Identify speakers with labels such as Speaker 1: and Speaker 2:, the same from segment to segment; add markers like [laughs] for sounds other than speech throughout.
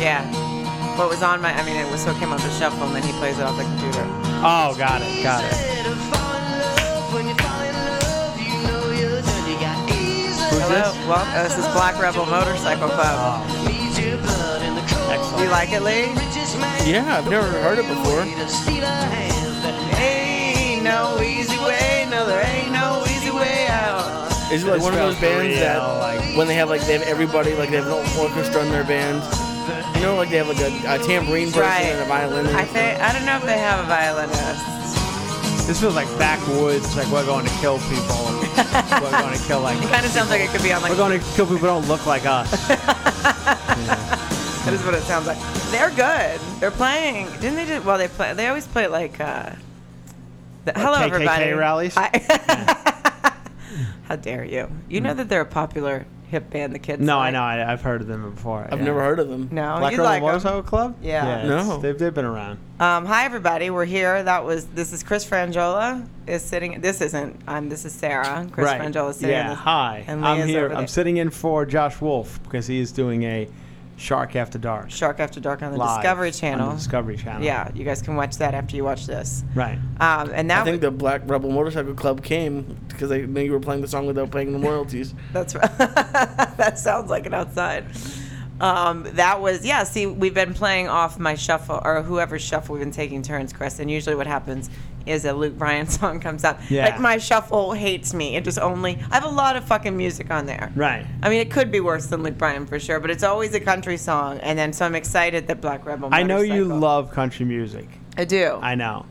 Speaker 1: Yeah. What was on my, I mean, it was so it came off the shuffle and then he plays it off the computer.
Speaker 2: Oh, got it, got it.
Speaker 1: Hello, well, uh, this is Black Rebel Motorcycle Club.
Speaker 2: Oh,
Speaker 1: Do you
Speaker 2: excellent.
Speaker 1: like it, Lee?
Speaker 3: Yeah, I've never heard it before.
Speaker 1: Ain't no easy way, no, there ain't no easy way out.
Speaker 3: Is it like
Speaker 2: This
Speaker 3: one of those
Speaker 2: felt
Speaker 3: bands that
Speaker 2: real, like-
Speaker 3: when they have like they have everybody like they have an orchestra in their band? You know, like they have like a, a tambourine person
Speaker 1: Right.
Speaker 3: and a violin.
Speaker 1: I think, I don't know if they have a violinist.
Speaker 2: This feels like backwoods. Like we're going to kill
Speaker 1: [laughs]
Speaker 2: people. we're going to kill like.
Speaker 1: It kind of sounds like it could be on like,
Speaker 2: We're going to kill people who don't look like us.
Speaker 1: that is what it sounds like. They're good. They're playing, didn't they do, well, they play, they always play like, uh, the, hello
Speaker 2: KKK
Speaker 1: everybody.
Speaker 2: rallies?
Speaker 1: I- [laughs] How dare you? You know that they're a popular hip band, the kids
Speaker 2: No, I
Speaker 1: like.
Speaker 2: know. I, I've heard of them before.
Speaker 3: I've
Speaker 2: yeah.
Speaker 3: never heard of them.
Speaker 1: No,
Speaker 2: Black
Speaker 1: you
Speaker 2: Rebel
Speaker 1: like 'em.
Speaker 2: Motorcycle Club.
Speaker 1: Yeah.
Speaker 2: it's-
Speaker 3: No.
Speaker 2: They've, they've been around.
Speaker 1: Um, hi everybody, we're here. That was this is Chris Frangiola is sitting. This isn't. I'm. This is Sarah. Chris
Speaker 2: right.
Speaker 1: Frangiola is sitting. in
Speaker 2: yeah.
Speaker 1: this-
Speaker 2: Hi.
Speaker 1: and
Speaker 2: I'm
Speaker 1: Leah's
Speaker 2: here.
Speaker 1: over
Speaker 2: I'm
Speaker 1: there.
Speaker 2: sitting in for Josh Wolf because he is doing a Shark After Dark
Speaker 1: Shark After Dark on the
Speaker 2: live
Speaker 1: Discovery
Speaker 2: on the
Speaker 1: Channel.
Speaker 2: Discovery Channel.
Speaker 1: Yeah, you guys can watch that after you watch this.
Speaker 2: Right.
Speaker 1: Um, and that
Speaker 3: I think the Black Rebel Motorcycle Club came because they knew you were playing the song without paying the royalties.
Speaker 1: That's right. [laughs] that sounds like an outside. Um, that was yeah. See, we've been playing off my shuffle or whoever's shuffle. We've been taking turns, Chris. And usually, what happens is a Luke Bryan [laughs] song comes up.
Speaker 2: Yeah.
Speaker 1: Like my shuffle hates me. It just only I have a lot of fucking music on there.
Speaker 2: Right.
Speaker 1: I mean, it could be worse than Luke Bryan for sure, but it's always a country song. And then so I'm excited that Black Rebel.
Speaker 2: I know you
Speaker 1: Motorcycle-
Speaker 2: love country music.
Speaker 1: I do.
Speaker 2: I know,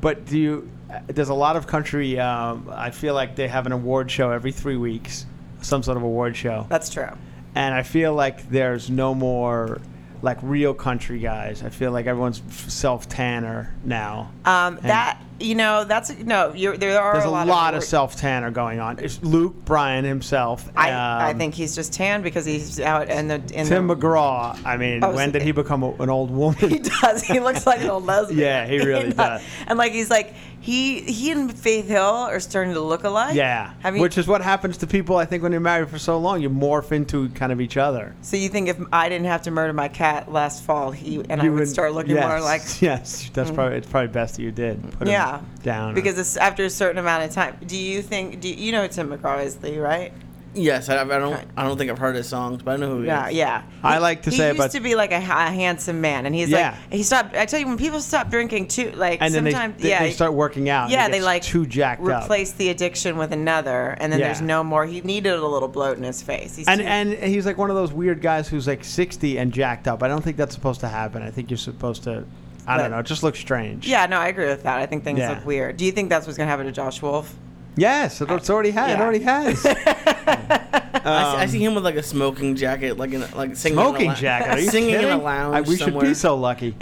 Speaker 2: but do you? uh, There's a lot of country. Um, I feel like they have an award show every three weeks, some sort of award show,
Speaker 1: That's true.
Speaker 2: and I feel like there's no more like real country guys. I feel like everyone's self tanner now.
Speaker 1: Um,
Speaker 2: And
Speaker 1: that you know that's no. You're, there are
Speaker 2: there's
Speaker 1: a lot,
Speaker 2: of,
Speaker 1: of
Speaker 2: self tanner going on. It's Luke Bryan himself.
Speaker 1: I, I
Speaker 2: um,
Speaker 1: think he's just tan because he's out in the in
Speaker 2: Tim
Speaker 1: the,
Speaker 2: McGraw. I mean,
Speaker 1: Oh,
Speaker 2: when
Speaker 1: so-
Speaker 2: did he become a, an old woman?
Speaker 1: [laughs] He does. He looks like an old lesbian.
Speaker 2: Yeah,
Speaker 1: [laughs]
Speaker 2: he really
Speaker 1: does.
Speaker 2: does.
Speaker 1: And like he's like he he and Faith Hill are starting to look alike.
Speaker 2: Yeah,
Speaker 1: Have you,
Speaker 2: which is what happens to people. I think when you're married for so long, you morph into kind of each other.
Speaker 1: so you think if I didn't have to murder my cat last fall, he and I
Speaker 2: You
Speaker 1: would, start looking
Speaker 2: yes,
Speaker 1: more
Speaker 2: [laughs]
Speaker 1: like Mm.
Speaker 2: yes. That's probably it's probably best that you did put him
Speaker 1: yeah
Speaker 2: down or-
Speaker 1: because it's after a certain amount of time. Do you think? Do you, you know Tim McGraw is Lee, right?
Speaker 3: Yes, I, I
Speaker 1: Okay.
Speaker 3: don't. I don't think I've heard his songs, but I know who he
Speaker 1: Yeah,
Speaker 3: is.
Speaker 1: yeah.
Speaker 2: I
Speaker 1: He-
Speaker 2: like to
Speaker 1: he
Speaker 2: say
Speaker 1: used
Speaker 2: about-
Speaker 1: to be like a, ha- a handsome man, and he's
Speaker 2: Yeah.
Speaker 1: like he stopped. I tell you, when people stop drinking too, like
Speaker 2: and then they,
Speaker 1: sometimes
Speaker 2: they,
Speaker 1: yeah,
Speaker 2: they start working out. and
Speaker 1: yeah,
Speaker 2: it
Speaker 1: they
Speaker 2: gets
Speaker 1: like
Speaker 2: too jacked up.
Speaker 1: replace the addiction with another, and then there's
Speaker 2: Yeah.
Speaker 1: no more. He needed a little bloat in his face. He's
Speaker 2: And
Speaker 1: too-
Speaker 2: and he's like one of those weird guys who's like 60 and jacked up. I don't think that's supposed to happen. I think you're supposed to. I
Speaker 1: But-
Speaker 2: don't know. It just looks strange.
Speaker 1: yeah, no, I agree with that. I think things
Speaker 2: Yeah.
Speaker 1: look weird. Do you think that's what's gonna happen to
Speaker 2: [laughs]
Speaker 1: Josh Wolf? [laughs]
Speaker 2: Yes, it, it's already had. It
Speaker 1: Yeah.
Speaker 2: already has.
Speaker 1: [laughs]
Speaker 3: I, see, I see him with like a smoking jacket, like in a- like singing. in
Speaker 2: Um, Smoking
Speaker 3: a lou-
Speaker 2: jacket. Are you
Speaker 3: singing
Speaker 2: kidding?
Speaker 3: in a lounge
Speaker 2: I- we
Speaker 3: somewhere.
Speaker 2: should be so lucky.
Speaker 1: [laughs]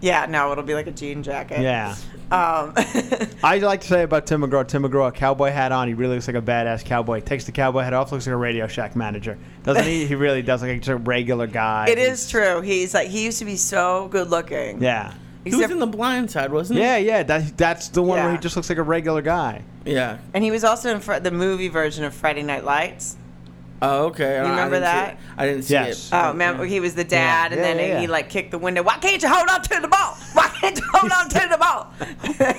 Speaker 1: Yeah, no, it'll be like a jean jacket.
Speaker 2: Yeah.
Speaker 1: Um, [laughs]
Speaker 2: I like to say about Tim McGraw. Tim McGraw, a cowboy hat on. He really looks like a badass cowboy. Takes the cowboy hat off, looks like a Radio Shack manager, doesn't he? He really does. Like just a regular guy.
Speaker 1: it is true. He's like he used to be so good looking.
Speaker 2: Yeah.
Speaker 3: He was
Speaker 1: Except-
Speaker 3: in the Blind Side, wasn't he?
Speaker 2: Yeah, yeah. That, that's the one where
Speaker 1: Hmm. Yeah.
Speaker 2: he just looks like a regular guy.
Speaker 3: Yeah.
Speaker 1: and he was also in Fr- the movie version of Friday Night Lights.
Speaker 3: Oh, okay. You
Speaker 1: remember that?
Speaker 3: I didn't see
Speaker 2: Yes.
Speaker 3: it. Uh,
Speaker 1: Oh man, he was the dad,
Speaker 2: Yeah.
Speaker 1: and
Speaker 2: Yeah,
Speaker 1: then
Speaker 2: yeah,
Speaker 1: he
Speaker 2: yeah.
Speaker 1: like kicked the window. Why can't you hold on to the ball? Why can't you hold on to the
Speaker 2: [laughs]
Speaker 1: ball? and then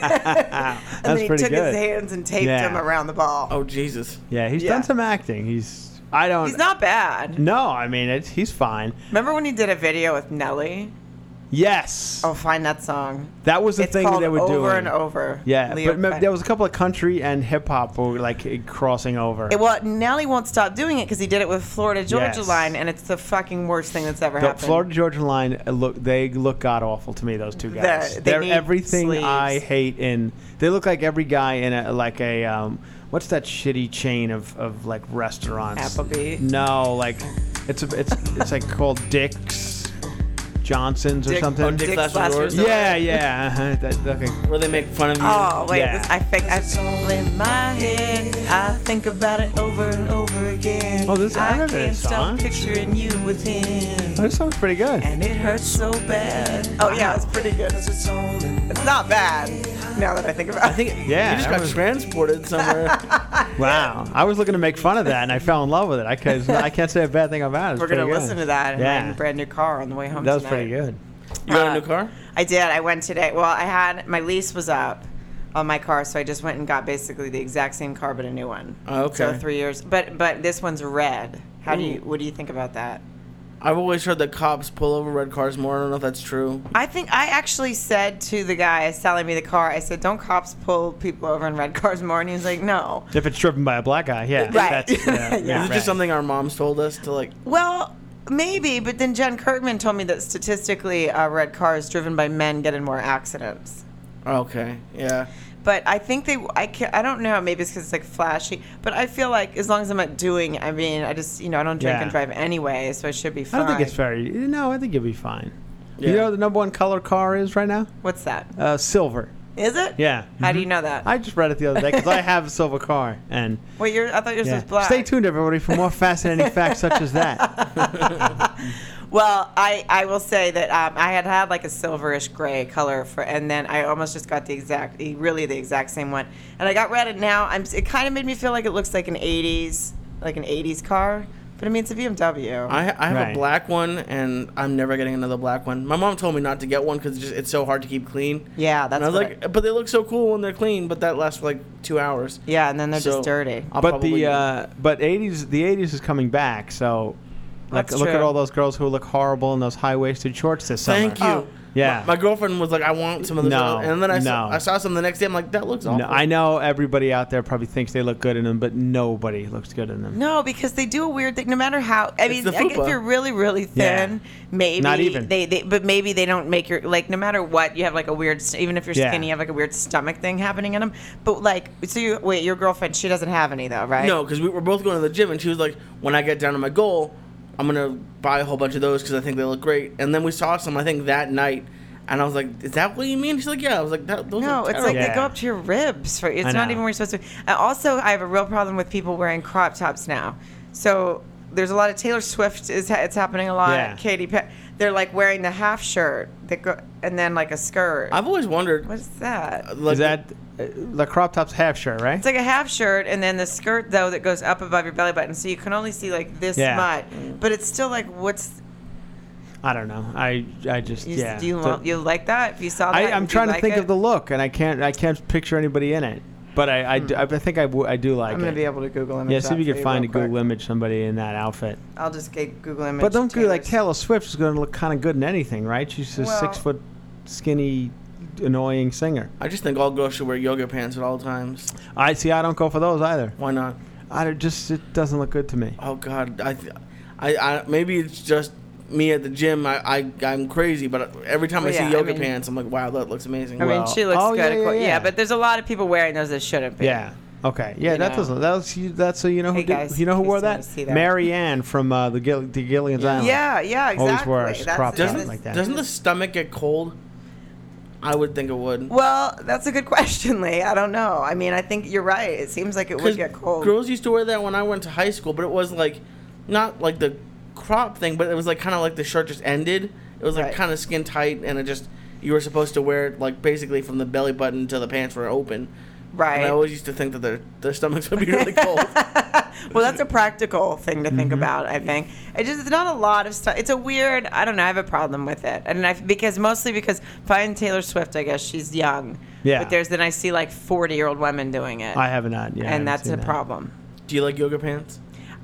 Speaker 2: That's
Speaker 1: he
Speaker 2: pretty
Speaker 1: took
Speaker 2: good.
Speaker 1: his hands and taped
Speaker 2: Yeah.
Speaker 1: them around the ball.
Speaker 3: Oh Jesus.
Speaker 2: Yeah, he's
Speaker 1: Yeah.
Speaker 2: done some acting. He's I don't.
Speaker 1: He's not bad.
Speaker 2: No, I mean it's, he's fine.
Speaker 1: Remember when he did a video with Nelly?
Speaker 2: Yes,
Speaker 1: Oh, find that song.
Speaker 2: that was the
Speaker 1: it's
Speaker 2: thing that
Speaker 1: called
Speaker 2: they were
Speaker 1: over
Speaker 2: doing.
Speaker 1: and over.
Speaker 2: Yeah,
Speaker 1: Leo
Speaker 2: but me-
Speaker 1: Fenn.
Speaker 2: there was a couple of country and hip hop were like crossing over.
Speaker 1: It- well, Nelly won't stop doing it because he did it with Florida Georgia
Speaker 2: Yes.
Speaker 1: Line, and it's the fucking worst thing that's ever
Speaker 2: The
Speaker 1: happened.
Speaker 2: Florida Georgia Line uh, look they look god awful to me. Those two guys.
Speaker 1: they
Speaker 2: They're
Speaker 1: need
Speaker 2: everything
Speaker 1: sleeves.
Speaker 2: I hate in. They look like every guy in a like a um, what's that shitty chain of, of like restaurants?
Speaker 1: Applebee?
Speaker 2: No, like it's a, it's it's like called Dick's, Johnson's or
Speaker 1: Dick-
Speaker 2: something.
Speaker 3: Oh, Dick
Speaker 1: Dick's
Speaker 3: Last
Speaker 1: Last
Speaker 3: Resort?
Speaker 1: Resort.
Speaker 2: yeah, yeah. uh-huh, that- that thing.
Speaker 3: Where they make fun of you.
Speaker 1: Oh wait,
Speaker 2: Yeah.
Speaker 1: this, I think I in my head. I think about it over and over again.
Speaker 2: Oh, this- I
Speaker 1: I
Speaker 2: remember
Speaker 1: can't
Speaker 2: this
Speaker 1: stop
Speaker 2: song.
Speaker 1: picturing you with him,
Speaker 2: Oh, this song's pretty good.
Speaker 1: and it hurts so bad. Oh yeah, it's pretty good. It's not bad. Now that I think about it,
Speaker 3: I think
Speaker 2: Yeah,
Speaker 3: you just
Speaker 2: that
Speaker 3: got
Speaker 2: was-
Speaker 3: transported
Speaker 1: [laughs]
Speaker 3: somewhere.
Speaker 2: Wow, I was looking to make fun of that, and I fell in love with it. I can't, I can't say a bad thing about it. It's
Speaker 1: we're gonna
Speaker 2: pretty good.
Speaker 1: listen to that in
Speaker 2: Yeah.
Speaker 1: my brand new car on the way home.
Speaker 2: That was
Speaker 1: tonight.
Speaker 2: pretty good.
Speaker 3: You got a
Speaker 1: Uh,
Speaker 3: new car?
Speaker 1: I did. I went today. Well, I had my lease was up on my car, so I just went and got basically the exact same car but a new one.
Speaker 3: Oh, okay.
Speaker 1: So three years, but but this one's red. How do you?
Speaker 3: Ooh.
Speaker 1: What do you think about that?
Speaker 3: I've always heard that cops pull over red cars more. I don't know if that's true.
Speaker 1: I think I actually said to the guy selling me the car, I said, "Don't cops pull people over in red cars more?" And he was like, "No."
Speaker 2: If it's driven by a black guy, yeah,
Speaker 1: Right. [laughs]
Speaker 2: That's, yeah,
Speaker 1: Is
Speaker 2: yeah,
Speaker 3: Is it
Speaker 2: right.
Speaker 3: just something our moms told us to like?
Speaker 1: Well, maybe, but then Jen Kirkman told me that statistically, uh, red cars driven by men get in more accidents.
Speaker 3: Okay, yeah.
Speaker 1: But I think they, I can I don't know. Maybe it's because it's like flashy. But I feel like as long as I'm not doing, I mean, I just, you know, I don't drink
Speaker 2: Yeah.
Speaker 1: and drive anyway, so I should be
Speaker 2: I
Speaker 1: fine.
Speaker 2: don't think it's very. No, I think you'll be fine. You
Speaker 3: Yeah.
Speaker 2: know what the number one color car is right now?
Speaker 1: What's that?
Speaker 2: Uh, silver.
Speaker 1: Is it?
Speaker 2: Yeah. Mm-hmm.
Speaker 1: How do you know that?
Speaker 2: I just read it the other day because I have a silver car, and
Speaker 1: Wait, you're, I thought yours
Speaker 2: yeah.
Speaker 1: was black.
Speaker 2: stay tuned, everybody, for more fascinating facts such as
Speaker 1: [laughs]
Speaker 2: that.
Speaker 1: Well, I, I will say that um, I had had like a silverish gray color for, and then I almost just got the exact, the- really the exact same one, and I got red, and now I'm. It kind of made me feel like it looks like an '80s, like an '80s car, but I mean it's a BMW.
Speaker 3: I, I have
Speaker 2: Right.
Speaker 3: a black one, and I'm never getting another black one. My mom told me not to get one because just it's so hard to keep clean.
Speaker 1: yeah,
Speaker 3: And
Speaker 1: that's
Speaker 3: I was
Speaker 1: what
Speaker 3: like,
Speaker 1: I-
Speaker 3: but they look so cool when they're clean, but that lasts for like two hours.
Speaker 1: yeah, and then they're
Speaker 3: So,
Speaker 1: just dirty.
Speaker 3: I'll
Speaker 2: but
Speaker 3: probably-
Speaker 2: the uh, but 80s the 80s is coming back, so like
Speaker 1: That's
Speaker 2: look at
Speaker 1: true.
Speaker 2: all those girls who look horrible in those high waisted shorts this summer.
Speaker 3: thank you.
Speaker 1: Oh.
Speaker 2: Yeah.
Speaker 3: My, my girlfriend was like, I want some of this.
Speaker 2: No,
Speaker 3: and then I, saw,
Speaker 2: no.
Speaker 3: I saw some the next day. I'm like, that looks awful.
Speaker 2: No, I know everybody out there probably thinks they look good in them, but nobody looks good in them.
Speaker 1: No, because they do a weird thing. No matter how, I mean,
Speaker 3: the
Speaker 1: like if
Speaker 3: fupa.
Speaker 1: you're really, really
Speaker 2: Yeah.
Speaker 1: thin, maybe
Speaker 2: Not even.
Speaker 1: They, they, but maybe they don't make your like. No matter what, you have like a weird. st- Even if you're
Speaker 2: Yeah.
Speaker 1: skinny, you have like a weird stomach thing happening in them. But like, so you wait, your girlfriend, she doesn't have any though, right?
Speaker 3: No, because we were both going to the gym, and she was like, "When I get down to my goal, I'm gonna buy a whole bunch of those because I think they look great." And then we saw some, I think that night, and I was like, "Is that what you mean?" She's like, "Yeah." I was like, that, "Those
Speaker 1: No,
Speaker 3: are
Speaker 1: it's like
Speaker 3: terrible."
Speaker 1: they
Speaker 2: Yeah.
Speaker 1: go up to your ribs. For it's
Speaker 2: I
Speaker 1: not
Speaker 2: know.
Speaker 1: even where you're supposed to. And also, I have a real problem with people wearing crop tops now. So there's a lot of Taylor Swift is ha- it's happening a lot.
Speaker 2: Yeah.
Speaker 1: Katy Perry, they're like wearing the half shirt that go and then like a skirt.
Speaker 3: I've always wondered,
Speaker 1: What's that?
Speaker 3: like,
Speaker 2: Is that uh, the crop top's half shirt, right?
Speaker 1: It's like a half shirt and then the skirt though that goes up above your belly button, so you can only see like this
Speaker 2: Yeah.
Speaker 1: much. But it's still like, what's?
Speaker 2: I don't know. I I just
Speaker 1: You,
Speaker 2: yeah.
Speaker 1: Do you
Speaker 2: The-
Speaker 1: want you like that? If you saw that,
Speaker 2: I, I'm
Speaker 1: would you
Speaker 2: trying to
Speaker 1: like
Speaker 2: think
Speaker 1: it?
Speaker 2: of the look, and I can't I can't picture anybody in it. But I I, do- I think I, w- I do like
Speaker 1: Hmm. I'm gonna
Speaker 2: it.
Speaker 1: be able to Google image.
Speaker 2: yeah, see
Speaker 1: that
Speaker 2: if you
Speaker 1: for
Speaker 2: can find a
Speaker 1: real quick.
Speaker 2: Google image somebody in that outfit.
Speaker 1: I'll just get Google image.
Speaker 2: But don't be like
Speaker 1: Taylor's-
Speaker 2: Taylor Swift is going to look kind of good in anything, right? She's a
Speaker 1: Well-
Speaker 2: six foot, skinny, annoying singer.
Speaker 3: I just think all girls should wear yoga pants at all times.
Speaker 2: I see. I don't go for those either.
Speaker 3: Why not?
Speaker 2: I don't- just it doesn't look good to me.
Speaker 3: Oh God, I, th- I, I maybe it's just me at the gym. I, I I'm crazy, but every time
Speaker 1: Well,
Speaker 3: I
Speaker 1: yeah, I
Speaker 3: see yoga
Speaker 1: mean-
Speaker 3: pants, I'm like, wow, that looks amazing.
Speaker 1: I mean,
Speaker 2: Well,
Speaker 1: she looks
Speaker 2: oh,
Speaker 1: good.
Speaker 2: yeah,
Speaker 1: of
Speaker 2: yeah,
Speaker 1: course.
Speaker 2: yeah.
Speaker 1: but there's a lot of people wearing those that shouldn't be.
Speaker 2: Yeah. Okay. Yeah,
Speaker 1: You
Speaker 2: that
Speaker 1: know.
Speaker 2: doesn't. That's you. That's so you know who.
Speaker 1: Hey,
Speaker 2: did-
Speaker 1: guys,
Speaker 2: you know who
Speaker 1: please
Speaker 2: wore
Speaker 1: don't
Speaker 2: that?
Speaker 1: see that.
Speaker 2: Mary Ann from uh, the, Gil- the Gillian's Island.
Speaker 1: Yeah, yeah, exactly.
Speaker 2: Always wear a crop top
Speaker 1: that's-
Speaker 2: like that.
Speaker 3: Doesn't the stomach get cold? I would think it would.
Speaker 1: Well, that's a good [laughs] question, Lee. I don't know. I mean, I think you're right. It seems like it would get cold.
Speaker 3: Girls used to wear that when I went to high school, but it was like not like the crop thing, but it was like kind of like the shirt just ended. It was like
Speaker 1: Right.
Speaker 3: kind of skin tight, and it just you were supposed to wear it like basically from the belly button to the pants were open. And
Speaker 1: Right.
Speaker 3: I always used to think that their their stomachs would be
Speaker 1: [laughs]
Speaker 3: really cold.
Speaker 1: well, that's a practical thing to think
Speaker 2: Mm-hmm.
Speaker 1: about. I think it just it's not a lot of stuff. It's a weird. I don't know. I have a problem with it, and I because mostly because fine Taylor Swift. I guess she's young.
Speaker 2: Yeah.
Speaker 1: But there's then I see like 40 year old women doing it,
Speaker 2: I have not. Yeah. I haven't
Speaker 1: and that's
Speaker 2: seen
Speaker 1: a
Speaker 2: that.
Speaker 1: problem.
Speaker 3: Do you like yoga pants?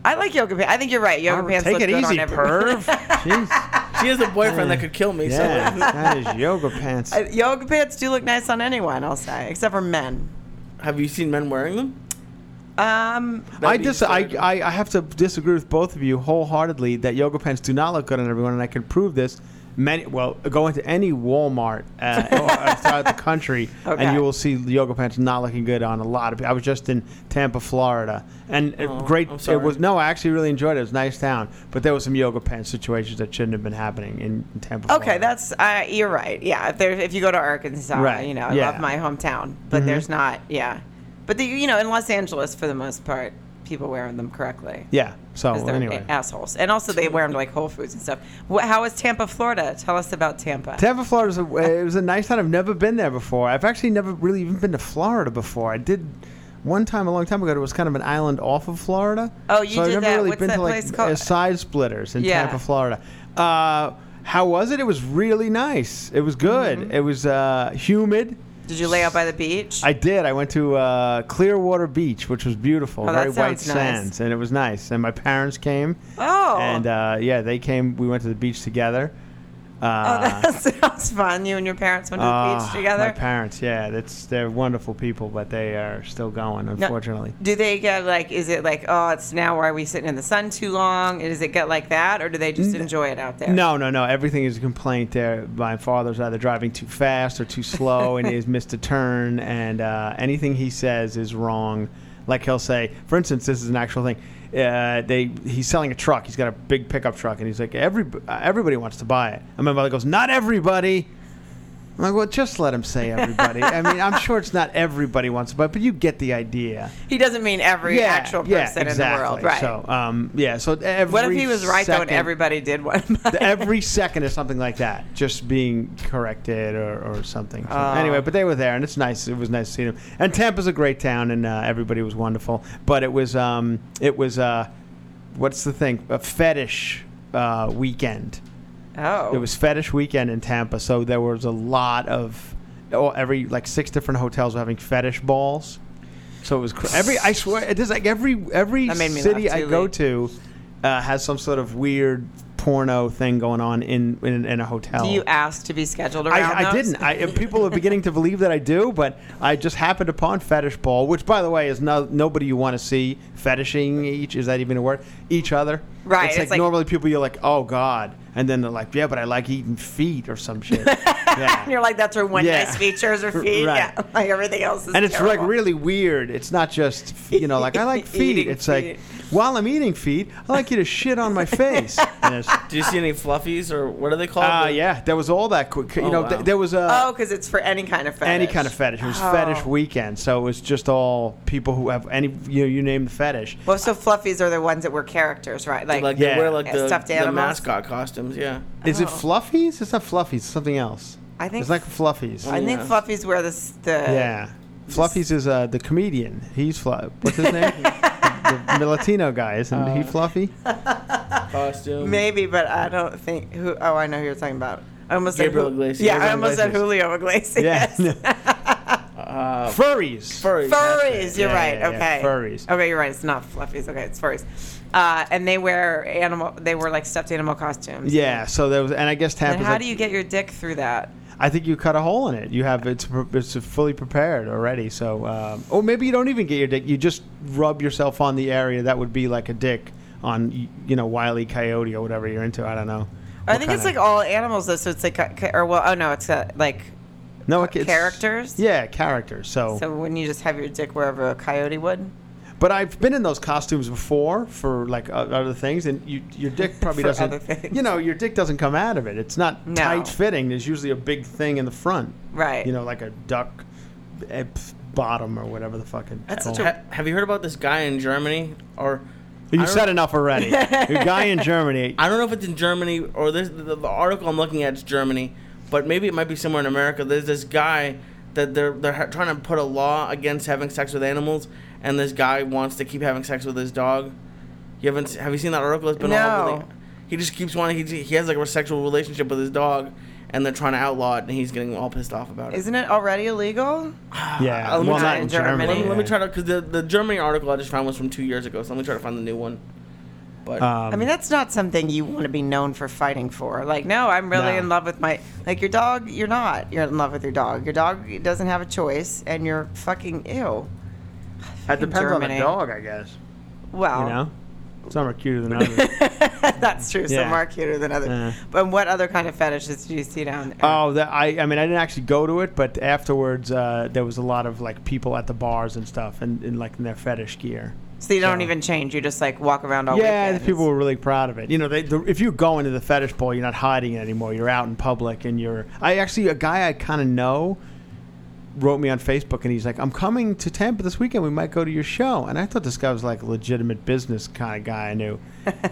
Speaker 1: I like yoga pants. I think you're right. Yoga
Speaker 2: Oh,
Speaker 1: pants
Speaker 2: take
Speaker 1: look
Speaker 2: it
Speaker 1: good
Speaker 2: easy,
Speaker 1: on everyone.
Speaker 2: perv.
Speaker 1: [laughs]
Speaker 2: Jeez.
Speaker 3: She has a boyfriend that could kill me.
Speaker 2: Oh, Yeah,
Speaker 3: So
Speaker 2: that is yoga pants.
Speaker 1: Uh, [laughs] yoga pants do look nice on anyone, I'll say, except for men.
Speaker 3: have you seen men wearing them?
Speaker 1: Um,
Speaker 2: I
Speaker 3: That'd be
Speaker 2: dis- I,
Speaker 3: absurd.
Speaker 2: I, I have to disagree with both of you wholeheartedly that yoga pants do not look good on everyone, and I can prove this. Many well, go into any Walmart
Speaker 3: [laughs]
Speaker 2: uh, or throughout the country,
Speaker 1: Okay.
Speaker 2: and you will see the yoga pants not looking good on a lot of people. I was just in Tampa, Florida, and it-
Speaker 3: Oh,
Speaker 2: great.
Speaker 3: I'm
Speaker 2: It
Speaker 3: sorry.
Speaker 2: was no, I actually really enjoyed it. It was a nice town, but there was some yoga pants situations that shouldn't have been happening in, in Tampa.
Speaker 1: okay,
Speaker 2: Florida.
Speaker 1: that's uh, you're right. Yeah, if there if you go to Arkansas,
Speaker 2: Right,
Speaker 1: you know, I
Speaker 2: yeah. Mm-hmm.
Speaker 1: love my hometown, but there's not. Yeah, but the, you know, in Los Angeles for the most part, people wearing them correctly.
Speaker 2: Yeah. So
Speaker 1: 'Cause they're
Speaker 2: anyway.
Speaker 1: a- assholes. And also, they wear them to like Whole Foods and stuff. Wh- How is Tampa, Florida? Tell us about Tampa.
Speaker 2: Tampa, Florida is a, eh, it was a nice town. I've never been there before. I've actually never really even been to Florida before. I did one time a long time ago. It was kind of an island off of Florida.
Speaker 1: Oh, you
Speaker 2: so I've
Speaker 1: did
Speaker 2: never
Speaker 1: that.
Speaker 2: really
Speaker 1: What's
Speaker 2: been
Speaker 1: that
Speaker 2: to like
Speaker 1: place called?
Speaker 2: uh, side splitters in
Speaker 1: Yeah.
Speaker 2: Tampa, Florida. Uh, how was it? It was really nice. It was good.
Speaker 1: Mm-hmm.
Speaker 2: It was uh, humid.
Speaker 1: Did you lay out by the beach?
Speaker 2: I did. I went to uh, Clearwater Beach, which was beautiful,
Speaker 1: Oh, that
Speaker 2: very white
Speaker 1: sounds nice.
Speaker 2: sands, and it was nice. And my parents came,
Speaker 1: oh.
Speaker 2: and uh, yeah, they came. We went to the beach together.
Speaker 1: [laughs] oh,
Speaker 2: Uh,
Speaker 1: that [laughs] sounds fun. You and your parents went to the
Speaker 2: Ah,
Speaker 1: beach together.
Speaker 2: My parents, yeah, that's they're wonderful people, but they are still going,
Speaker 1: No-
Speaker 2: unfortunately.
Speaker 1: Do they get like, is it like, oh, it's now where are we sitting in the sun too long? Does it get like that? Or do they just enjoy it out there?
Speaker 2: No, no, no. Everything is a complaint there. My father's either driving too fast or too slow, and he's missed a turn, and uh, anything he says is wrong. Like he'll say, for instance, this is an actual thing. Uh, they he's selling a truck. He's got a big pickup truck, and he's like, every uh, everybody wants to buy it. And my mother goes, not everybody. I'm like, well, just let him say
Speaker 1: [laughs]
Speaker 2: everybody. I mean, I'm sure it's not everybody wants to buy, it, but you get the idea.
Speaker 1: He doesn't mean every actual person in the world. Right.
Speaker 2: So, um, yeah. So every
Speaker 1: what if he was right though and
Speaker 2: second-
Speaker 1: everybody did one? [laughs]
Speaker 2: every second is something like that, just being corrected or, or something. So
Speaker 1: Oh.
Speaker 2: anyway, but they were there, and it's nice. It was nice to see them. And Tampa's a great town, and uh, everybody was wonderful. But it was um, it was uh, what's the thing? A fetish uh, weekend.
Speaker 1: oh.
Speaker 2: It was fetish weekend in Tampa, so there was a lot of oh, every like six different hotels were having fetish balls. So it was cr- every I swear it is like every every
Speaker 1: That made me
Speaker 2: city
Speaker 1: laugh
Speaker 2: I
Speaker 1: too,
Speaker 2: go
Speaker 1: Lee.
Speaker 2: to uh, has some sort of weird porno thing going on in in, in a hotel.
Speaker 1: Do you ask to be scheduled around
Speaker 2: I, I
Speaker 1: those?
Speaker 2: didn't. I, uh, people are beginning to believe that I do, but I just happened upon fetish ball, which, by the way, is no, nobody you want to see fetishing each. Is that even a word? Each other.
Speaker 1: Right,
Speaker 2: It's
Speaker 1: it's
Speaker 2: like,
Speaker 1: like-
Speaker 2: normally people you're like, oh god, and then they're like, yeah, but I like eating feet or some
Speaker 1: [laughs]
Speaker 2: shit.
Speaker 1: And
Speaker 2: yeah.
Speaker 1: [laughs] you're like, that's her one
Speaker 2: Yeah.
Speaker 1: nice
Speaker 2: [laughs]
Speaker 1: features or feet.
Speaker 2: Right.
Speaker 1: Yeah. [laughs] Like everything else is
Speaker 2: And it's
Speaker 1: terrible.
Speaker 2: like really weird. It's not just you know like I
Speaker 1: [laughs]
Speaker 2: like feet.
Speaker 1: Eating
Speaker 2: It's
Speaker 1: feet.
Speaker 2: like while I'm eating feet, I like you to shit on my face.
Speaker 1: [laughs]
Speaker 2: And it's,
Speaker 3: Do you see any fluffies or what are they called?
Speaker 2: uh,
Speaker 3: The-
Speaker 2: yeah, there was all that quick. You
Speaker 3: Oh,
Speaker 2: know,
Speaker 3: wow.
Speaker 2: th- there was a
Speaker 1: Oh, because it's for any kind of fetish.
Speaker 2: any kind of fetish. It was
Speaker 1: Oh.
Speaker 2: fetish weekend, so it was just all people who have any you know, you name the fetish.
Speaker 1: Well, so fluffies are the ones that were characters, right? Like,
Speaker 3: Like
Speaker 2: Yeah.
Speaker 3: they wear like
Speaker 1: Yeah,
Speaker 3: the,
Speaker 1: stuffed
Speaker 3: the
Speaker 1: animals.
Speaker 3: mascot costumes. Yeah.
Speaker 2: Is it
Speaker 1: Oh.
Speaker 2: fluffies? It's not fluffies. It's something else.
Speaker 1: I think-
Speaker 2: it's like fluffies.
Speaker 1: I think
Speaker 3: Yeah.
Speaker 1: fluffies wear the s- the
Speaker 2: yeah, fluffies is uh, the comedian. He's fluff. What's his
Speaker 1: [laughs]
Speaker 2: name? the, the Latino guy, isn't
Speaker 1: Oh.
Speaker 2: he fluffy?
Speaker 3: Costume.
Speaker 1: maybe, but I don't think who. Oh, I know who you're talking about. I almost
Speaker 3: Gabriel
Speaker 1: said Jul-
Speaker 3: Iglesias.
Speaker 1: Yeah, I
Speaker 2: Gabriel
Speaker 1: almost said
Speaker 2: Iglesias.
Speaker 1: Julio Iglesias.
Speaker 2: Yeah. [laughs]
Speaker 3: Uh,
Speaker 2: furries.
Speaker 3: furries.
Speaker 1: Furries, you're
Speaker 2: Yeah,
Speaker 1: right.
Speaker 2: yeah, yeah,
Speaker 1: okay,
Speaker 2: furries.
Speaker 1: Okay, you're right. It's not fluffies. Okay, it's furries, uh, and they wear animal. They wear like stuffed animal costumes.
Speaker 2: Yeah. So there was, and I guess Tampa.
Speaker 1: And how do you get your dick through that?
Speaker 2: I think you cut a hole in it. You have it's pre- it's fully prepared already. So, um, or maybe you don't even get your dick. You just rub yourself on the area that would be like a dick on y- you know Wiley Coyote or whatever you're into. I don't know.
Speaker 1: I
Speaker 2: What
Speaker 1: think it's like
Speaker 2: kinda-
Speaker 1: all animals though. So it's like ca- ca- or well, oh no, it's uh, like
Speaker 2: no it- it's-
Speaker 1: characters?
Speaker 2: Yeah, characters. So,
Speaker 1: so when you just have your dick wherever a coyote would.
Speaker 2: but I've been in those costumes before for like o- other things, and you, your
Speaker 1: [laughs]
Speaker 2: dick probably
Speaker 1: For
Speaker 2: doesn't.
Speaker 1: other things.
Speaker 2: You know, your dick doesn't come out of it. It's not
Speaker 1: No.
Speaker 2: tight fitting. There's usually a big thing in the front.
Speaker 1: Right.
Speaker 2: You know, like a duck eh, bottom or whatever the fucking.
Speaker 1: That's such
Speaker 2: hole.
Speaker 1: a
Speaker 3: Oh, Ha- have you heard about this guy in Germany or? I
Speaker 2: You
Speaker 3: don't-
Speaker 2: said enough already. [laughs] Your guy in Germany.
Speaker 3: I don't know if it's in Germany or this, the, the article I'm looking at is Germany, but maybe it might be somewhere in America. There's this guy that they're they're ha- trying to put a law against having sex with animals, and this guy wants to keep having sex with his dog. You haven't se- have you seen that article? It's been all
Speaker 1: No.
Speaker 3: over. The, he just keeps wanting. He, he has like a sexual relationship with his dog, and they're trying to outlaw it, and he's getting all pissed off about it.
Speaker 1: Isn't it already illegal?
Speaker 2: yeah,
Speaker 3: let me
Speaker 2: well,
Speaker 3: try-
Speaker 2: not in
Speaker 1: in
Speaker 2: Germany.
Speaker 1: Germany.
Speaker 3: let, me, let me
Speaker 2: yeah.
Speaker 3: try to because the the Germany article I just found was from two years ago, so let me try to find the new one. But
Speaker 2: Um,
Speaker 1: I mean, that's not something you want to be known for fighting for. Like, no, I'm really
Speaker 2: No.
Speaker 1: in love with my like your dog. You're not. You're in love with your dog. Your dog doesn't have a choice, and you're fucking ew.
Speaker 2: that
Speaker 1: in
Speaker 2: depends on the
Speaker 1: Germany.
Speaker 2: dog, I guess.
Speaker 1: Well,
Speaker 2: You know, some are cuter than [laughs] others.
Speaker 1: [laughs] that's true.
Speaker 2: Yeah.
Speaker 1: Some are cuter than others.
Speaker 2: Yeah.
Speaker 1: But what other kind of fetishes do you see down there?
Speaker 2: oh, that I. I mean, I didn't actually go to it, but afterwards, uh, there was a lot of like people at the bars and stuff, and, and like in their fetish gear.
Speaker 1: so you don't
Speaker 2: so-
Speaker 1: even change. You just like walk around all
Speaker 2: yeah, the
Speaker 1: weekends.
Speaker 2: people were really proud of it. You know, they, the, if you go into the fetish bowl, you're not hiding it anymore. You're out in public, and you're. I actually a guy I kind of know. wrote me on Facebook and he's like, I'm coming to Tampa this weekend. We might go to your show. And I thought this guy was like a legitimate business kind of guy I
Speaker 1: [laughs]
Speaker 2: knew.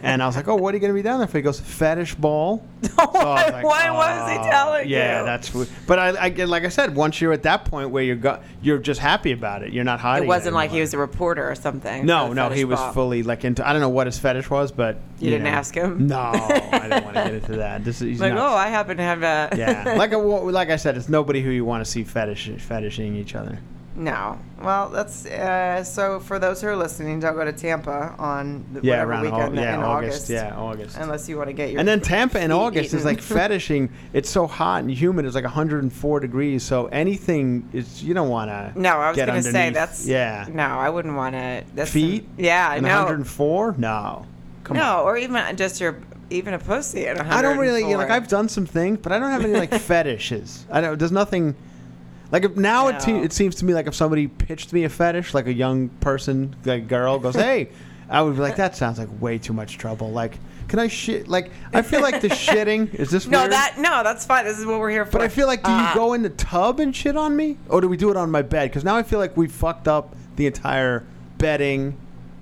Speaker 2: And I was like, oh, what are you going to be down there for? He goes, fetish ball. So I was like,
Speaker 1: [laughs] Why was he
Speaker 2: "Oh,
Speaker 1: telling
Speaker 2: Yeah,
Speaker 1: you?"
Speaker 2: that's. w- But I, I, like I said, once you're at that point where you're go, you're just happy about it. You're not hiding.
Speaker 1: It wasn't like he
Speaker 2: anymore.
Speaker 1: was a reporter or something. for
Speaker 2: No,
Speaker 1: the
Speaker 2: no, he
Speaker 1: fetish
Speaker 2: was
Speaker 1: ball.
Speaker 2: fully like into. I don't know what his fetish was, but
Speaker 1: You didn't ask him?
Speaker 2: No, I don't want
Speaker 1: [laughs]
Speaker 2: to get into that. This is he's
Speaker 1: Like,
Speaker 2: nuts.
Speaker 1: oh, I happen to have a. [laughs]
Speaker 2: yeah, like a, wa- like I said, it's nobody who you want to see fetish fetishing each other.
Speaker 1: No. Well, that's uh, so. For those who are listening, don't go to Tampa on the,
Speaker 2: Yeah,
Speaker 1: whatever
Speaker 2: around
Speaker 1: weekend
Speaker 2: Au- yeah,
Speaker 1: in August.
Speaker 2: August, yeah, August.
Speaker 1: Unless you want to get your
Speaker 2: And
Speaker 1: [laughs]
Speaker 2: then Tampa in
Speaker 1: feet
Speaker 2: August is
Speaker 1: eaten. [laughs]
Speaker 2: like fetishing. It's so hot and humid. It's like 104 degrees. So anything is you don't want to.
Speaker 1: no, I was
Speaker 2: going to
Speaker 1: say that's
Speaker 2: yeah.
Speaker 1: No, I wouldn't want to. That's
Speaker 2: Feet?
Speaker 1: yeah, I
Speaker 2: And
Speaker 1: know.
Speaker 2: 104? No. Come on.
Speaker 1: No, or even just your even a pussy at 104.
Speaker 2: I don't really you know, like. I've done some things, but I don't have any
Speaker 1: [laughs]
Speaker 2: like fetishes. I don't. There's nothing. Like if now it, te-
Speaker 1: No.
Speaker 2: it seems to me like if somebody pitched me a fetish, like a young person, like girl
Speaker 1: [laughs]
Speaker 2: goes, "Hey," I would be like, "That sounds like way too much trouble." Like, can I shit? Like, I feel like
Speaker 1: [laughs]
Speaker 2: the shitting is this.
Speaker 1: No,
Speaker 2: weird?
Speaker 1: that no, that's fine. This is what we're here for.
Speaker 2: But I feel like, do you
Speaker 1: Uh,
Speaker 2: go in the tub and shit on me, or do we do it on my bed? Because now I feel like we fucked up the entire bedding.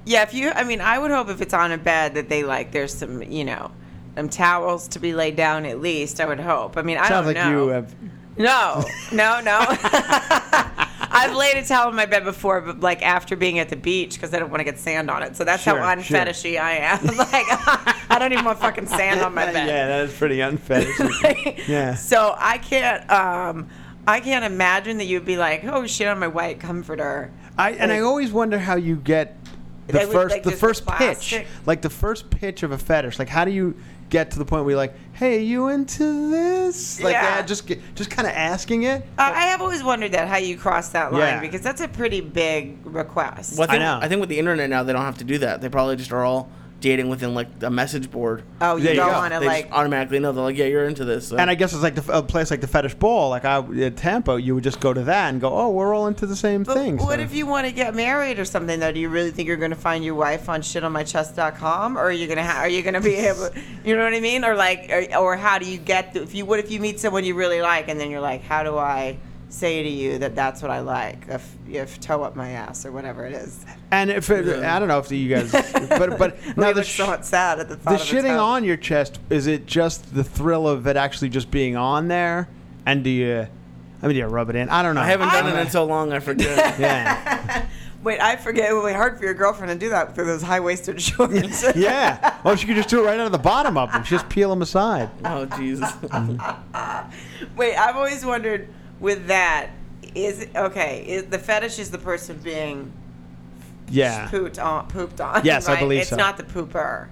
Speaker 1: Yeah, if you, I mean, I would hope if it's on a bed that they like there's some, you know, some towels to be laid down at least. I would hope. I mean, I
Speaker 2: Sounds
Speaker 1: don't
Speaker 2: like
Speaker 1: know.
Speaker 2: you have.
Speaker 1: No, no, no.
Speaker 2: [laughs]
Speaker 1: I've laid a towel in my bed before, but like after being at the beach because I don't want to get sand on it. So that's
Speaker 2: Sure,
Speaker 1: how
Speaker 2: sure.
Speaker 1: unfetishy I am. [laughs] like I don't even want fucking sand on my bed.
Speaker 2: [laughs] Yeah, that is pretty
Speaker 1: [laughs]
Speaker 2: unfetish.
Speaker 1: Like,
Speaker 2: Yeah.
Speaker 1: So I can't. um I can't imagine that you'd be like, oh shit, on my white comforter.
Speaker 2: I and I always wonder how you get the
Speaker 1: Like, with,
Speaker 2: first
Speaker 1: like,
Speaker 2: the
Speaker 1: just
Speaker 2: first pitch,
Speaker 1: plastic-
Speaker 2: like the first pitch of a fetish. Like how do you get to the point where you're like, hey, you into this? Like
Speaker 1: Yeah.
Speaker 2: uh, just get- just kind of asking it.
Speaker 1: Uh, I have always wondered that how you cross that line
Speaker 2: Yeah.
Speaker 1: because that's a pretty big request.
Speaker 3: Well, I,
Speaker 2: I
Speaker 3: think,
Speaker 2: know.
Speaker 3: I think with the internet now, they don't have to do that. They probably just are all dating within like a message board.
Speaker 1: Oh, you
Speaker 2: There you
Speaker 1: don't
Speaker 2: go.
Speaker 1: want to
Speaker 3: they
Speaker 1: like.
Speaker 3: just automatically know. They're like, yeah, you're into this. So.
Speaker 2: And I guess it's like the, f- a place like the fetish ball, like I at Tampa, you would just go to that and go, oh, we're all into the same
Speaker 1: But
Speaker 2: thing.
Speaker 1: what
Speaker 2: so-
Speaker 1: if you want to get married or something though? Do you really think you're going to find your wife on shitonmychest.com, or are you going to ha- are you going to
Speaker 2: [laughs]
Speaker 1: be able, you know what I mean, or like, or, or how do you get the, if you what if you meet someone you really like and then you're like, how do I say to you that that's what I like if if toe up my ass or whatever it is?
Speaker 2: And if it, I don't know if you
Speaker 1: [laughs]
Speaker 2: guys, but but
Speaker 1: No,
Speaker 2: now
Speaker 1: we
Speaker 2: the
Speaker 1: look
Speaker 2: sh-
Speaker 1: so sad at the
Speaker 2: the
Speaker 1: thought of a
Speaker 2: shitting
Speaker 1: toe.
Speaker 2: on your chest is it just the thrill of it actually just being on there? And do you, I mean, do you rub it in? I don't know.
Speaker 3: I haven't done it
Speaker 2: I'm- [laughs]
Speaker 3: in so long. I forget. [laughs]
Speaker 2: Yeah.
Speaker 1: Wait, I forget. It would be hard for your girlfriend to do that through those high [laughs] waisted
Speaker 2: [laughs]
Speaker 1: shorts.
Speaker 2: [laughs] Yeah. Well, she could just do it right out of the bottom of them. Just peel them aside.
Speaker 3: oh,
Speaker 2: [laughs]
Speaker 3: jeez.
Speaker 1: Wait, I've always wondered with that is okay. Is, the fetish is the person being
Speaker 2: Yeah.
Speaker 1: pooped on. Pooped on.
Speaker 2: Yes, I
Speaker 1: right?
Speaker 2: believe
Speaker 1: it's
Speaker 2: so.
Speaker 1: not the pooper.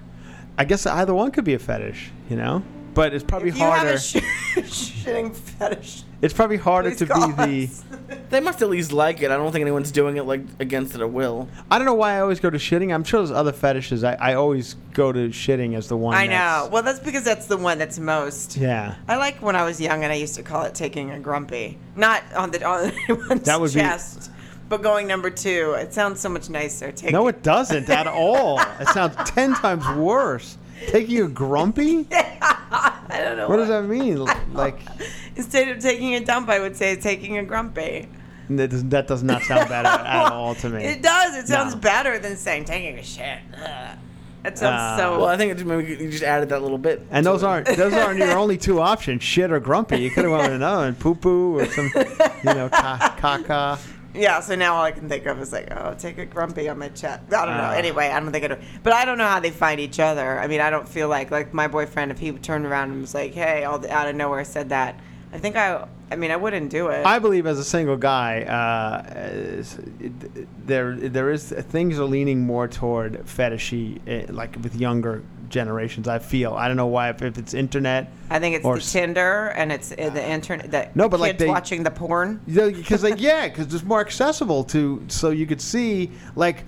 Speaker 2: I guess either one could be a fetish, you know? But it's probably
Speaker 1: if you have
Speaker 2: harder.
Speaker 1: a sh- [laughs] shitting fetish,
Speaker 2: it's probably [laughs] harder
Speaker 1: please
Speaker 2: to be
Speaker 1: call
Speaker 2: [laughs] the.
Speaker 1: us.
Speaker 3: they must at least like it. I don't think anyone's doing it like against their will.
Speaker 2: I don't know why I always go to shitting. I'm sure there's other fetishes. I, I always go to shitting as the one.
Speaker 1: I know.
Speaker 2: that's-
Speaker 1: Well, that's because that's the one that's most.
Speaker 2: Yeah.
Speaker 1: I like when I was young and I used to call it taking a grumpy, not on the on [laughs] anyone's
Speaker 2: That would be-
Speaker 1: chest, but going number two. It sounds so much nicer. Taking
Speaker 2: No, it doesn't at all. It sounds 10 times worse. Taking a
Speaker 1: [laughs]
Speaker 2: grumpy?
Speaker 1: [laughs] I don't know.
Speaker 2: What does that mean? Like,
Speaker 1: [laughs] Instead of taking a dump, I would say taking a grumpy.
Speaker 2: that does, that does not sound bad at,
Speaker 1: [laughs]
Speaker 2: at all to me.
Speaker 1: It does. It sounds
Speaker 2: No.
Speaker 1: better than saying taking a shit. Ugh. That sounds
Speaker 2: Uh,
Speaker 1: so.
Speaker 3: Well, I think it's maybe you just added that little bit.
Speaker 2: And
Speaker 3: to
Speaker 2: those
Speaker 3: it.
Speaker 2: aren't those aren't your only two options: shit or grumpy. You could have went with another one, poo poo or some, you know, ca- caca.
Speaker 1: yeah. So now all I can think of is like, oh, take a grumpy on my chest. I don't know.
Speaker 2: Uh.
Speaker 1: Anyway, I don't think I do. But I don't know how they find each other. I mean, I don't feel like like my boyfriend. If he turned around and was like, hey, all the, out of nowhere said that, I think I. I mean, I wouldn't do it.
Speaker 2: I believe as a single guy, uh, is- it- there there is things are leaning more toward fetishy, eh, like with younger generations. I feel I don't know why if, if it's internet.
Speaker 1: I think it's
Speaker 2: or
Speaker 1: the
Speaker 2: s-
Speaker 1: Tinder and it's uh, the internet. The
Speaker 2: No, but, like,
Speaker 1: kids
Speaker 2: they-
Speaker 1: watching the porn.
Speaker 2: because like yeah, because it's more accessible to so you could see like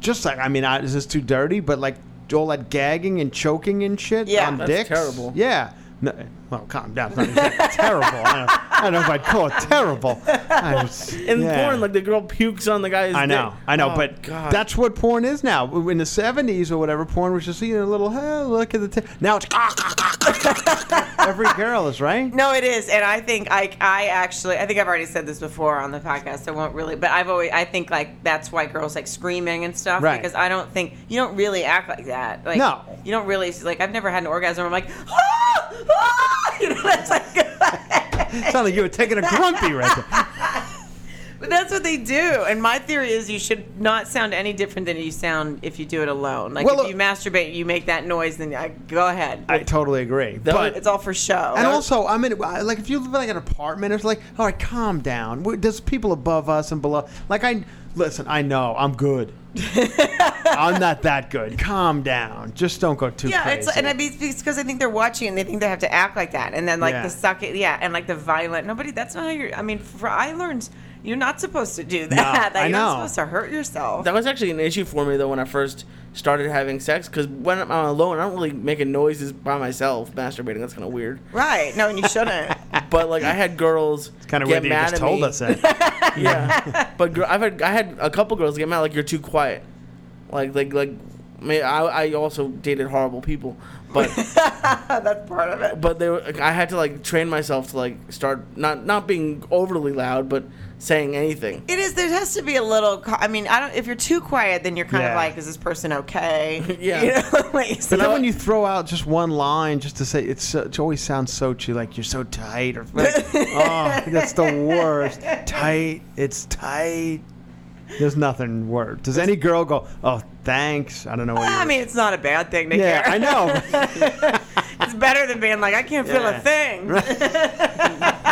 Speaker 2: just like I mean, I, is this too dirty? But like all that gagging and choking and shit
Speaker 1: Yeah.
Speaker 2: on
Speaker 1: That's
Speaker 2: dicks.
Speaker 3: terrible.
Speaker 2: Yeah. No, well, calm down. It's not exactly terrible. I don't, I don't know if I'd call it terrible. I
Speaker 3: [laughs]
Speaker 2: was-
Speaker 3: in
Speaker 2: yeah.
Speaker 3: porn, like the girl pukes on the guy's.
Speaker 2: I know,
Speaker 3: dick.
Speaker 2: I know,
Speaker 3: Oh,
Speaker 2: but
Speaker 3: God.
Speaker 2: that's what porn is now. In the '70s or whatever, porn was just you know, a little hey, look at the. T-. Now it's Every girl is right.
Speaker 1: No, it is, and I think I I actually I think I've already said this before on the podcast. I won't really, but I've always I think like that's why girls like screaming and stuff
Speaker 2: Right.
Speaker 1: because I don't think you don't really act like that. Like,
Speaker 2: No.
Speaker 1: you don't really like I've never had an orgasm. where I'm like ah, ah! [laughs] you know that's like. [laughs]
Speaker 2: Sounds like you were taking a grumpy right there.
Speaker 1: But that's what they do. And my theory is you should not sound any different than you sound if you do it alone. Like
Speaker 2: Well,
Speaker 1: if
Speaker 2: look-
Speaker 1: you masturbate, you make that noise, then I, go ahead.
Speaker 2: I totally agree.
Speaker 3: That
Speaker 2: but
Speaker 1: it's all for show.
Speaker 2: and also, I mean, I- like if you live in like an apartment, it's like, all right, calm down. We're, there's people above us and below. Like I listen, I know I'm good. I'm not that good. Calm down. Just don't go too
Speaker 1: yeah,
Speaker 2: crazy.
Speaker 1: it's and I mean, it's because I think they're watching and they think they have to act like that, and then like
Speaker 2: Yeah.
Speaker 1: the suck it, yeah, and like the violent. Nobody, that's not how you're. I mean, for I learned you're not supposed to do [laughs] that. like,
Speaker 2: I know.
Speaker 1: you're not supposed to hurt yourself.
Speaker 3: That was actually an issue for me though when I first started having sex because when I'm alone, I don't really make a noises by myself masturbating. That's kind of weird.
Speaker 1: right? No, and
Speaker 2: [laughs]
Speaker 1: you shouldn't.
Speaker 3: But like I had girls
Speaker 2: kind of weird
Speaker 3: get
Speaker 2: that you
Speaker 3: mad
Speaker 2: just
Speaker 3: at
Speaker 2: told
Speaker 3: me.
Speaker 2: us that.
Speaker 3: Yeah, but gr- I've had I had a couple girls get mad like you're too quiet, like like like. I mean, I, I also dated horrible people, but
Speaker 2: [laughs]
Speaker 1: that's part of it.
Speaker 3: but they were, I had to like train myself to like start not not being overly loud, but saying anything.
Speaker 1: It is. There has to be a little. co- I mean, I don't. If you're too quiet, then you're kind
Speaker 2: Yeah.
Speaker 1: of like, is this
Speaker 2: [laughs]
Speaker 1: person okay?
Speaker 3: Yeah.
Speaker 1: You know, [laughs] like,
Speaker 2: But
Speaker 1: so
Speaker 2: then
Speaker 1: now-
Speaker 2: when you throw out just one line just to say it's so, it always sounds so chew like you're so tight or like, oh that's the worst tight it's tight. There's nothing worse. Does any girl go oh thanks I don't know what you
Speaker 1: I
Speaker 2: were-
Speaker 1: mean, it's not a bad thing to
Speaker 2: yeah
Speaker 1: hear.
Speaker 2: I know
Speaker 1: [laughs] It's better than being like, I can't feel
Speaker 2: Yeah.
Speaker 1: a thing. [laughs]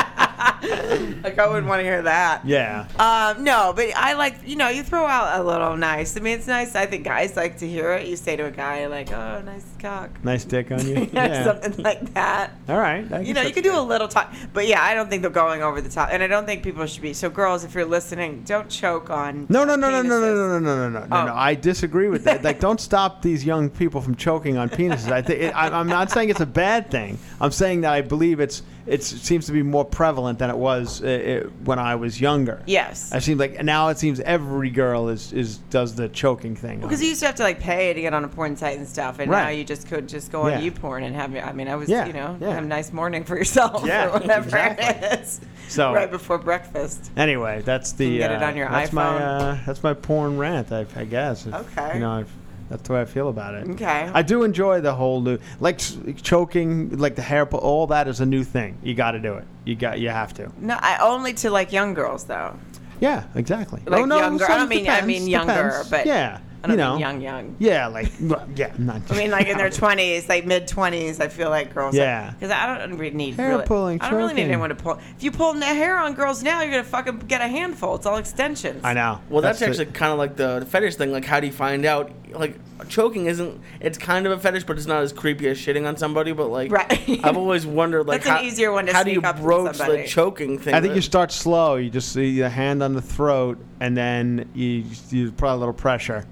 Speaker 1: like, I wouldn't want to hear that.
Speaker 2: yeah
Speaker 1: Um, no, but I like, you know, you throw out a little nice. I mean, it's nice. I think guys like to hear it. You say to a guy, like, oh, nice cock. [laughs]
Speaker 2: nice dick on you
Speaker 1: You know,
Speaker 2: yeah
Speaker 1: Something like that.
Speaker 2: all right I
Speaker 1: You
Speaker 2: guess
Speaker 1: know, you
Speaker 2: that's
Speaker 1: can do a little talk. But yeah, I don't think they're going over the top. And I don't think people should be. So, girls, if you're listening, don't choke on.
Speaker 2: No, no, no, no, no, no, no,
Speaker 1: penises.
Speaker 2: no, no, no, no, no, no.
Speaker 1: Oh.
Speaker 2: I disagree with that.
Speaker 1: [laughs]
Speaker 2: Like, don't stop these young people from choking on penises. I think it, I, I'm not saying it's a bad thing. I'm saying that I believe it's it's it seems to be more prevalent than it was uh, it, when I was younger.
Speaker 1: Yes.
Speaker 2: I seem like now it seems every girl is is does the choking thing.
Speaker 1: Because you used to have to like pay to get on a porn site and stuff, and now
Speaker 2: Right.
Speaker 1: you just could just go on
Speaker 2: Yeah.
Speaker 1: YouPorn and have. I mean, I was
Speaker 2: Yeah,
Speaker 1: you know
Speaker 2: yeah.
Speaker 1: have a nice morning for yourself [laughs]
Speaker 2: Yeah,
Speaker 1: or whatever
Speaker 2: exactly.
Speaker 1: it is.
Speaker 2: So-
Speaker 1: right before breakfast.
Speaker 2: Anyway, that's the
Speaker 1: You can get it
Speaker 2: uh,
Speaker 1: on your
Speaker 2: that's my
Speaker 1: iPhone.
Speaker 2: uh, that's my porn rant. I, I guess. If-
Speaker 1: Okay.
Speaker 2: You know, I've, that's the way I feel about it.
Speaker 1: Okay.
Speaker 2: I do enjoy the whole new, like s- choking, like the hair pull. All that is a new thing. You got to do it. You got. You have to.
Speaker 1: No, I only to like young girls though.
Speaker 2: Yeah, exactly. Oh,
Speaker 1: Like younger- I
Speaker 2: some
Speaker 1: don't mean- I mean younger, but
Speaker 2: yeah,
Speaker 1: I don't
Speaker 2: you
Speaker 1: know.
Speaker 2: know,
Speaker 1: young, young.
Speaker 2: Yeah, like well, yeah, not.
Speaker 1: [laughs] I mean, like in
Speaker 2: [laughs]
Speaker 1: their twenties, like mid twenties, I feel like girls.
Speaker 2: Yeah.
Speaker 1: Because I don't really need
Speaker 2: Hair
Speaker 1: really-
Speaker 2: pulling,
Speaker 1: I don't really need
Speaker 2: choking.
Speaker 1: anyone to pull. If you pull na- hair on girls now, you're gonna fucking get a handful. It's all extensions.
Speaker 2: I know.
Speaker 3: Well, that's,
Speaker 2: the-
Speaker 3: actually kind of like the fetish thing. Like, how do you find out? Like, choking isn't. It's kind of a fetish, but it's not as creepy as shitting on somebody. But like,
Speaker 1: Right.
Speaker 3: I've always wondered like
Speaker 1: That's an
Speaker 3: how,
Speaker 1: easier one to
Speaker 3: how do you
Speaker 1: sneak up on
Speaker 3: broach the
Speaker 1: somebody.
Speaker 3: choking thing?
Speaker 2: I think you start slow. You just see the hand on the throat, and then you you put a little pressure,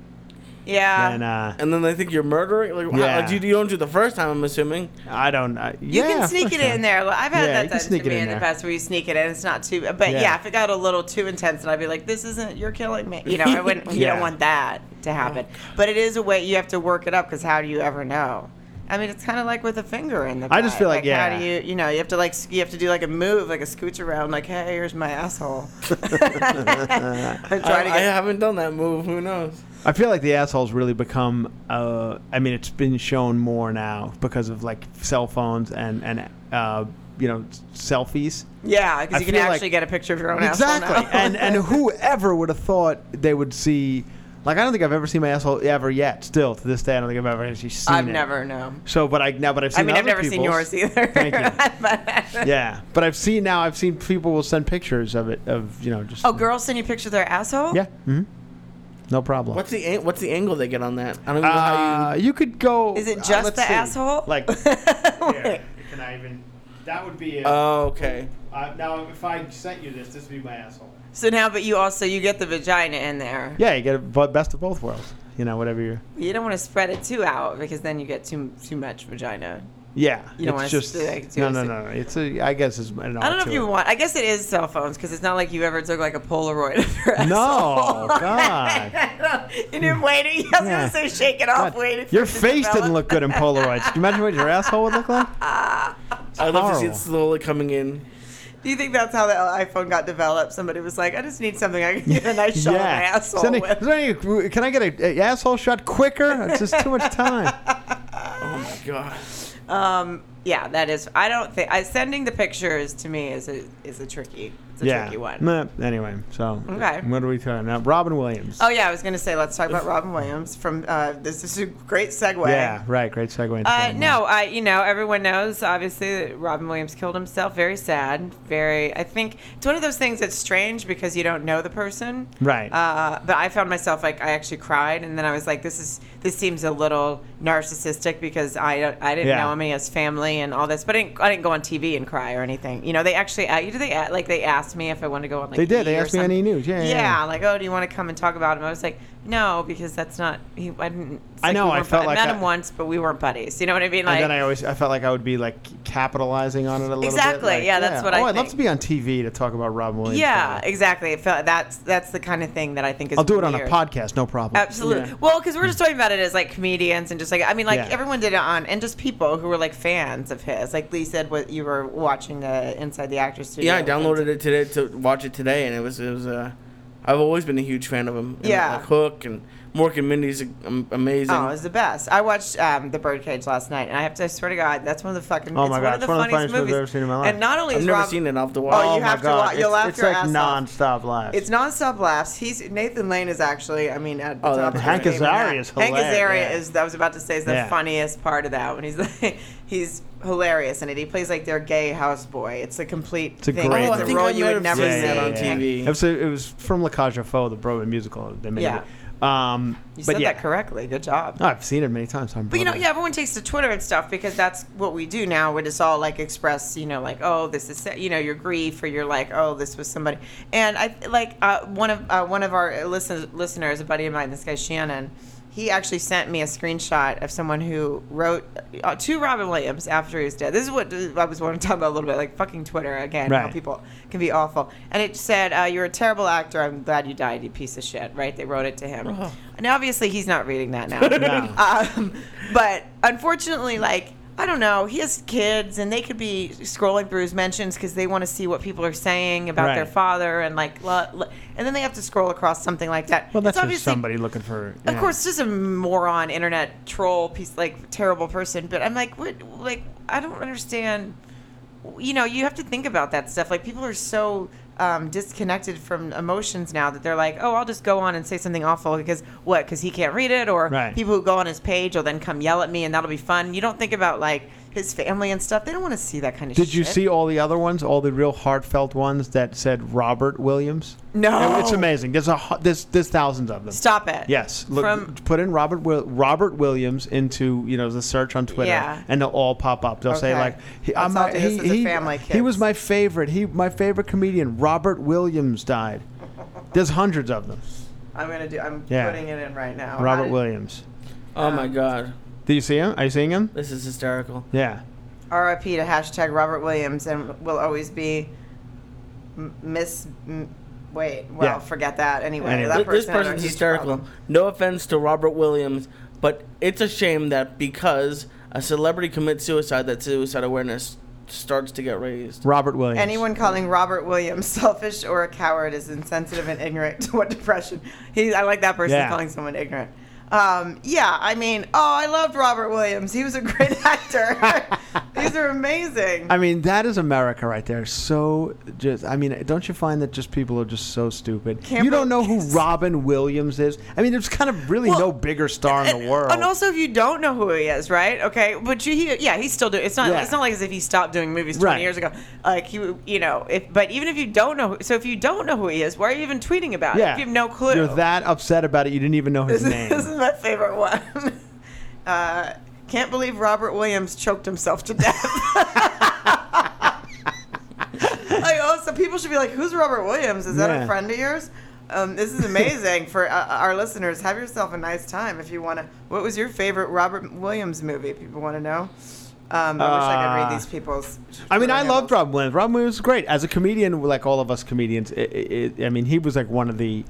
Speaker 1: Yeah.
Speaker 2: and uh,
Speaker 3: and then they think you're murdering. Like, how-
Speaker 2: Yeah.
Speaker 3: like, you, you don't do it the first time. I'm assuming.
Speaker 2: I don't. Uh,
Speaker 1: You
Speaker 2: yeah,
Speaker 1: can
Speaker 2: [laughs]
Speaker 1: sneak
Speaker 2: for
Speaker 1: it
Speaker 2: sure.
Speaker 1: in there. Like, I've had
Speaker 2: Yeah, you can
Speaker 1: that done to
Speaker 2: sneak it
Speaker 1: me
Speaker 2: in
Speaker 1: in, the
Speaker 2: there.
Speaker 1: past where you sneak it and it's not too. But
Speaker 2: Yeah.
Speaker 1: yeah. if it got a little too intense, and I'd be like, "This isn't. You're killing me." You know, I wouldn't.
Speaker 2: [laughs]
Speaker 1: You
Speaker 2: Yeah.
Speaker 1: don't want that to happen. But it is a way you have to work it up because how do you ever know? I mean, it's kind of like with a finger in the.
Speaker 2: I just
Speaker 1: butt.
Speaker 2: feel like, yeah.
Speaker 1: How do you? You know, you have to like s- you have to do like a move, like a scooch around, like, "Hey, here's
Speaker 2: [laughs]
Speaker 1: my asshole." [laughs] I'm
Speaker 3: I,
Speaker 1: trying to
Speaker 3: I
Speaker 1: get.
Speaker 3: haven't done that move. Who knows?
Speaker 2: I feel like the asshole's really become. Uh, I mean, it's been shown more now because of like cell phones and and uh, you know s- selfies.
Speaker 1: yeah,
Speaker 2: I
Speaker 1: because you can
Speaker 2: feel like-
Speaker 1: actually get a picture of your own
Speaker 2: exactly.
Speaker 1: asshole. now.
Speaker 2: and
Speaker 1: [laughs]
Speaker 2: and whoever would have thought they would see. Like I don't think I've ever seen my asshole ever yet. Still to this day, I don't think I've ever actually seen
Speaker 1: I've
Speaker 2: it.
Speaker 1: never known.
Speaker 2: So, but I now, but I've seen.
Speaker 1: I mean, I've
Speaker 2: other
Speaker 1: never seen
Speaker 2: people's.
Speaker 1: yours either.
Speaker 2: Thank you.
Speaker 1: [laughs]
Speaker 2: [laughs]
Speaker 1: But-
Speaker 2: Yeah, but I've seen now. I've seen people will send pictures of it of you know just.
Speaker 1: Oh, girls send you pictures of their asshole?
Speaker 2: Yeah. hmm No problem.
Speaker 3: What's the an- what's the angle they get on that? I don't even know how
Speaker 2: Uh, you could go.
Speaker 1: Is it
Speaker 2: uh,
Speaker 1: just
Speaker 2: let's
Speaker 1: the
Speaker 2: see.
Speaker 1: asshole?
Speaker 2: Like,
Speaker 1: [laughs] Wait.
Speaker 2: [laughs] here, can I even? That would be. It.
Speaker 3: you. Oh, okay.
Speaker 2: uh, now, if I sent you this, this would be my asshole.
Speaker 1: so now, but you also you get the vagina in there.
Speaker 2: Yeah, you get a bu- best of both worlds. You know, whatever you.
Speaker 1: You don't want to spread it too out because then you get too too much vagina.
Speaker 2: Yeah,
Speaker 1: You don't wanna
Speaker 2: it's just
Speaker 1: stick to
Speaker 2: no,
Speaker 1: a
Speaker 2: no,
Speaker 1: si-
Speaker 2: no, no. It's a. I guess it's an.
Speaker 1: I don't know if you want. I guess it is cell phones because it's not like you ever took like a Polaroid [laughs] of your
Speaker 2: No,
Speaker 1: asshole. [laughs]
Speaker 2: God.
Speaker 1: and you're waiting. I was
Speaker 2: Yeah.
Speaker 1: gonna say shake it off.
Speaker 2: God,
Speaker 1: Waiting. for
Speaker 2: Your
Speaker 1: it to
Speaker 2: face didn't
Speaker 1: develop.
Speaker 2: look good in Polaroids. Can you imagine what your asshole would look
Speaker 1: [laughs]
Speaker 2: like?
Speaker 3: I'd love to see it
Speaker 1: Oh.
Speaker 2: Horrible.
Speaker 3: slowly coming in.
Speaker 1: Do you think that's how the iPhone got developed? Somebody was like, I just need something I can get
Speaker 2: [laughs]
Speaker 1: a nice shot of my asshole
Speaker 2: Is there any-
Speaker 1: with.
Speaker 2: is there any- can I get a, a asshole shot quicker? It's just too
Speaker 1: [laughs]
Speaker 2: much time.
Speaker 3: Oh my god.
Speaker 1: Um, yeah, that is. I don't think I, sending the pictures to me is a is a tricky. It's a
Speaker 2: yeah.
Speaker 1: tricky one.
Speaker 2: Nah, anyway, so
Speaker 1: Okay.
Speaker 2: what are we talking about? Robin Williams.
Speaker 1: Oh yeah, I was gonna say let's talk about Robin Williams from. Uh, this is a great segue.
Speaker 2: yeah, right. Great segue. into
Speaker 1: Uh,
Speaker 2: Robin
Speaker 1: no, I you know everyone knows obviously that Robin Williams killed himself. Very sad. Very. I think it's one of those things that's strange because you don't know the person.
Speaker 2: Right.
Speaker 1: Uh, but I found myself like I actually cried, and then I was like, this is this seems a little narcissistic because I don't I didn't
Speaker 2: Yeah.
Speaker 1: know him as family and all this, but I didn't I didn't go on TV and cry or anything. You know, they actually uh, you do they uh, like they asked me if I wanted to go on. Like,
Speaker 2: They did.
Speaker 1: E
Speaker 2: They
Speaker 1: or
Speaker 2: asked me on
Speaker 1: something.
Speaker 2: E! News. Yeah, yeah, yeah.
Speaker 1: Like, oh, do you want to come and talk about him? I was like, no, because that's not. He, I didn't. it's
Speaker 2: I
Speaker 1: like
Speaker 2: know,
Speaker 1: we
Speaker 2: I
Speaker 1: weren't
Speaker 2: felt
Speaker 1: bu-
Speaker 2: like
Speaker 1: I met
Speaker 2: I-
Speaker 1: him once, but we weren't buddies. You know what I mean? Like,
Speaker 2: and then I always I felt like I would be like capitalizing on it a little bit.
Speaker 1: Exactly,
Speaker 2: like,
Speaker 1: yeah, that's what I
Speaker 2: Oh, I'd love
Speaker 1: think.
Speaker 2: to be on TV to talk about Robin Williams.
Speaker 1: yeah, exactly. It felt that's that's the kind of thing that I think is.
Speaker 2: I'll do it on a
Speaker 1: weird. Uh,
Speaker 2: podcast, no problem.
Speaker 1: Absolutely.
Speaker 3: Yeah.
Speaker 1: Well, because we're just talking about it as like comedians and just like I mean, like
Speaker 2: Yeah.
Speaker 1: everyone did it on, and just people who were like fans of his. Like Lee said, what you were watching the Inside the Actors Studio.
Speaker 3: Yeah, I downloaded it today to watch it today, and it was it was. Uh, I've always been a huge fan of him. And,
Speaker 1: Yeah.
Speaker 3: like, Hook and Mork and Mindy's um, amazing.
Speaker 1: Oh, it was the best. I watched um, the Birdcage last night, and I have to I swear to God, that's one of the fucking.
Speaker 2: Oh
Speaker 1: it's
Speaker 2: my
Speaker 1: one
Speaker 2: God,
Speaker 1: of the funniest movies
Speaker 2: I've ever seen in my life.
Speaker 1: And not only
Speaker 3: I've
Speaker 1: is
Speaker 3: never
Speaker 1: Rob,
Speaker 3: seen it. I'll have to watch.
Speaker 1: Oh, you
Speaker 2: my
Speaker 1: have to
Speaker 2: God.
Speaker 1: watch- you'll
Speaker 2: it's,
Speaker 1: laugh
Speaker 2: it's
Speaker 1: your
Speaker 2: like
Speaker 1: ass off.
Speaker 2: non-stop laughs.
Speaker 1: It's nonstop laughs. He's Nathan Lane is actually, I mean, at the
Speaker 3: Oh,
Speaker 1: top.
Speaker 3: that's
Speaker 1: of
Speaker 3: Hank
Speaker 1: his game in
Speaker 2: Azaria
Speaker 1: that.
Speaker 2: is
Speaker 1: Hank
Speaker 2: hilarious,
Speaker 1: Azaria
Speaker 2: yeah.
Speaker 1: is. I was about to say is the
Speaker 2: Yeah.
Speaker 1: funniest part of that when he's [laughs] like, he's hilarious in it. He plays like their gay houseboy. It's a complete.
Speaker 2: It's a
Speaker 1: thing.
Speaker 2: great
Speaker 1: It's
Speaker 2: Oh, I
Speaker 1: a
Speaker 2: think
Speaker 1: role
Speaker 3: I
Speaker 1: you
Speaker 3: might
Speaker 1: would
Speaker 3: have
Speaker 1: never
Speaker 3: seen
Speaker 1: see
Speaker 3: that on TV.
Speaker 2: It was, it was from La Cage aux Folles, the Broadway musical. They made
Speaker 1: Yeah.
Speaker 2: it. Um,
Speaker 1: You
Speaker 2: but
Speaker 1: said
Speaker 2: yeah.
Speaker 1: that correctly. Good job.
Speaker 2: Oh, I've seen it many times. on
Speaker 1: But you know,
Speaker 2: Broadway.
Speaker 1: yeah, everyone takes to Twitter and stuff because that's what we do now. We just all like express, you know, like oh, this is you know your grief or you're like oh, this was somebody. And I like uh, one of uh, one of our listen, listeners, a buddy of mine, this guy Shannon, he actually sent me a screenshot of someone who wrote uh, to Robin Williams after he was dead. This is what I was wanting to talk about a little bit, like fucking Twitter again, how
Speaker 2: Right.
Speaker 1: people can be awful. And it said, uh, "You're a terrible actor. I'm glad you died, you piece of shit." Right? They wrote it to him,
Speaker 3: Oh.
Speaker 1: and obviously he's not reading that now
Speaker 2: Uh-huh. [laughs] No.
Speaker 1: um, but unfortunately, like I don't know, he has kids, and they could be scrolling through his mentions because they want to see what people are saying about their
Speaker 2: Right.
Speaker 1: father, and like, lo- lo- and then they have to scroll across something like that.
Speaker 2: Well,
Speaker 1: It's
Speaker 2: that's just
Speaker 1: obviously-
Speaker 2: somebody looking for.
Speaker 1: Of
Speaker 2: yeah.
Speaker 1: course, just a moron, internet troll piece, like terrible person. But I'm like, what? Like, I don't understand. You know, you have to think about that stuff. Like, people are so um, disconnected from emotions now that they're like, oh, I'll just go on and say something awful because what? Because he can't read it, or
Speaker 2: Right.
Speaker 1: people who go on his page will then come yell at me, and that'll be fun. You don't think about like his family and stuff. They don't want to see that kind of.
Speaker 2: Did you
Speaker 1: shit.
Speaker 2: see all the other ones? All the real heartfelt ones that said Robert Williams.
Speaker 1: No.
Speaker 2: It- it's amazing. There's a hu- there's there's thousands of them.
Speaker 1: Stop it.
Speaker 2: Yes, look,
Speaker 1: From-
Speaker 2: put in Robert Wil- Robert Williams into you know the search on Twitter,
Speaker 1: Yeah.
Speaker 2: and they'll all pop up. They'll say
Speaker 1: Okay.
Speaker 2: like, he,
Speaker 1: Let's
Speaker 2: I'm
Speaker 1: all
Speaker 2: a-
Speaker 1: do this
Speaker 2: he,
Speaker 1: as a
Speaker 2: he-
Speaker 1: family,
Speaker 2: he was
Speaker 1: kids.
Speaker 2: my favorite. He my favorite comedian. Robert Williams died. There's hundreds of them.
Speaker 1: I'm gonna do. I'm
Speaker 2: Yeah.
Speaker 1: putting it in right now.
Speaker 2: Robert
Speaker 1: I-
Speaker 2: Williams.
Speaker 3: oh my god,
Speaker 2: Do you see him? Are you seeing him?
Speaker 3: this is hysterical.
Speaker 2: Yeah.
Speaker 1: RIP to hashtag Robert Williams and will always be m- Miss. M- wait, well,
Speaker 2: Yeah.
Speaker 1: forget that anyway.
Speaker 2: Anyway.
Speaker 1: That
Speaker 2: Th-
Speaker 3: Th- this
Speaker 1: person had a
Speaker 3: person's
Speaker 1: huge
Speaker 3: hysterical.
Speaker 1: problem.
Speaker 3: No offense to Robert Williams, but it's a shame that because a celebrity commits suicide, that suicide awareness starts to get raised.
Speaker 2: Robert Williams.
Speaker 1: Anyone calling Robert Williams [laughs] selfish or a coward is insensitive and ignorant [laughs] to what depression. He, I like that person
Speaker 2: Yeah.
Speaker 1: calling someone ignorant. Um, yeah, I mean, oh, I loved Robert Williams. He was a great
Speaker 2: [laughs]
Speaker 1: [laughs] actor. These are amazing.
Speaker 2: I mean, that is America right there. So just, I mean, don't you find that just people are just so stupid?
Speaker 1: Can't
Speaker 2: you don't know
Speaker 1: believe-
Speaker 2: who Robin Williams is. I mean, there's kind of really
Speaker 1: Well,
Speaker 2: no bigger star in
Speaker 1: and,
Speaker 2: the world.
Speaker 1: And also, if you don't know who he is, right? Okay, but you, he, yeah, he's still doing. It's not.
Speaker 2: Yeah.
Speaker 1: It's not like as if he stopped doing movies twenty
Speaker 2: Right.
Speaker 1: years ago. Like he, you know, if but even if you don't know, so if you don't know who he is, why are you even tweeting about it?
Speaker 2: yeah,
Speaker 1: If you have no clue.
Speaker 2: You're that upset about it. You didn't even know his
Speaker 1: this, is-
Speaker 2: name.
Speaker 1: this is my favorite one. [laughs] Uh, can't believe Robert Williams choked himself to death. [laughs] like, oh, so people should be like, "Who's Robert Williams? Is that
Speaker 2: Yeah.
Speaker 1: a friend of yours?" Um, this is amazing for uh, our listeners. Have yourself a nice time if you want to. What was your favorite Robert Williams movie? People want to know. Um, I wish I could
Speaker 2: Uh,
Speaker 1: read these people's.
Speaker 2: I mean, I
Speaker 1: handles.
Speaker 2: loved Robin Williams. Robin Williams was great as a comedian, like all of us comedians. i i I mean, he was like one of the,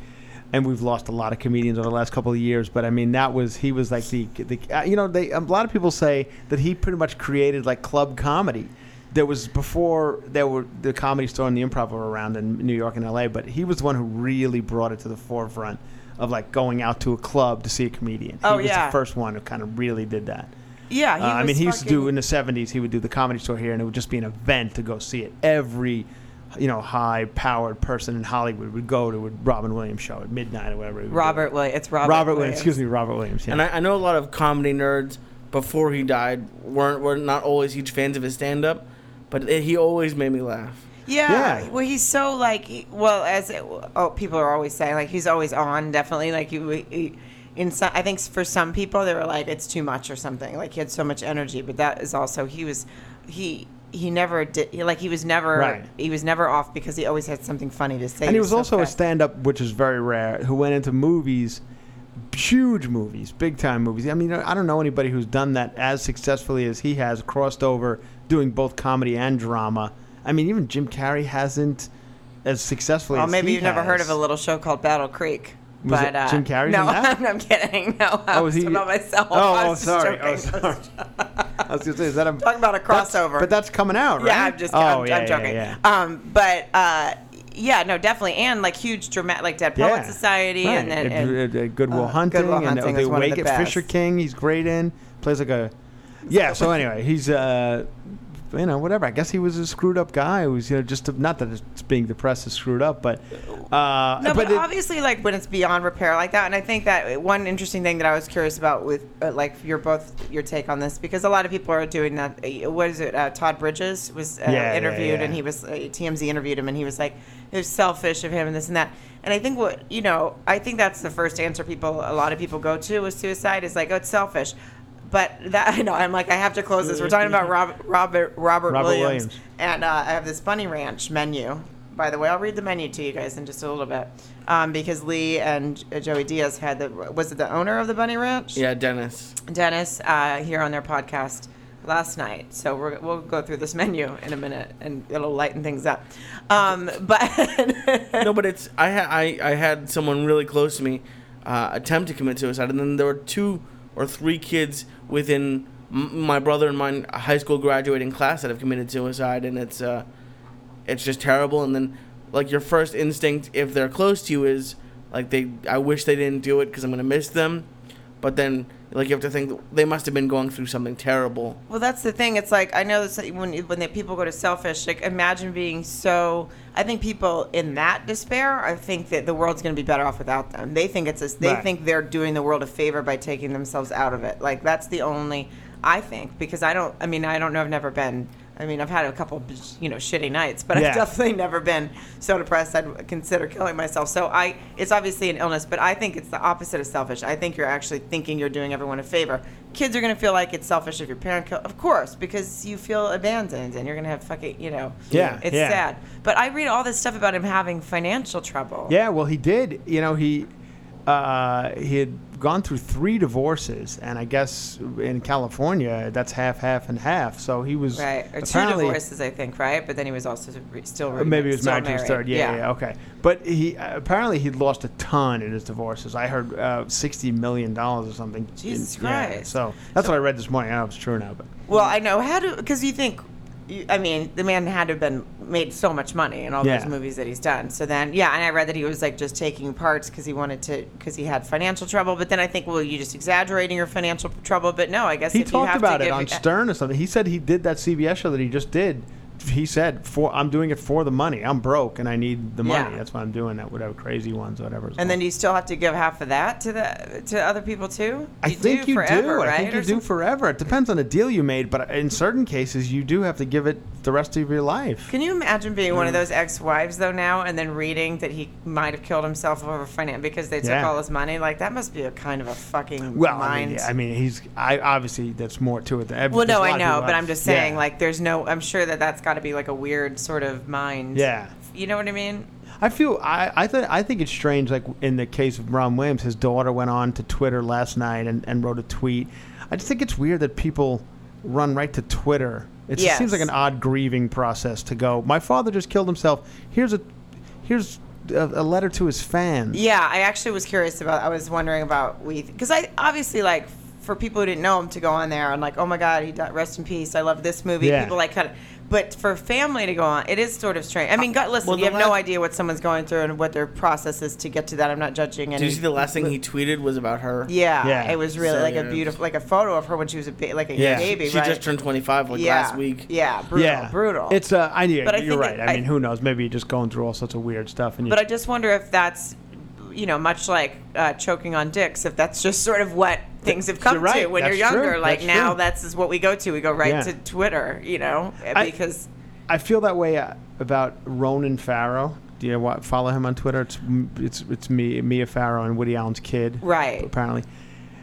Speaker 2: and we've lost a lot of comedians over the last couple of years. But I mean, that was he was like the, the uh, you know, they a lot of people say that he pretty much created like club comedy. There was before there were the comedy store and the improv were around in New York and L.A. But he was the one who really brought it to the forefront of like going out to a club to see a comedian.
Speaker 1: Oh,
Speaker 2: he was
Speaker 1: yeah.
Speaker 2: the first one who kind of really did that.
Speaker 1: Yeah, he
Speaker 2: Uh, I
Speaker 1: was
Speaker 2: mean, he used to
Speaker 1: fucking-
Speaker 2: do in the '70s. He would do the comedy store here, and it would just be an event to go see it. Every, you know, high-powered person in Hollywood would go to a Robin Williams show at midnight or whatever. he would do.
Speaker 1: Robert Williams. It's Robert.
Speaker 2: Robert, Williams. Excuse me, Robert Williams. Yeah.
Speaker 3: And I, I know a lot of comedy nerds before he died weren't were not always huge fans of his stand up, but it, he always made me laugh.
Speaker 1: Yeah.
Speaker 2: Yeah.
Speaker 1: Well, he's so like. he- Well, as it, oh, people are always saying, like he's always on. Definitely, like you. he- In some, I think for some people they were like it's too much or something. Like he had so much energy, but that is also he was, he he never did he, like he was never
Speaker 2: Right.
Speaker 1: he was never off because he always had something funny to say.
Speaker 2: and he was
Speaker 1: so
Speaker 2: also a
Speaker 1: fast.
Speaker 2: stand-up, which is very rare, who went into movies, huge movies, big-time movies. I mean, I don't know anybody who's done that as successfully as he has, crossed over doing both comedy and drama. I mean, even Jim Carrey hasn't as successfully.
Speaker 1: Well,
Speaker 2: as
Speaker 1: maybe
Speaker 2: he
Speaker 1: you've never heard of a
Speaker 2: has.
Speaker 1: little show called Battle Creek.
Speaker 2: Was
Speaker 1: but
Speaker 2: it
Speaker 1: uh,
Speaker 2: Jim Carrey's
Speaker 1: No,
Speaker 2: in that?
Speaker 1: [laughs] I'm kidding. No, I
Speaker 2: Oh,
Speaker 1: was
Speaker 2: he-
Speaker 1: about myself.
Speaker 2: Oh,
Speaker 1: I
Speaker 2: oh,
Speaker 1: was just
Speaker 2: sorry.
Speaker 1: joking.
Speaker 2: Oh, sorry. I was gonna say, is that a
Speaker 1: [laughs] Talking about a
Speaker 2: that's-
Speaker 1: crossover.
Speaker 2: but that's coming out, right?
Speaker 1: Yeah, I'm just. I'm,
Speaker 2: Oh,
Speaker 1: I'm joking. Um, but uh, yeah, no, definitely, and like huge dramatic, like Dead Poet Society,
Speaker 2: Right.
Speaker 1: and then
Speaker 2: Uh,
Speaker 1: and,
Speaker 2: uh, Goodwill
Speaker 1: uh,
Speaker 2: Hunting,
Speaker 1: Goodwill
Speaker 2: and
Speaker 1: Hunting
Speaker 2: the,
Speaker 1: is
Speaker 2: the
Speaker 1: one of
Speaker 2: Wake
Speaker 1: the
Speaker 2: at Fisher
Speaker 1: best.
Speaker 2: King. He's great in. Plays like a. Yeah. So anyway, he's uh, you know, whatever. I guess he was a screwed up guy who was you know just not that it's being depressed is screwed up, but uh,
Speaker 1: No, but,
Speaker 2: it-
Speaker 1: obviously, like when it's beyond repair like that, and I think that one interesting thing that I was curious about with uh, like your both your take on this because a lot of people are doing that. uh, What is it? Uh, Todd Bridges was uh,
Speaker 2: Yeah, yeah,
Speaker 1: interviewed, and
Speaker 2: yeah.
Speaker 1: he was uh, TMZ interviewed him, and he was like, "It was selfish of him, and this and that." And I think what you know, I think that's the first answer people, a lot of people go to with suicide is like, "Oh, it's selfish." But that [laughs] I know, I'm like, I have to close this. We're talking about Rob, Robert Robert,
Speaker 2: Mm-hmm. Robert
Speaker 1: Williams.
Speaker 2: Williams.
Speaker 1: And uh, I have this Bunny Ranch menu. By the way, I'll read the menu to you guys in just a little bit, um, because Lee and uh, Joey Diaz had the was it the owner of the Bunny Ranch?
Speaker 3: Yeah, Dennis.
Speaker 1: Dennis uh, here on their podcast last night. So we're, we'll go through this [laughs] menu in a minute, and it'll lighten things up. Um, but
Speaker 3: no, but it's I had I, I had someone really close to me uh, attempt to commit suicide, and then there were two or three kids within m- my brother and mine high school graduating class that have committed suicide, and it's uh, it's just terrible. And then like your first instinct if they're close to you is like they I wish they didn't do it because I'm gonna miss them, but then like you have to think they must have been going through something terrible.
Speaker 1: Well, that's the thing. It's like I know this, when when the people go to selfish, like imagine being so. I think people in that despair, I think that the world's going to be better off without them. They think it's a, they
Speaker 2: Right.
Speaker 1: think they're doing the world a favor by taking themselves out of it. Like that's the only I think because I don't. I mean, I don't know. I've never been. I mean, I've had a couple, you know, shitty nights, but
Speaker 2: Yeah.
Speaker 1: I've definitely never been so depressed I'd consider killing myself. So I, it's obviously an illness, but I think it's the opposite of selfish. I think you're actually thinking you're doing everyone a favor. Kids are gonna feel like it's selfish if your parent kill, of course, because you feel abandoned and you're gonna have fucking, you know,
Speaker 2: Yeah,
Speaker 1: it's
Speaker 2: yeah.
Speaker 1: sad. But I read all this stuff about him having financial trouble.
Speaker 2: Yeah, well, he did. You know, he uh, he had gone through three divorces, and I guess in California that's half, half, and half. So he was
Speaker 1: Right, or two
Speaker 2: apparently-
Speaker 1: divorces, I think, right? But then he was also re- still re-
Speaker 2: Maybe he was
Speaker 1: still
Speaker 2: married to his third. Yeah, yeah, yeah, okay. But he apparently he lost a ton in his divorces. I heard uh, sixty million dollars or something.
Speaker 1: Jesus
Speaker 2: Yeah,
Speaker 1: Christ.
Speaker 2: so that's what I read this morning. I don't know if it's true or not, but
Speaker 1: Well, I know how do because you think, you, I mean, the man had to have been made so much money in all
Speaker 2: Yeah.
Speaker 1: those movies that he's done. So then, yeah, and I read that he was like just taking parts because he wanted to because he had financial trouble. But then I think, well, you just exaggerating your financial trouble. But no, I guess
Speaker 2: he
Speaker 1: if you
Speaker 2: talked
Speaker 1: have
Speaker 2: about
Speaker 1: to
Speaker 2: it
Speaker 1: give,
Speaker 2: on Stern or something. He said he did that CBS show that he just did. He said, "For I'm doing it for the money. I'm broke and I need the money.
Speaker 1: Yeah.
Speaker 2: That's why I'm doing that. Whatever crazy ones, whatever." it's
Speaker 1: And then
Speaker 2: called.
Speaker 1: do you still have to give half of that to the to other people too?
Speaker 2: I think you
Speaker 1: forever,
Speaker 2: do.
Speaker 1: Right?
Speaker 2: I think you
Speaker 1: Or
Speaker 2: do
Speaker 1: some-
Speaker 2: forever. It depends on the deal you made, but in certain cases, you do have to give it the rest of your life.
Speaker 1: Can you imagine being one of
Speaker 2: Mm.
Speaker 1: those ex-wives though now, and then reading that he might have killed himself over finance because they took
Speaker 2: Yeah.
Speaker 1: all his money? Like that must be a kind of a fucking
Speaker 2: Well, I
Speaker 1: mind.
Speaker 2: mean, yeah, I mean, he's. I obviously that's more to it. Than,
Speaker 1: Well,
Speaker 2: there's
Speaker 1: no,
Speaker 2: a
Speaker 1: I
Speaker 2: lot of
Speaker 1: know,
Speaker 2: people
Speaker 1: but
Speaker 2: out-
Speaker 1: I'm just saying,
Speaker 2: yeah.
Speaker 1: like, there's no. I'm sure that that's got to be like a weird sort of mind.
Speaker 2: Yeah.
Speaker 1: You know what I mean?
Speaker 2: I feel I I, th- I think it's strange. Like in the case of Ron Williams, his daughter went on to Twitter last night and, and wrote a tweet. I just think it's weird that people run right to Twitter. It
Speaker 1: Yes.
Speaker 2: seems like an odd grieving process to go. My father just killed himself. Here's a here's a, a letter to his fans.
Speaker 1: Yeah, I actually was curious about. I was wondering about we because I obviously like for people who didn't know him to go on there and like, oh my god, he died, rest in peace. I love this movie.
Speaker 2: Yeah.
Speaker 1: People like kind of, but for family to go on, it is sort of strange. I mean, God, listen,
Speaker 3: Well,
Speaker 1: you
Speaker 3: the
Speaker 1: have no
Speaker 3: last-
Speaker 1: idea what someone's going through and what their process is to get to that. I'm not judging. Any,
Speaker 3: Did you see the last thing he tweeted was about her?
Speaker 1: yeah,
Speaker 2: Yeah.
Speaker 1: it was really
Speaker 3: So,
Speaker 1: like a
Speaker 3: yeah, it's-
Speaker 1: beautiful, like a photo of her when she was a ba- like a
Speaker 2: Yeah.
Speaker 1: baby,
Speaker 3: She
Speaker 1: right?
Speaker 3: just turned 25 like
Speaker 1: yeah,
Speaker 3: last week.
Speaker 1: Yeah, brutal,
Speaker 2: yeah,
Speaker 1: brutal.
Speaker 2: It's uh, I yeah,
Speaker 1: But I
Speaker 2: you're
Speaker 1: think
Speaker 2: right.
Speaker 1: it-
Speaker 2: I,
Speaker 1: I-
Speaker 2: mean, who knows? Maybe you're just going through all sorts of weird stuff, and you,
Speaker 1: But I just wonder if that's, you know, much like uh, choking on dicks, if that's just sort of what things have come
Speaker 2: You're right.
Speaker 1: to when
Speaker 2: That's
Speaker 1: you're younger.
Speaker 2: true.
Speaker 1: Like
Speaker 2: That's
Speaker 1: now,
Speaker 2: true.
Speaker 1: that's is what we go to. We go right
Speaker 2: Yeah.
Speaker 1: to Twitter, you know, Uh,
Speaker 2: I-
Speaker 1: because
Speaker 2: I feel that way uh, about Ronan Farrow. Do you wa- follow him on Twitter? It's it's it's me, Mia Farrow and Woody Allen's kid,
Speaker 1: Right.
Speaker 2: Apparently,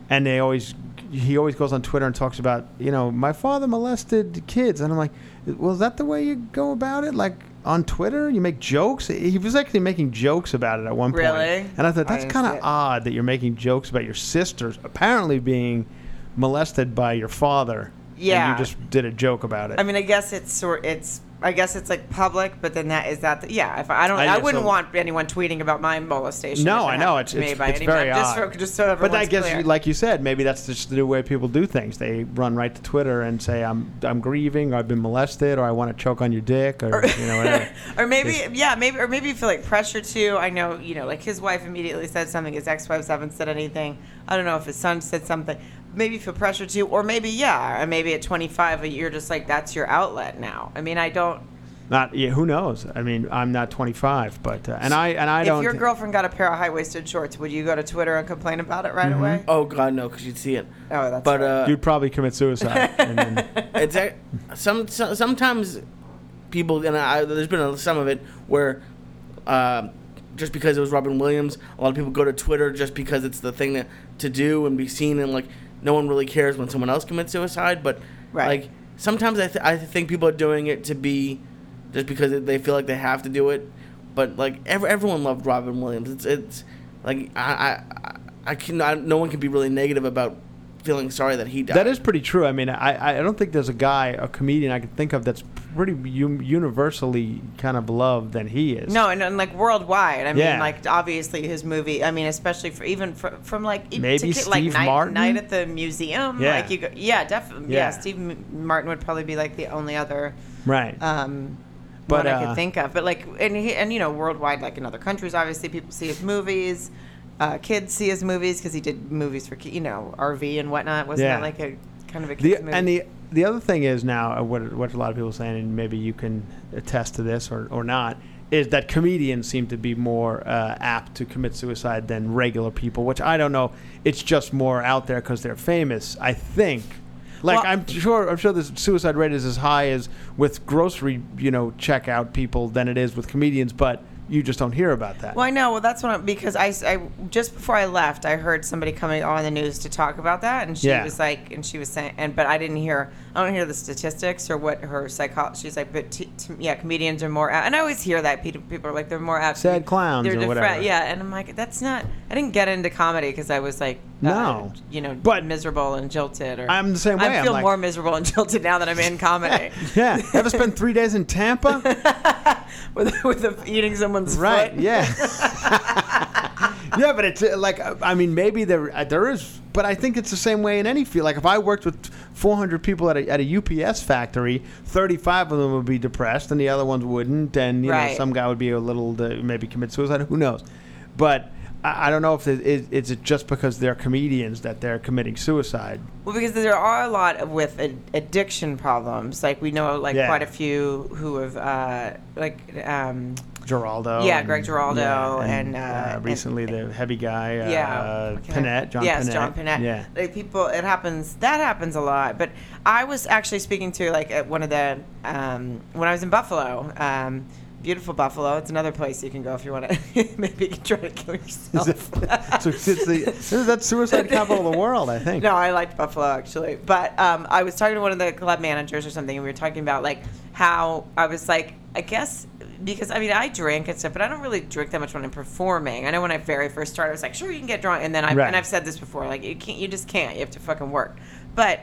Speaker 2: and they always he always goes on Twitter and talks about you know my father molested kids, and I'm like, well, is that the way you go about it? Like on Twitter, you make jokes. He was actually making jokes about it at one point.
Speaker 1: Really?
Speaker 2: and I thought
Speaker 1: I
Speaker 2: that's
Speaker 1: didn't
Speaker 2: kind
Speaker 1: see
Speaker 2: of
Speaker 1: it.
Speaker 2: odd that you're making jokes about your sisters apparently being molested by your father. and
Speaker 1: Yeah.
Speaker 2: you just did a joke about it.
Speaker 1: I mean, I guess it's sort it's. I guess it's like public, but then that is that. The, yeah, if I don't,
Speaker 2: I
Speaker 1: I,
Speaker 2: guess
Speaker 1: wouldn't
Speaker 2: so-
Speaker 1: want anyone tweeting about my molestation.
Speaker 2: No,
Speaker 1: if it
Speaker 2: I know.
Speaker 1: happened
Speaker 2: It's-
Speaker 1: to me
Speaker 2: it's-
Speaker 1: by
Speaker 2: it's
Speaker 1: any-
Speaker 2: very
Speaker 1: just,
Speaker 2: odd.
Speaker 1: For, just so
Speaker 2: But
Speaker 1: everyone's
Speaker 2: I guess,
Speaker 1: clear.
Speaker 2: like you said, maybe that's just the way people do things. They run right to Twitter and say, "I'm I'm grieving," or "I've been molested," or "I want to choke on your dick," or you know whatever.
Speaker 1: [laughs] or maybe
Speaker 2: It's-
Speaker 1: yeah maybe or maybe you feel like pressure to i know you know like his wife immediately said something his ex-wives haven't said anything i don't know if his son said something maybe you feel pressure to or maybe yeah or maybe at 25 you're just like that's your outlet now i mean i don't
Speaker 2: Not yeah, who knows? I mean, I'm not 25, but uh, and I and I
Speaker 1: if
Speaker 2: don't.
Speaker 1: your girlfriend got a pair of high-waisted shorts would you go to twitter and complain about it right
Speaker 2: Mm-hmm.
Speaker 1: away
Speaker 3: Oh God, no, because you'd see it.
Speaker 1: oh that's
Speaker 3: But
Speaker 1: right.
Speaker 3: uh,
Speaker 2: you'd probably commit
Speaker 1: [laughs]
Speaker 2: suicide. and then,
Speaker 3: [laughs] it's a- some, so- sometimes people and I, there's been a, some of it where uh, just because it was Robin Williams, a lot of people go to Twitter just because it's the thing to, to do and be seen, and like no one really cares when someone else commits suicide. But
Speaker 1: Right.
Speaker 3: like sometimes I, th- I think people are doing it to be just because they feel like they have to do it. But like ev- everyone loved Robin Williams. It's it's like I I- I, I can I, no one can be really negative about feeling sorry that he died.
Speaker 2: that is pretty true. I mean, I I don't think there's a guy, a comedian I can think of that's pretty u- universally kind of loved than he is.
Speaker 1: no, and, and like worldwide. I
Speaker 2: Yeah.
Speaker 1: mean, like obviously his movie. I mean, especially for even from, from like e-
Speaker 2: Maybe
Speaker 1: to get, like
Speaker 2: Steve
Speaker 1: night,
Speaker 2: Martin?
Speaker 1: night at the museum.
Speaker 2: Yeah.
Speaker 1: like you go, yeah, definitely. Yeah.
Speaker 2: Yeah.
Speaker 1: Steve M- Martin would probably be like the only other
Speaker 2: right.
Speaker 1: um,
Speaker 2: But,
Speaker 1: one I
Speaker 2: uh,
Speaker 1: could think of. But like, and he, and you know, worldwide, like in other countries, obviously people see his movies. Uh, kids see his movies because he did movies for ki- you know RV and whatnot. Wasn't
Speaker 2: Yeah.
Speaker 1: that like a kind of a
Speaker 2: the,
Speaker 1: kids movie?
Speaker 2: and the the other thing is now uh, what what a lot of people are saying, and maybe you can attest to this or, or not, is that comedians seem to be more uh, apt to commit suicide than regular people, which I don't know. It's just more out there because they're famous, I think. Like
Speaker 1: Well-
Speaker 2: I'm sure, I'm sure the suicide rate is as high as with grocery, you know, checkout people than it is with comedians, but you just don't hear about that.
Speaker 1: Well, I know. Well, that's what I'm, because I, s- I- just before I left, I heard somebody coming on the news to talk about that, and she
Speaker 2: Yeah.
Speaker 1: was like, and she was saying, and but I didn't hear, I don't hear the statistics or what her psychology. She's like, but t- t- yeah, comedians are more, apt, and I always hear that people people are like they're more apt. to
Speaker 2: Sad
Speaker 1: be-
Speaker 2: clowns
Speaker 1: they're
Speaker 2: or
Speaker 1: defra-
Speaker 2: whatever.
Speaker 1: Yeah, and I'm like, that's not. I didn't get into comedy because I was like, uh,
Speaker 2: No.
Speaker 1: you know,
Speaker 2: But-
Speaker 1: miserable and jilted. Or
Speaker 2: I'm the same way,
Speaker 1: I
Speaker 2: I'm
Speaker 1: feel
Speaker 2: like-
Speaker 1: more miserable and jilted now that I'm
Speaker 2: [laughs]
Speaker 1: in comedy.
Speaker 2: [laughs] yeah, ever spend three days in Tampa?
Speaker 1: with, with the, eating someone's
Speaker 2: Right.
Speaker 1: foot.
Speaker 2: Yeah. [laughs] yeah, but it's uh, like uh, I mean, maybe there uh, there is, but I think it's the same way in any field. Like if I worked with 400 people at a, at a UPS factory, 35 of them would be depressed, and the other ones wouldn't, and you know
Speaker 1: Right.
Speaker 2: some guy would be a little uh, maybe commit suicide. Who knows? But I, I don't know if it, it, it's just because they're comedians that they're committing suicide.
Speaker 1: Well, because there are a lot of with ad- addiction problems. Like we know, like
Speaker 2: Yeah.
Speaker 1: quite a few who have, uh, like, um,
Speaker 2: Geraldo.
Speaker 1: Yeah, Greg Giraldo
Speaker 2: yeah,
Speaker 1: and, uh, and-
Speaker 2: recently the heavy guy, uh,
Speaker 1: yeah,
Speaker 2: uh,
Speaker 1: okay.
Speaker 2: Panette, John
Speaker 1: yes,
Speaker 2: Panette.
Speaker 1: John Panette.
Speaker 2: Yeah.
Speaker 1: like people. It happens. That happens a lot. But I was actually speaking to like at one of the um, when I was in Buffalo. Um, Beautiful Buffalo. It's another place you can go if you want to. [laughs] Maybe try to kill yourself.
Speaker 2: Is it- [laughs] so it's
Speaker 1: [laughs]
Speaker 2: the, that's suicide capital of the world, I think.
Speaker 1: No, I liked Buffalo actually, but um, I was talking to one of the club managers or something, and we were talking about like how I was like, I guess because I mean I drink and stuff, but I don't really drink that much when I'm performing. I know when I very first started, I was like, sure you can get drunk, and then I
Speaker 2: Right.
Speaker 1: and I've said this before, like you can't, you just can't, you have to fucking work, but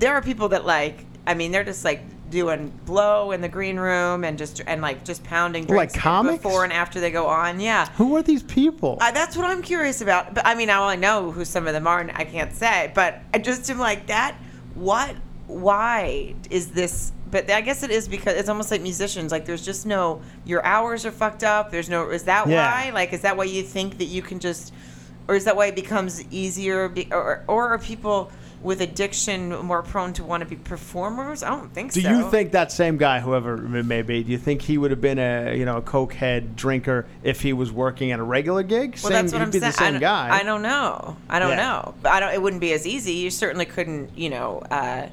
Speaker 1: there are people that like. I mean, they're just like doing blow in the green room and just and like just pounding
Speaker 2: Like
Speaker 1: drinks
Speaker 2: comics?
Speaker 1: before and after they go on. Yeah.
Speaker 2: Who are these people?
Speaker 1: Uh, that's what I'm curious about. But I mean, I only know who some of them are, and I can't say. But I just am like that. What? Why is this? But I guess it is because it's almost like musicians. Like, there's just no. Your hours are fucked up. There's no. Is that
Speaker 2: Yeah.
Speaker 1: why? Like, is that why you think that you can just, or is that why it becomes easier? Be, or, or are people with addiction more prone to want to be performers? I don't think
Speaker 2: do
Speaker 1: so.
Speaker 2: you think that same guy, whoever it may be, do you think he would have been a you know a cokehead drinker if he was working at a regular gig? same,
Speaker 1: Well, that's what
Speaker 2: he'd
Speaker 1: I'm
Speaker 2: be
Speaker 1: saying.
Speaker 2: the same
Speaker 1: I, don't-
Speaker 2: guy.
Speaker 1: I don't know. I don't
Speaker 2: Yeah.
Speaker 1: know. But I don't. It wouldn't be as easy. You certainly couldn't. You know. Uh,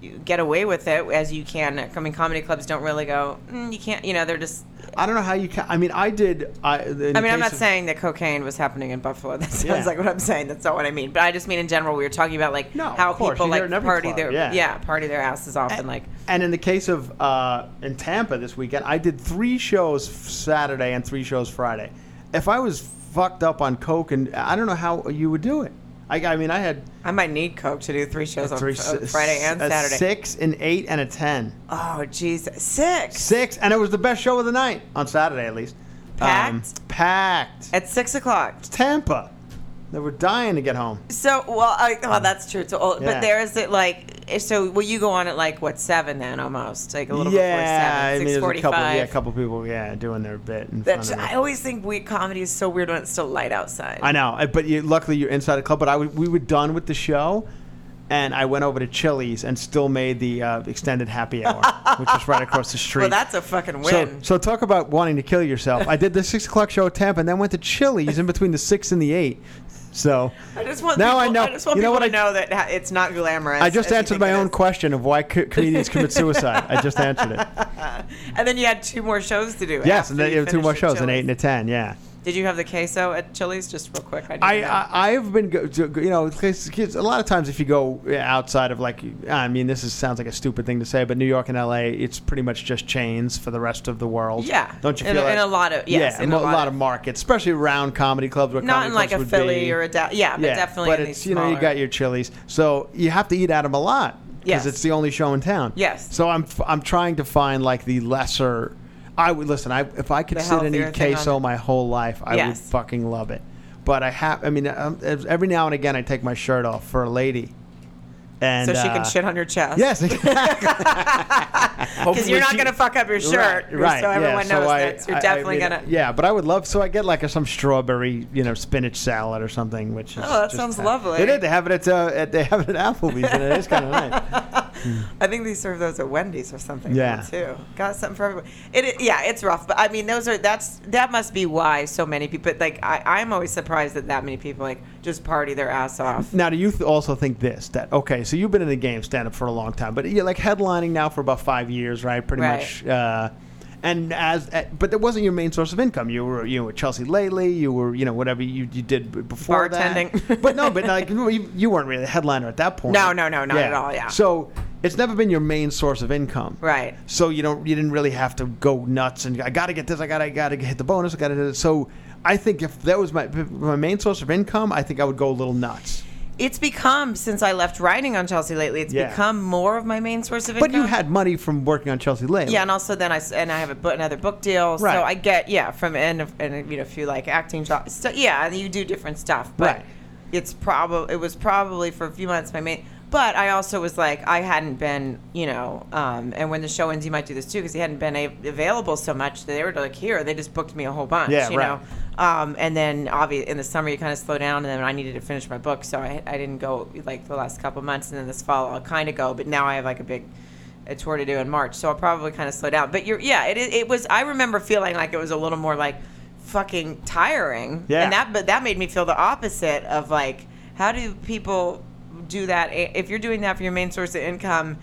Speaker 1: you get away with it as you can. I mean, comedy clubs don't really go. Mm, you can't. You know, they're just.
Speaker 2: I don't know how you can. I mean, I did. I, in
Speaker 1: I mean,
Speaker 2: case
Speaker 1: I'm not
Speaker 2: of-
Speaker 1: saying that cocaine was happening in Buffalo. [laughs] That sounds
Speaker 2: Yeah.
Speaker 1: like what I'm saying. That's not what I mean. But I just mean in general, we were talking about like
Speaker 2: No, of
Speaker 1: how
Speaker 2: course.
Speaker 1: people
Speaker 2: You hear
Speaker 1: like
Speaker 2: it in every
Speaker 1: party
Speaker 2: club.
Speaker 1: their
Speaker 2: Yeah.
Speaker 1: party their asses off and like
Speaker 2: And in the case of uh, in Tampa this weekend, I did three shows Saturday and three shows Friday. If I was fucked up on coke, and I don't know how you would do it. I, I mean, I had
Speaker 1: I might need coke to do three shows on
Speaker 2: three,
Speaker 1: Fr-
Speaker 2: s-
Speaker 1: Friday and
Speaker 2: a
Speaker 1: Saturday.
Speaker 2: six, an eight, and a ten.
Speaker 1: Oh, jeez, six.
Speaker 2: Six, and it was the best show of the night on Saturday at least. Um,
Speaker 1: Packed?
Speaker 2: packed.
Speaker 1: at six o'clock.
Speaker 2: Tampa. They were dying to get home.
Speaker 1: So well, I, well, that's true. So, oh,
Speaker 2: Um, Yeah.
Speaker 1: but there is it like eh, so. Will you go on at like what seven then almost like a little
Speaker 2: yeah,
Speaker 1: before seven,
Speaker 2: I mean,
Speaker 1: six
Speaker 2: there's a couple, yeah, a
Speaker 1: forty-five.
Speaker 2: couple people, yeah, doing their bit. In
Speaker 1: That's
Speaker 2: front of me.
Speaker 1: I always think we comedy is so weird when it's still light outside.
Speaker 2: I know, I- but you, luckily you're inside a club. But I w- we were done with the show, and I went over to Chili's and still made the uh, extended happy
Speaker 1: [laughs]
Speaker 2: hour, which was right across the street.
Speaker 1: Well, that's a fucking
Speaker 2: so,
Speaker 1: win.
Speaker 2: so talk about wanting to kill yourself. I did the six o'clock show at Tampa, and then went to Chili's in between the six and the eight. So
Speaker 1: I just want
Speaker 2: now
Speaker 1: people,
Speaker 2: I know.
Speaker 1: just want
Speaker 2: you know
Speaker 1: people
Speaker 2: what? I,
Speaker 1: to know that ha- it's not glamorous.
Speaker 2: I just
Speaker 1: as you
Speaker 2: answered
Speaker 1: think
Speaker 2: my
Speaker 1: it
Speaker 2: own
Speaker 1: is.
Speaker 2: question of why co- comedians commit suicide. I just answered
Speaker 1: [laughs]
Speaker 2: it.
Speaker 1: And then you had two more shows to do.
Speaker 2: Yes,
Speaker 1: after
Speaker 2: and then you have two
Speaker 1: finished
Speaker 2: more
Speaker 1: at
Speaker 2: shows, an eight
Speaker 1: Chili's.
Speaker 2: and a ten. Yeah.
Speaker 1: Did you have the queso at Chili's? Just real quick. I, didn't
Speaker 2: I,
Speaker 1: know.
Speaker 2: I I've been go, to, you know 'cause kids, a lot of times if you go outside of like I mean this is, sounds like a stupid thing to say but New York and L.A. it's pretty much just chains for the rest of the world.
Speaker 1: Yeah.
Speaker 2: don't you
Speaker 1: In
Speaker 2: feel
Speaker 1: a-
Speaker 2: like,
Speaker 1: in a lot of- yes,
Speaker 2: yeah
Speaker 1: in
Speaker 2: mo-
Speaker 1: a
Speaker 2: a
Speaker 1: lot
Speaker 2: lot
Speaker 1: of-
Speaker 2: of markets especially around comedy clubs where
Speaker 1: not
Speaker 2: comedy
Speaker 1: in like
Speaker 2: clubs
Speaker 1: a
Speaker 2: would
Speaker 1: Philly
Speaker 2: be-
Speaker 1: or a da- yeah, but
Speaker 2: yeah,
Speaker 1: definitely
Speaker 2: but
Speaker 1: in
Speaker 2: it's
Speaker 1: these
Speaker 2: you know you
Speaker 1: smaller-
Speaker 2: got your Chili's so you have to eat at them a lot because
Speaker 1: Yes.
Speaker 2: it's the only show in town.
Speaker 1: Yes.
Speaker 2: so I'm f- I'm trying to find like the lesser. I would listen. I if I could
Speaker 1: The
Speaker 2: sit and
Speaker 1: healthier
Speaker 2: eat
Speaker 1: thing on
Speaker 2: queso
Speaker 1: it.
Speaker 2: my whole life, I would
Speaker 1: Yes.
Speaker 2: fucking love it. But I have. I mean, um, every now and again, I take my shirt off for a lady, and
Speaker 1: so she
Speaker 2: uh,
Speaker 1: can shit on your chest.
Speaker 2: Yes, [laughs] exactly.
Speaker 1: Because you're
Speaker 3: Hopefully
Speaker 1: not
Speaker 3: she-
Speaker 1: going to fuck up your shirt,
Speaker 2: right, right.
Speaker 1: so everyone
Speaker 2: yeah,
Speaker 1: knows
Speaker 2: so I-
Speaker 1: that. So you're
Speaker 2: I- I
Speaker 1: definitely
Speaker 2: mean,
Speaker 1: going to.
Speaker 2: Yeah, but I would love. So I get like a, some strawberry, you know, spinach salad or something, which is.
Speaker 1: Oh, that
Speaker 2: just-
Speaker 1: sounds lovely.
Speaker 2: They did. They have it at. Uh, at they have it at Applebee's, and it is kind of nice.
Speaker 1: I think they serve those at Wendy's or something.
Speaker 2: Yeah.
Speaker 1: Yeah. Too. Got something for everybody. It, it- yeah, it's rough, but I mean, those are that's that must be why so many people. Like I, I'm always surprised that that many people like just party their ass off.
Speaker 2: Now, do you th- also think this? That okay? So you've been in the game stand up for a long time, but you're like headlining now for about five years, right? Pretty
Speaker 1: Right.
Speaker 2: much. Uh, and as uh, but that wasn't your main source of income. You were you were at Chelsea Lately. You were you know whatever you, you did b- before that.
Speaker 1: Bartending.
Speaker 2: [laughs] But no, but like you, you weren't really a headliner at that point.
Speaker 1: No, no, no, not at all, yeah.
Speaker 2: So it's never been your main source of income.
Speaker 1: Right.
Speaker 2: So you don't you didn't really have to go nuts and I gotta get this, I gotta I gotta hit the bonus, I gotta do this. So I think if that was my my main source of income, I think I would go a little nuts.
Speaker 1: It's become since I left writing on Chelsea lately. It's
Speaker 2: Yeah.
Speaker 1: become more of my main source of income.
Speaker 2: But you had money from working on Chelsea Lane.
Speaker 1: Yeah, and also then I s- and I have a, bu- another book deal,
Speaker 2: Right.
Speaker 1: so I get yeah from and of- and you know a few like acting jobs. So yeah, and you do different stuff, but
Speaker 2: Right.
Speaker 1: it's probably it was probably for a few months my main. But I also was like I hadn't been you know, um, and when the show ends, you might do this too because he hadn't been a- available so much. They were like here, they just booked me a whole bunch.
Speaker 2: Yeah,
Speaker 1: you
Speaker 2: right.
Speaker 1: know? Um, and then obviously in the summer you kind of slow down, and then I needed to finish my book, so I, I didn't go like the last couple months, and then this fall I'll kind of go, but now I have like a big a tour to do in March, so I'll probably kind of slow down. But you're yeah, it it was I remember feeling like it was a little more like fucking tiring,
Speaker 2: Yeah.
Speaker 1: and that but that made me feel the opposite of like how do people do that if you're doing that for your main source of income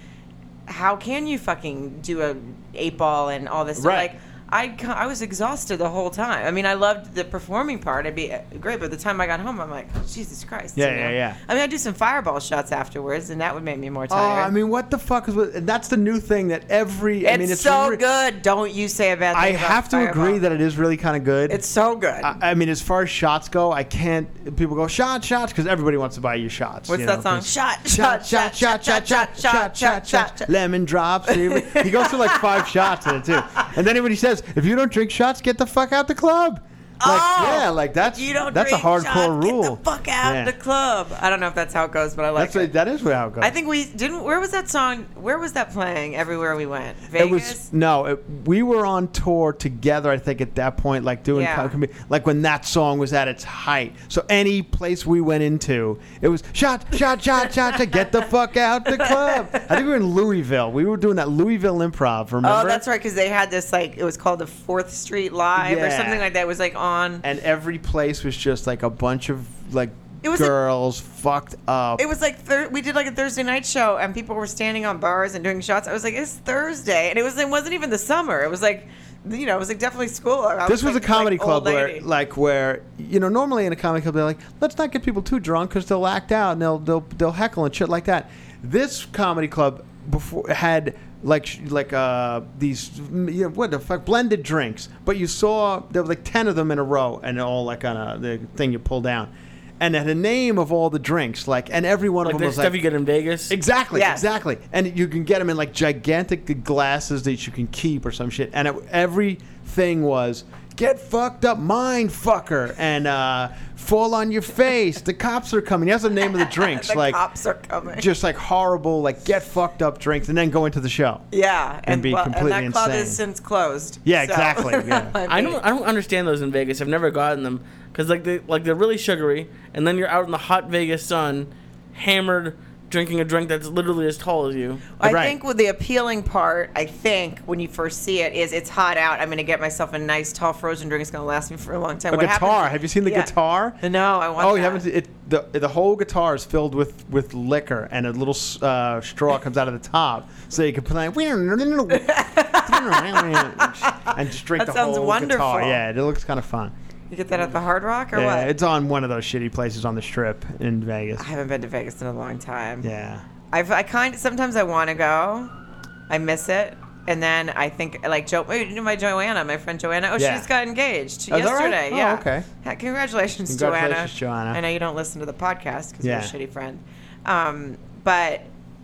Speaker 1: how can you fucking do a eight ball and all this stuff?
Speaker 2: Right.
Speaker 1: like I, ca- I was exhausted the whole time. I mean, I loved the performing part. I'd be uh, great, but the time I got home, I'm like, oh, Jesus Christ.
Speaker 2: Yeah, yeah, yeah.
Speaker 1: I mean, I do some fireball shots afterwards, and that would make me more
Speaker 2: Oh,
Speaker 1: tired.
Speaker 2: I mean, what the fuck is? with- That's the new thing that every.
Speaker 1: it's,
Speaker 2: I mean, it's
Speaker 1: so
Speaker 2: re-
Speaker 1: good. Don't you say a bad thing
Speaker 2: I
Speaker 1: about
Speaker 2: have to agree
Speaker 1: Fireball.
Speaker 2: that it is really kind of good.
Speaker 1: it's so good.
Speaker 2: I, I mean, as far as shots go, I can't. People go shots, shots, because everybody wants to buy you shots.
Speaker 1: What's
Speaker 2: you
Speaker 1: that
Speaker 2: know,
Speaker 1: song?
Speaker 2: 'cause-
Speaker 1: Shot,
Speaker 2: Shot, shot, shot, shot, shot, shot, shot, shot. Lemon
Speaker 1: [laughs]
Speaker 2: drops. He he goes through like five shots in it too. And then when he says, "If you don't drink shots, get the fuck out the club." Like
Speaker 1: Oh,
Speaker 2: yeah, like that's
Speaker 1: you don't
Speaker 2: that's a
Speaker 1: drink
Speaker 2: hardcore
Speaker 1: shots,
Speaker 2: rule.
Speaker 1: Get the fuck out
Speaker 2: Yeah.
Speaker 1: of the club. I don't know if that's how it goes, but I like
Speaker 2: That's
Speaker 1: it.
Speaker 2: what, that is how it goes.
Speaker 1: I think we didn't. Where was that song? Where was that playing? Everywhere we went, Vegas.
Speaker 2: It was no. It, we were on tour together. I think at that point, like doing
Speaker 1: Yeah.
Speaker 2: com- like when that song was at its height. So any place we went into, it was shot, shot, shot, shot to get the fuck out the
Speaker 1: [laughs]
Speaker 2: club. I think we were in Louisville. We were doing that Louisville improv. Remember?
Speaker 1: oh, that's right, because they had this like it was called the Fourth Street Live or
Speaker 2: Yeah.
Speaker 1: something like that. It was like on.
Speaker 2: And every place was just like a bunch of like
Speaker 1: It was a-
Speaker 2: girls fucked up.
Speaker 1: It was like thir- we did like a Thursday night show, and people were standing on bars and doing shots. I was like, it's Thursday, and it was it wasn't even the summer. It was like, you know, it was like definitely school. I
Speaker 2: this was
Speaker 1: like-
Speaker 2: a comedy
Speaker 1: like
Speaker 2: club
Speaker 1: old
Speaker 2: where,
Speaker 1: lady.
Speaker 2: like, where you know, normally in a comedy club they're like, let's not get people too drunk because they'll act out and they'll they'll they'll heckle and shit like that. This comedy club before had like sh- like uh these mm, you know, what the fuck blended drinks, but you saw there were like ten of them in a row and they're all like on a the thing you pull down, and it had a name of all the drinks like, and every one
Speaker 3: Like
Speaker 2: of them
Speaker 3: the
Speaker 2: was
Speaker 3: stuff
Speaker 2: like
Speaker 3: you get in Vegas.
Speaker 2: Exactly,
Speaker 1: Yes.
Speaker 2: exactly. And you can get them in like gigantic glasses that you can keep or some shit. And it, everything was get fucked up, mind fucker, and uh, fall on your face. the cops are coming. That's the name of
Speaker 1: [laughs]
Speaker 2: the drinks.
Speaker 1: the
Speaker 2: like
Speaker 1: cops are coming.
Speaker 2: just like horrible, like get fucked up drinks, and then go into the show.
Speaker 1: yeah, and,
Speaker 2: be
Speaker 1: well,
Speaker 2: completely
Speaker 1: and that club
Speaker 2: insane.
Speaker 1: is since closed.
Speaker 2: Yeah,
Speaker 1: so-
Speaker 2: exactly,
Speaker 1: [laughs]
Speaker 2: yeah.
Speaker 1: I
Speaker 3: I
Speaker 1: mean-
Speaker 3: don't I don't understand those in Vegas. I've never gotten them because like they like they're really sugary, and then you're out in the hot Vegas sun, hammered, drinking a drink that's literally as tall as you.
Speaker 1: I
Speaker 2: Right.
Speaker 1: think with the appealing part, I think when you first see it is it's hot out. I'm gonna get myself a nice tall frozen drink. It's gonna last me for a long time.
Speaker 2: A
Speaker 1: What happens-
Speaker 2: guitar. Have you seen the
Speaker 1: Yeah.
Speaker 2: guitar?
Speaker 1: No, I want.
Speaker 2: Oh, you
Speaker 1: that.
Speaker 2: haven't. It, the the whole guitar is filled with with liquor, and a little uh, straw comes out of the top, so you can play [laughs] and just drink
Speaker 1: That
Speaker 2: the
Speaker 1: sounds
Speaker 2: whole
Speaker 1: wonderful.
Speaker 2: guitar. Yeah, it looks kind of fun.
Speaker 1: You get that at the Hard Rock or
Speaker 2: yeah,
Speaker 1: what?
Speaker 2: it's on one of those shitty places on the Strip in Vegas.
Speaker 1: I haven't been to Vegas in a long time.
Speaker 2: Yeah,
Speaker 1: I've, I kind of sometimes I want to go, I miss it, and then I think like Joe, wait, you know my Joanna, my friend Joanna. Oh,
Speaker 2: Yeah.
Speaker 1: she just got engaged
Speaker 2: Oh, is that right?
Speaker 1: yesterday.
Speaker 2: Oh,
Speaker 1: Yeah.
Speaker 2: okay.
Speaker 1: Ha- Congratulations,
Speaker 2: Congratulations,
Speaker 1: Joanna.
Speaker 2: Joanna.
Speaker 1: I know you don't listen to the podcast because
Speaker 2: Yeah.
Speaker 1: you're a shitty friend, um, but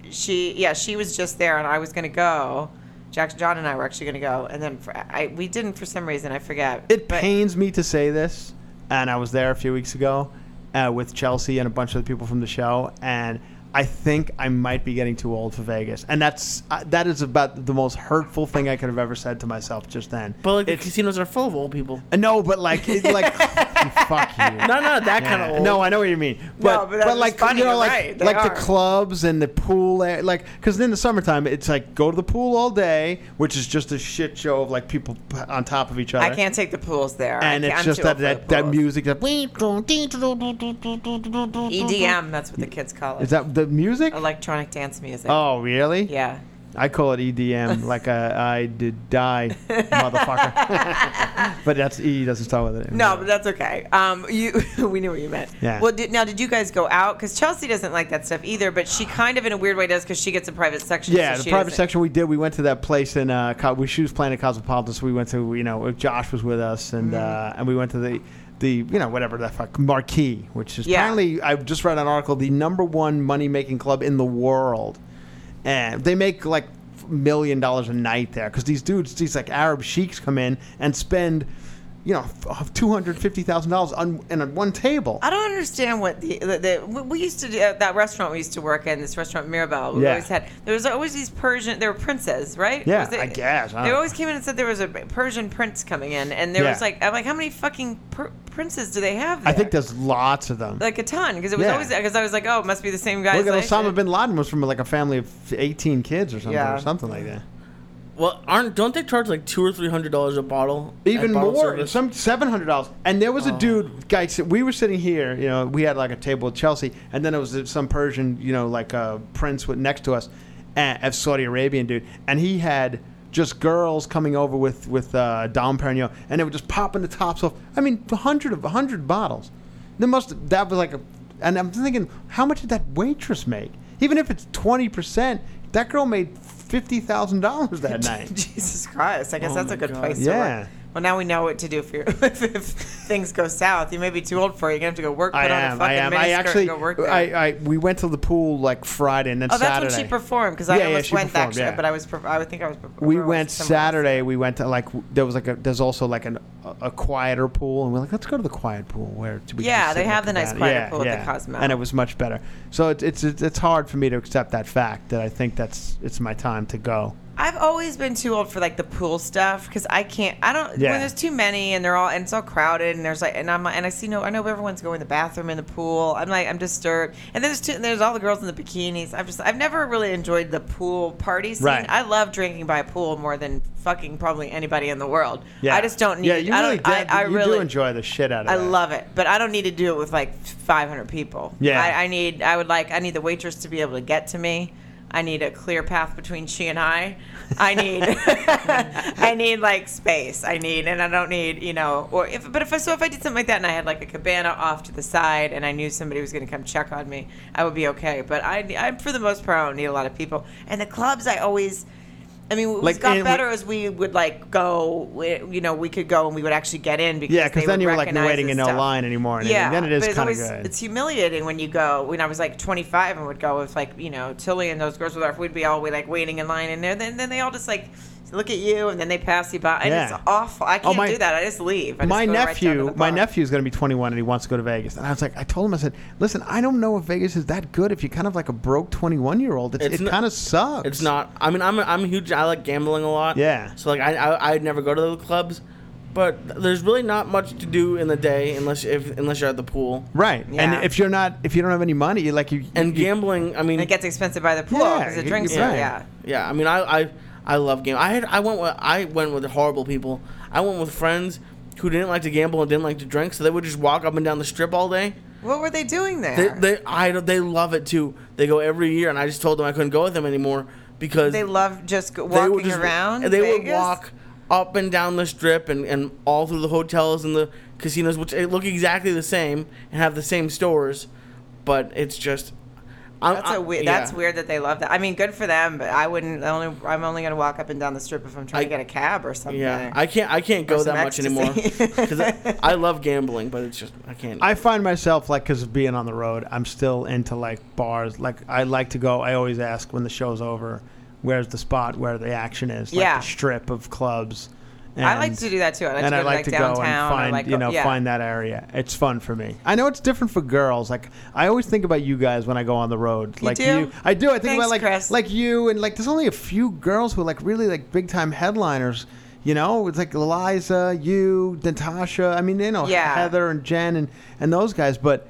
Speaker 1: she, yeah, she was just there, and I was gonna go. Jack, John, and I were actually gonna go, and then for, I we didn't for some reason. I forget.
Speaker 2: it
Speaker 1: but-
Speaker 2: pains me to say this, and I was there a few weeks ago uh, with Chelsea and a bunch of the people from the show, and. I think I might be getting too old for Vegas, and that's uh, that is about the most hurtful thing I could have ever said to myself just then. uh,
Speaker 3: But like the casinos are full of old
Speaker 2: [laughs]
Speaker 3: people.
Speaker 2: No, but like, it, like, [laughs] fuck you.
Speaker 3: No, not that kind
Speaker 2: Yeah.
Speaker 3: of old.
Speaker 2: No, I know what you mean. But,
Speaker 1: but that's just
Speaker 2: like
Speaker 1: funny,
Speaker 2: you know,
Speaker 1: you're
Speaker 2: like
Speaker 1: right, they
Speaker 2: like the
Speaker 1: are.
Speaker 2: clubs and the pool, a- like because in the summertime it's like go to the pool all day, which is just a shit show of like people p- on top of each other.
Speaker 1: I can't take the pools there. I
Speaker 2: And
Speaker 1: can't-
Speaker 2: it's
Speaker 1: I'm
Speaker 2: just
Speaker 1: too
Speaker 2: that
Speaker 1: old for the
Speaker 2: that, that
Speaker 1: pools.
Speaker 2: music that Mm-hmm.
Speaker 1: EDM. E That's what the kids call it.
Speaker 2: is that the music.
Speaker 1: electronic dance music?
Speaker 2: Oh really?
Speaker 1: Yeah.
Speaker 2: I call it
Speaker 1: [laughs]
Speaker 2: EDM, like a, I did die, motherfucker.
Speaker 1: [laughs]
Speaker 2: [laughs] but that's E doesn't start with it.
Speaker 1: No, but that's okay. Um, you, [laughs] we knew what you meant.
Speaker 2: Yeah.
Speaker 1: Well, did, now did you guys go out? Because Chelsea doesn't like that stuff either, but she kind of in a weird way does because she gets a private section.
Speaker 2: Yeah,
Speaker 1: so
Speaker 2: the
Speaker 1: she
Speaker 2: private
Speaker 1: doesn't-
Speaker 2: section we did. We went to that place in uh, Co- we she was playing at Cosmopolitan, so we went to you know Josh was with us, and
Speaker 1: Mm.
Speaker 2: uh, and we went to the the you know whatever that fuck marquee, which is
Speaker 1: Yeah.
Speaker 2: apparently I just read an article the number one money making club in the world, and they make like million dollars a night there because these dudes these like Arab sheiks come in and spend. You know, two hundred fifty thousand dollars on and on one table.
Speaker 1: I don't understand what the, the, the we used to do at that restaurant we used to work in this restaurant Mirabelle. We
Speaker 2: Yeah.
Speaker 1: always had there was always these Persian. They were princes, right?
Speaker 2: Yeah,
Speaker 1: Was it-
Speaker 2: I guess, I
Speaker 1: they
Speaker 2: don't-
Speaker 1: always came in and said there was a Persian prince coming in, and there
Speaker 2: Yeah.
Speaker 1: was like I'm like how many fucking per- princes do they have?
Speaker 2: I
Speaker 1: There?
Speaker 2: think there's lots of them.
Speaker 1: like a ton because it was
Speaker 2: Yeah.
Speaker 1: always because I was like oh it must be the same guy.
Speaker 2: Look
Speaker 1: as
Speaker 2: at
Speaker 1: I
Speaker 2: Osama
Speaker 1: should-
Speaker 2: bin Laden was from like a family of 18 kids or something,
Speaker 1: Yeah.
Speaker 2: or something like that.
Speaker 3: Well, aren't don't they charge like two or three hundred dollars a bottle? at
Speaker 2: Even
Speaker 3: bottle
Speaker 2: more,
Speaker 3: service? Oh.
Speaker 2: some seven hundred dollars. And there was a dude, guy. s- We were sitting here, you know, we had like a table at Chelsea, and then it was some Persian, you know, like a prince with next to us, a a Saudi Arabian dude, and he had just girls coming over with with uh, Dom Perignon, and they were just popping the tops off. I mean, a hundred of a hundred bottles. There must that was like a, and I'm thinking, how much did that waitress make? Even if it's twenty percent, that girl made fifty thousand dollars
Speaker 3: [laughs]
Speaker 2: that night.
Speaker 1: [laughs] Jesus Christ. I guess
Speaker 3: Oh
Speaker 1: that's
Speaker 3: my
Speaker 1: a good
Speaker 3: God.
Speaker 1: place to
Speaker 2: Yeah.
Speaker 1: work. Well, now we know what to do for you [laughs] if, if things go south. You may be too old for it. You're going to have to go work, put
Speaker 2: I
Speaker 1: on a
Speaker 2: am. I
Speaker 1: fucking
Speaker 2: am.
Speaker 1: miniskirt
Speaker 2: I
Speaker 1: and
Speaker 2: actually.
Speaker 1: go work there.
Speaker 2: I, I we went to the pool like Friday and then
Speaker 1: oh, that's
Speaker 2: Saturday.
Speaker 1: when she performed because I
Speaker 2: Yeah, yeah,
Speaker 1: almost
Speaker 2: she
Speaker 1: went
Speaker 2: performed,
Speaker 1: that show,
Speaker 2: yeah.
Speaker 1: but I was, per- I would think I was. per-
Speaker 2: we
Speaker 1: or I was
Speaker 2: went
Speaker 1: somewhere else.
Speaker 2: Saturday. We went to like w- there was like a there's also like an, a, a quieter pool, and we're like, let's go to the quiet pool where to be.
Speaker 1: Yeah, they have the nice quieter pool at the Cosmo.
Speaker 2: and it was much better. So it, it's it's it's hard for me to accept that fact that I think that's it's my time to go.
Speaker 1: I've always been too old for like the pool stuff because I can't. I don't.
Speaker 2: Yeah.
Speaker 1: When there's too many and they're all and it's all crowded and there's like and I'm and I see no. I know everyone's going to the bathroom in the pool. I'm like I'm disturbed. And then there's too, there's all the girls in the bikinis. I've just I've never really enjoyed the pool party scene.
Speaker 2: Right.
Speaker 1: I love drinking by a pool more than fucking probably anybody in the world.
Speaker 2: Yeah,
Speaker 1: I just don't need.
Speaker 2: Yeah, you
Speaker 1: I
Speaker 2: really
Speaker 1: don't, I,
Speaker 2: get-
Speaker 1: I
Speaker 2: you
Speaker 1: really
Speaker 2: do enjoy the shit out of
Speaker 1: I
Speaker 2: that.
Speaker 1: love it, but I don't need to do it with like 500 people.
Speaker 2: Yeah.
Speaker 1: I, I need. I would like. I need the waitress to be able to get to me. I need a clear path between she and I.
Speaker 2: [laughs]
Speaker 1: I need. [laughs] I need like space. I need, and I don't need you know. Or if, but if I so if I did something like that and I had like a cabana off to the side and I knew somebody was going to come check on me, I would be okay. But I, I for the most part, I don't need a lot of people. And the clubs, I always. I mean, what
Speaker 2: Like,
Speaker 1: got
Speaker 2: and-
Speaker 1: better is we would like go, we- you know, we could go and we would actually get in because
Speaker 2: Yeah, because
Speaker 1: they
Speaker 2: then
Speaker 1: would
Speaker 2: you were like
Speaker 1: recognize
Speaker 2: waiting
Speaker 1: this
Speaker 2: in no
Speaker 1: stuff.
Speaker 2: line anymore. And everything. then it
Speaker 1: but
Speaker 2: is
Speaker 1: it's
Speaker 2: kind of
Speaker 1: always-
Speaker 2: good.
Speaker 1: It's humiliating when you go. When I was like 25 and would go with like you know Tilly and those girls with our, we'd be all we like waiting in line, and then then then they all just like look at you, and then they pass you by, and
Speaker 2: Yeah. Oh,
Speaker 1: it's awful. I can't
Speaker 2: my-
Speaker 1: do that. I just leave. I just
Speaker 2: my
Speaker 1: go right down to
Speaker 2: nephew,
Speaker 1: the
Speaker 2: my
Speaker 1: bar.
Speaker 2: nephew is going to be 21 and he wants to go to Vegas. And I was like, I told him, I said, listen, I don't know if Vegas is that good. If you're kind of like a broke 21 year old,
Speaker 3: It's
Speaker 2: it
Speaker 3: not-
Speaker 2: kind of sucks.
Speaker 3: It's not. I mean, I'm I'm huge. I like gambling a lot.
Speaker 2: Yeah.
Speaker 3: So like, I I I'd never go to the clubs, but there's really not much to do in the day unless if unless you're at the pool.
Speaker 2: right.
Speaker 1: Yeah.
Speaker 2: And if you're not, if you don't have any money, you like you
Speaker 3: And
Speaker 2: you,
Speaker 3: gambling, I mean,
Speaker 1: And it gets expensive by the pool
Speaker 2: Yeah,
Speaker 1: because the
Speaker 2: you-
Speaker 1: drinks
Speaker 2: you're
Speaker 1: are
Speaker 2: right.
Speaker 1: yeah.
Speaker 3: yeah. I mean, I I I love gambling. I had I went with I went with horrible people. I went with friends who didn't like to gamble and didn't like to drink, so they would just walk up and down the strip all day.
Speaker 1: What were they doing there?
Speaker 3: They they I don't- they love it too. They go every year, and I just told them I couldn't go with them anymore because
Speaker 1: They love just go-
Speaker 3: they
Speaker 1: walking
Speaker 3: would just-
Speaker 1: around.
Speaker 3: They would
Speaker 1: Vegas?
Speaker 3: walk up and down the strip and, and all through the hotels and the casinos, which they look exactly the same and have the same stores, but it's just. I'm,
Speaker 1: That's a
Speaker 3: I-
Speaker 1: weird.
Speaker 3: yeah.
Speaker 1: That's weird that they love that. I mean, good for them, but I wouldn't. the Only I'm only gonna walk up and down the strip if I'm trying to
Speaker 3: I-
Speaker 1: get a cab or something.
Speaker 3: Yeah, I can't. I can't
Speaker 1: Or
Speaker 3: go
Speaker 1: some
Speaker 3: that much
Speaker 1: ecstasy.
Speaker 3: anymore because
Speaker 1: [laughs]
Speaker 3: I, I love gambling, but it's just I can't.
Speaker 2: I find myself like because of being on the road, I'm still into like bars. Like I like to go. I always ask when the show's over, where's the spot where the action is? Like
Speaker 1: Yeah.
Speaker 2: the strip of clubs. And,
Speaker 1: I like to do that too. I like
Speaker 2: and
Speaker 1: to
Speaker 2: I
Speaker 1: go to,
Speaker 2: like
Speaker 1: like
Speaker 2: to
Speaker 1: downtown.
Speaker 2: go and
Speaker 1: or,
Speaker 2: find
Speaker 1: like,
Speaker 2: you know
Speaker 1: yeah.
Speaker 2: find that area. It's fun for me. I know it's different for girls. Like I always think about you guys when I go on the road. like
Speaker 1: do?
Speaker 2: I do. I think
Speaker 1: Thanks,
Speaker 2: about like
Speaker 1: Chris.
Speaker 2: like you and like there's only a few girls who are like really like big time headliners. You know, it's like Eliza, you, Natasha. I mean, you know,
Speaker 1: Yeah.
Speaker 2: Heather and Jen and and those guys. But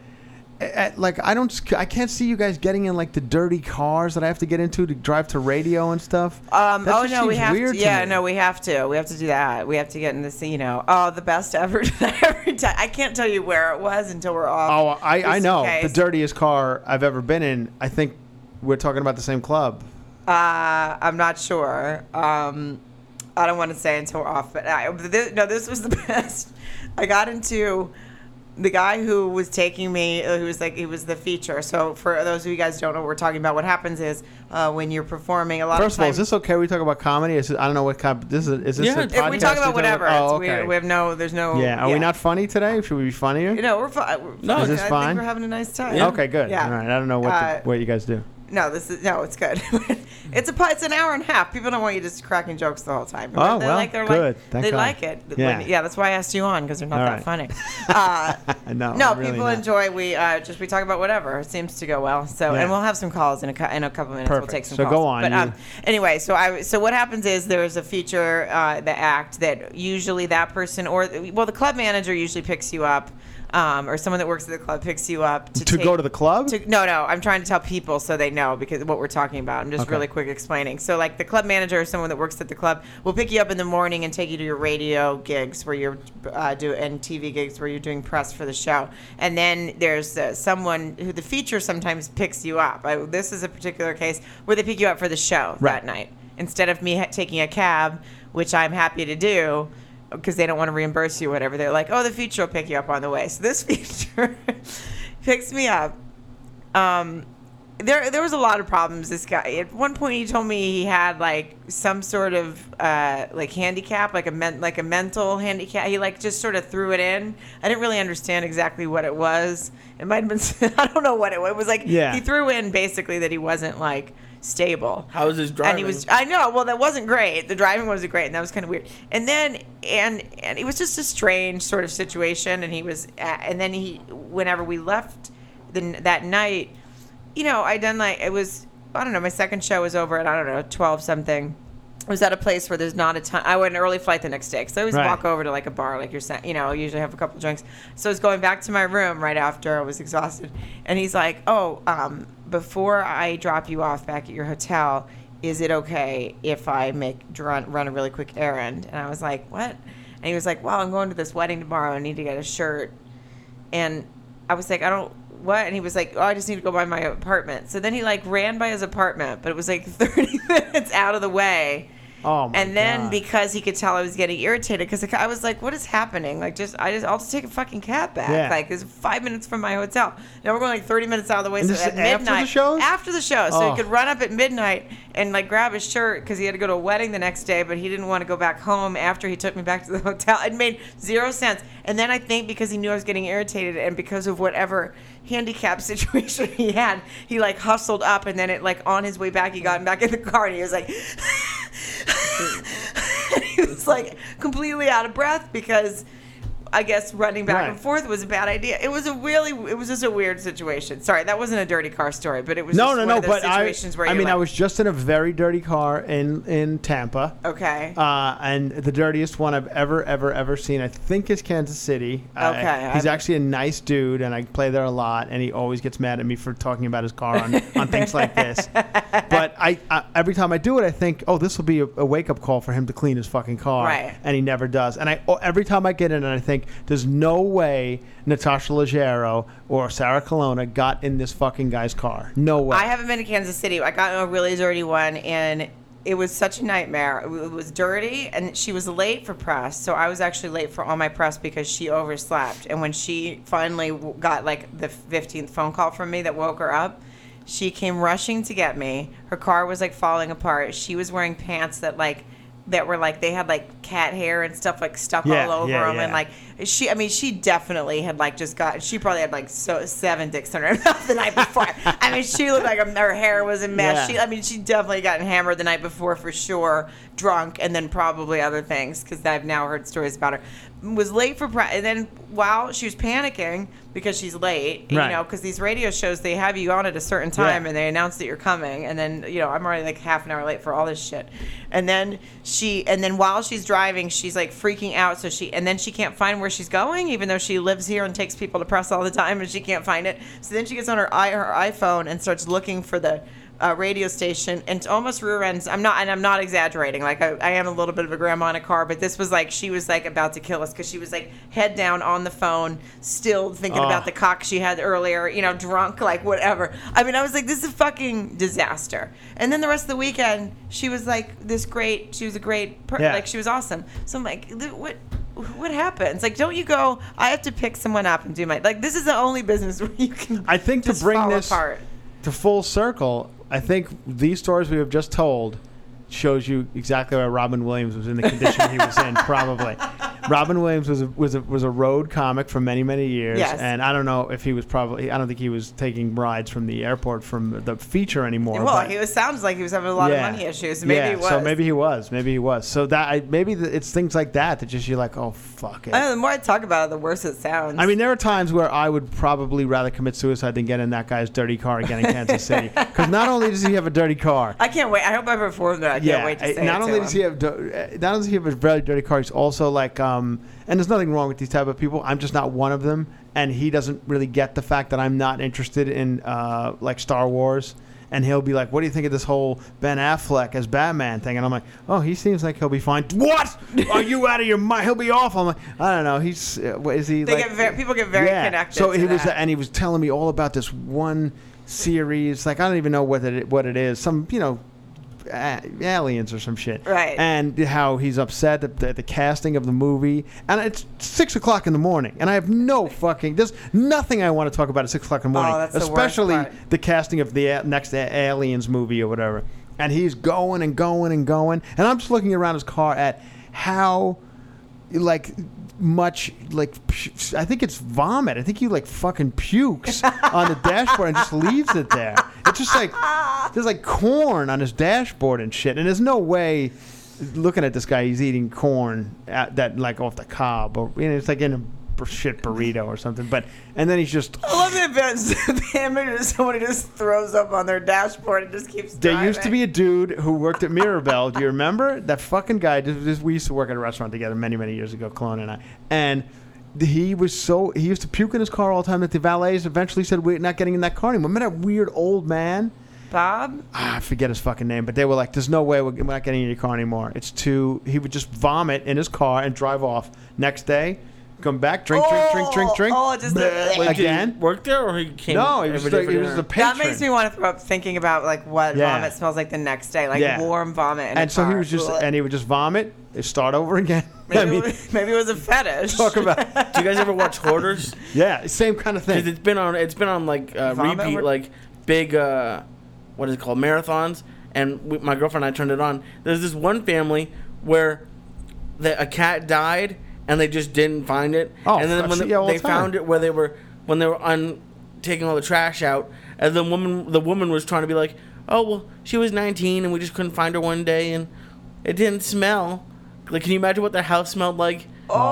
Speaker 2: uh, like, I don't, sc- I can't see you guys getting in like the dirty cars that I have to get into to drive to radio and stuff.
Speaker 1: Um,
Speaker 2: That
Speaker 1: oh
Speaker 2: just
Speaker 1: no, we
Speaker 2: seems
Speaker 1: have.
Speaker 2: weird
Speaker 1: To, yeah,
Speaker 2: me.
Speaker 1: no, we have to. We have to do that. We have to get in this. You know, oh, the best ever. [laughs] every time, I can't tell you where it was until we're
Speaker 2: Oh,
Speaker 1: off.
Speaker 2: I, I
Speaker 1: Just
Speaker 2: know.
Speaker 1: in case.
Speaker 2: The dirtiest car I've ever been in. I think we're talking about the same club. Oh,
Speaker 1: Uh, I'm not sure. Um, I don't want to say until we're off, but I, but thi- no, this was the [laughs] best. I got into the guy who was taking me, uh, who was like, he was the feature. So for those of you guys who don't know what we're talking about, what happens is uh, when you're performing, a lot
Speaker 2: First of
Speaker 1: of
Speaker 2: all,
Speaker 1: times.
Speaker 2: is this okay? We talk about comedy. Is it, I don't know what kind. This is. Is this
Speaker 3: Yeah,
Speaker 2: a
Speaker 3: if
Speaker 1: if
Speaker 2: podcast?
Speaker 1: we talk about
Speaker 2: We're talking
Speaker 1: whatever,
Speaker 2: Oh,
Speaker 1: it's
Speaker 2: okay.
Speaker 1: weird. We have no, there's no.
Speaker 2: yeah. Are we not funny today? Should we be funnier?
Speaker 1: No, we're fine.
Speaker 3: No,
Speaker 2: Is this
Speaker 1: I
Speaker 2: fine?
Speaker 1: think we're having a nice time.
Speaker 3: Yeah.
Speaker 2: Okay, good.
Speaker 1: Yeah.
Speaker 2: All right. I don't know what
Speaker 1: Uh,
Speaker 2: the, what you guys do. [laughs]
Speaker 1: No, this is no. It's good. [laughs] it's a po- it's an hour and a half. People don't want you just cracking jokes the whole time.
Speaker 2: Oh,
Speaker 1: They
Speaker 2: well,
Speaker 1: like, they're
Speaker 2: good.
Speaker 1: Like,
Speaker 2: Thank
Speaker 1: they
Speaker 2: God.
Speaker 1: like it.
Speaker 2: Yeah.
Speaker 1: When- yeah, that's why I asked you on because they're not
Speaker 2: All
Speaker 1: that
Speaker 2: right. [laughs]
Speaker 1: funny. Uh,
Speaker 2: no.
Speaker 1: no,
Speaker 2: really
Speaker 1: people
Speaker 2: not.
Speaker 1: enjoy. We uh, just we talk about whatever. It seems to go well. So
Speaker 2: Yeah.
Speaker 1: and we'll have some calls in a, cou- in a couple minutes.
Speaker 2: Perfect.
Speaker 1: We'll take some
Speaker 2: So
Speaker 1: calls.
Speaker 2: go on,
Speaker 1: But
Speaker 2: you-
Speaker 1: um, anyway, so I so what happens is there's a feature, uh, the act that usually that person or well the club manager usually picks you up. Um, or someone that works at the club picks you up to,
Speaker 2: To
Speaker 1: take-
Speaker 2: go to the club.
Speaker 1: to, no, no. I'm trying to tell people so they know because what we're talking about. I'm just
Speaker 2: Okay.
Speaker 1: really quick explaining. So, like the club manager or someone that works at the club will pick you up in the morning and take you to your radio gigs where you're uh, do and TV gigs where you're doing press for the show. And then there's uh, someone who the feature sometimes picks you up. I, this is a particular case where they pick you up for the show
Speaker 2: Right.
Speaker 1: that night. instead of me ha- taking a cab, which I'm happy to do because they don't want to reimburse you, or whatever, they're like, oh, the future will pick you up on the way. So this [laughs] future picks me up. Um, there, there was a lot of problems. This guy, at one point, he told me he had like some sort of uh, like handicap, like a men- like a mental handicap. He like just sort of threw it in. I didn't really understand exactly what it was. It might have been, [laughs] I don't know what it was. It was like
Speaker 2: Yeah.
Speaker 1: he threw in basically that he wasn't like stable.
Speaker 3: How is his driving?
Speaker 1: And he was, I know, well, that wasn't great. The driving wasn't great, and that was kind of weird. And then, and and it was just a strange sort of situation. And he was, uh, and then he, whenever we left the, n- that night, you know, I done like it was, I don't know, my second show was over at I don't know twelve something. I was at a place where there's not a ton. I went an early flight the next day because I always
Speaker 2: Right.
Speaker 1: walk over to like a bar, like you're saying. You know, I usually have a couple drinks. So I was going back to my room right after I was exhausted, and he's like, "Oh, um, before I drop you off back at your hotel, is it okay if I make run run a really quick errand?" And I was like, "What?" And he was like, "Well, I'm going to this wedding tomorrow. I need to get a shirt and I was like, I don't what? And he was like, Oh, I just need to go by my apartment. So then he like ran by his apartment, but it was like [laughs] 30 minutes out of the way.
Speaker 2: Oh my
Speaker 1: and then
Speaker 2: God.
Speaker 1: because he could tell I was getting irritated, because I was like, "What is happening? Like, just I just I'll just take a fucking cab back.
Speaker 2: Yeah.
Speaker 1: Like, it's five minutes from my hotel. Now we're going like thirty minutes out of the way.
Speaker 2: And
Speaker 1: so
Speaker 2: this
Speaker 1: at
Speaker 2: is after the
Speaker 1: midnight,
Speaker 2: shows?
Speaker 1: after the show, so
Speaker 2: Oh.
Speaker 1: he could run up at midnight and like grab his shirt because he had to go to a wedding the next day, but he didn't want to go back home after he took me back to the hotel. It made zero sense. And then I think because he knew I was getting irritated and because of whatever handicap [laughs] situation he had, he like hustled up and then it like on his way back, he got back in the car and he was like. [laughs] he was like completely out of breath because I guess running back
Speaker 2: Right.
Speaker 1: and forth was a bad idea. It was a really, it was just a weird situation. Sorry, that wasn't a dirty car story, but it was
Speaker 2: no,
Speaker 1: just
Speaker 2: no,
Speaker 1: one
Speaker 2: no.
Speaker 1: of those
Speaker 2: But I,
Speaker 1: situations where
Speaker 2: I
Speaker 1: you're
Speaker 2: mean, I
Speaker 1: like,
Speaker 2: was just in a very dirty car in in Tampa.
Speaker 1: okay.
Speaker 2: Uh, and the dirtiest one I've ever, ever, ever seen, I think, is Kansas City. Uh,
Speaker 1: Okay,
Speaker 2: he's
Speaker 1: I've-
Speaker 2: actually a nice dude, and I play there a lot, and he always gets mad at me for talking about his car
Speaker 1: [laughs]
Speaker 2: on, on things like this. But I, I, every time I do it, I think, oh, this will be a, a wake up call for him to clean his fucking car.
Speaker 1: Right.
Speaker 2: And he never does. And I, oh, every time I get in, and I think, there's no way Natasha Leggero or Sarah Colonna got in this fucking guy's car. No way.
Speaker 1: I haven't been to Kansas City. I got in a really dirty one, and it was such a nightmare. It wa- It was dirty, and she was late for press, so I was actually late for all my press because she overslept. And when she finally w- got like the 15th phone call from me that woke her up, she came rushing to get me. Her car was like falling apart. She was wearing pants that like that were like they had like cat hair and stuff like stuck
Speaker 2: Yeah,
Speaker 1: all over
Speaker 2: yeah,
Speaker 1: them and
Speaker 2: yeah.
Speaker 1: like she, I mean, she definitely had like just got. She probably had like so seven dicks in her [laughs] mouth the night before. I mean, she looked like a, her hair was a mess.
Speaker 2: Yeah.
Speaker 1: She, I mean, she definitely gotten hammered the night before for sure, drunk, and then probably other things because I've now heard stories about her. Was late for press, and then while she was panicking because she's late,
Speaker 2: Right.
Speaker 1: you know, because these radio shows they have you on at a certain time
Speaker 2: Yeah.
Speaker 1: and they announce that you're coming, and then you know I'm already like half an hour late for all this shit, and then she, and then while she's driving, she's like freaking out, so she, and then she can't find where she's going, even though she lives here and takes people to press all the time, and she can't find it. So then she gets on her i her iPhone and starts looking for the uh, radio station and almost rear ends. I'm not, and I'm not exaggerating. Like I, I am a little bit of a grandma in a car, but this was like she was like about to kill us because she was like head down on the phone, still thinking
Speaker 2: Oh.
Speaker 1: about the cock she had earlier. You know, drunk, like whatever. I mean, I was like, this is a fucking disaster. And then the rest of the weekend, she was like this great. She was a great, per-
Speaker 2: Yeah.
Speaker 1: like she was awesome. So I'm like, th- what? What happens? Like, don't you go? I have to pick someone up and do my like. This is the only business [laughs] where you can.
Speaker 2: I think to
Speaker 1: just
Speaker 2: bring
Speaker 1: fall
Speaker 2: this-
Speaker 1: apart.
Speaker 2: to full circle, I think these stories we have just told shows you exactly why Robin Williams was in the condition he
Speaker 1: [laughs]
Speaker 2: was in. Probably, Robin Williams was a, was a, was a road comic for many many years,
Speaker 1: Yes.
Speaker 2: and I don't know if he was probably I don't think he was taking rides from the airport from the feature anymore.
Speaker 1: Well,
Speaker 2: but-
Speaker 1: he was sounds like he was having a lot
Speaker 2: Yeah.
Speaker 1: of money issues. Maybe
Speaker 2: yeah.
Speaker 1: he was.
Speaker 2: So maybe he was. Maybe he was. So that I, maybe the, it's things like that that just you're like, oh fuck it.
Speaker 1: I don't know, the more I talk about it, the worse it sounds.
Speaker 2: I mean, there are times where I would probably rather commit suicide than get in that guy's dirty car again in
Speaker 1: [laughs]
Speaker 2: Kansas City. Because not only does he have a dirty car,
Speaker 1: I can't wait. I hope I perform that. I can't wait
Speaker 2: uh,
Speaker 1: to say
Speaker 2: not
Speaker 1: it
Speaker 2: only
Speaker 1: to
Speaker 2: does
Speaker 1: him.
Speaker 2: he have do- uh, not only does he have a very dirty car, he's also like um and there's nothing wrong with these type of people. I'm just not one of them, and he doesn't really get the fact that I'm not interested in uh like Star Wars. And he'll be like, "What do you think of this whole Ben Affleck as Batman thing?" And I'm like, "Oh, he seems like he'll be fine." What? Are you out of your mind? He'll be awful. I'm like, "I don't know. He's uh, what is he?"
Speaker 1: They
Speaker 2: like,
Speaker 1: get very, people get very connected.
Speaker 2: so
Speaker 1: to
Speaker 2: he was,
Speaker 1: that.
Speaker 2: and he was telling me all about this one series. Like I don't even know what it what it is. Some you know uh, aliens or some shit.
Speaker 1: Right.
Speaker 2: And how he's upset at the, the casting of the movie. And it's six o'clock in the morning, and I have no fucking. There's nothing I want to talk about at six o'clock in the
Speaker 1: Oh,
Speaker 2: morning,
Speaker 1: that's the worst
Speaker 2: especially
Speaker 1: part.
Speaker 2: the casting of the uh, next A- Aliens movie or whatever. And he's going and going and going, and I'm just looking around his car at how, like, much like pu- I think it's vomit. I think he like fucking pukes on the dashboard and just leaves it there. It's just like there's like corn on his dashboard and shit, and there's no way. Looking at this guy, he's eating corn at that like off the cob, or you know, it's like in a bur- shit burrito or something. But and then he's just
Speaker 1: [laughs] I love the event. the image of someone who just throws up on their dashboard and just keeps.
Speaker 2: There
Speaker 1: driving.
Speaker 2: used to be a dude who worked at Mirabelle. Do you remember that fucking guy? This, this, we used to work at a restaurant together many, many years ago, Cologne and I. And he was so he used to puke in his car all the time that the valets eventually said we're not getting in that car anymore. Remember that weird old man?
Speaker 1: Bob.
Speaker 2: Ah, I forget his fucking name, but they were like, "There's no way we're, we're not getting in your car anymore. It's too." He would just vomit in his car and drive off. Next day, come back, drink, drink, drink, drink, drink.
Speaker 1: Oh, oh, just
Speaker 2: Bleh.
Speaker 1: Wait,
Speaker 3: Did he
Speaker 2: again.
Speaker 3: work there or he came?
Speaker 2: No, he was just
Speaker 3: every day
Speaker 2: like,
Speaker 3: for
Speaker 2: he was
Speaker 3: dinner?
Speaker 2: the patron.
Speaker 1: That makes me want to throw up thinking about like what
Speaker 2: Yeah.
Speaker 1: vomit smells like the next day, like
Speaker 2: Yeah.
Speaker 1: warm vomit. In a
Speaker 2: and so he
Speaker 1: car.
Speaker 2: was just,
Speaker 1: Ugh.
Speaker 2: and he would just vomit, start over again. [laughs]
Speaker 1: maybe,
Speaker 2: I mean,
Speaker 1: it was, maybe it was a fetish.
Speaker 2: talk about
Speaker 1: [laughs]
Speaker 3: Do you guys ever
Speaker 2: [laughs]
Speaker 3: watch Hoarders?
Speaker 2: Yeah, same kind of
Speaker 3: Because
Speaker 2: thing.
Speaker 3: it's been on. It's been on like uh,
Speaker 1: Vomit
Speaker 3: repeat,
Speaker 1: word?
Speaker 3: like big. Uh, what is it called? Marathons. And we, my girlfriend and I turned it on. There's this one family where the, a cat died and they just didn't find it.
Speaker 2: Oh,
Speaker 3: and
Speaker 2: I've
Speaker 3: then when
Speaker 2: seen-
Speaker 3: they,
Speaker 2: yeah, all the
Speaker 3: they
Speaker 2: time.
Speaker 3: found it, where they were when they were un taking all the trash out, and the woman the woman was trying to be like, oh well, she was 19 and we just couldn't find her one day and it didn't smell. Like, can you imagine what their house smelled like?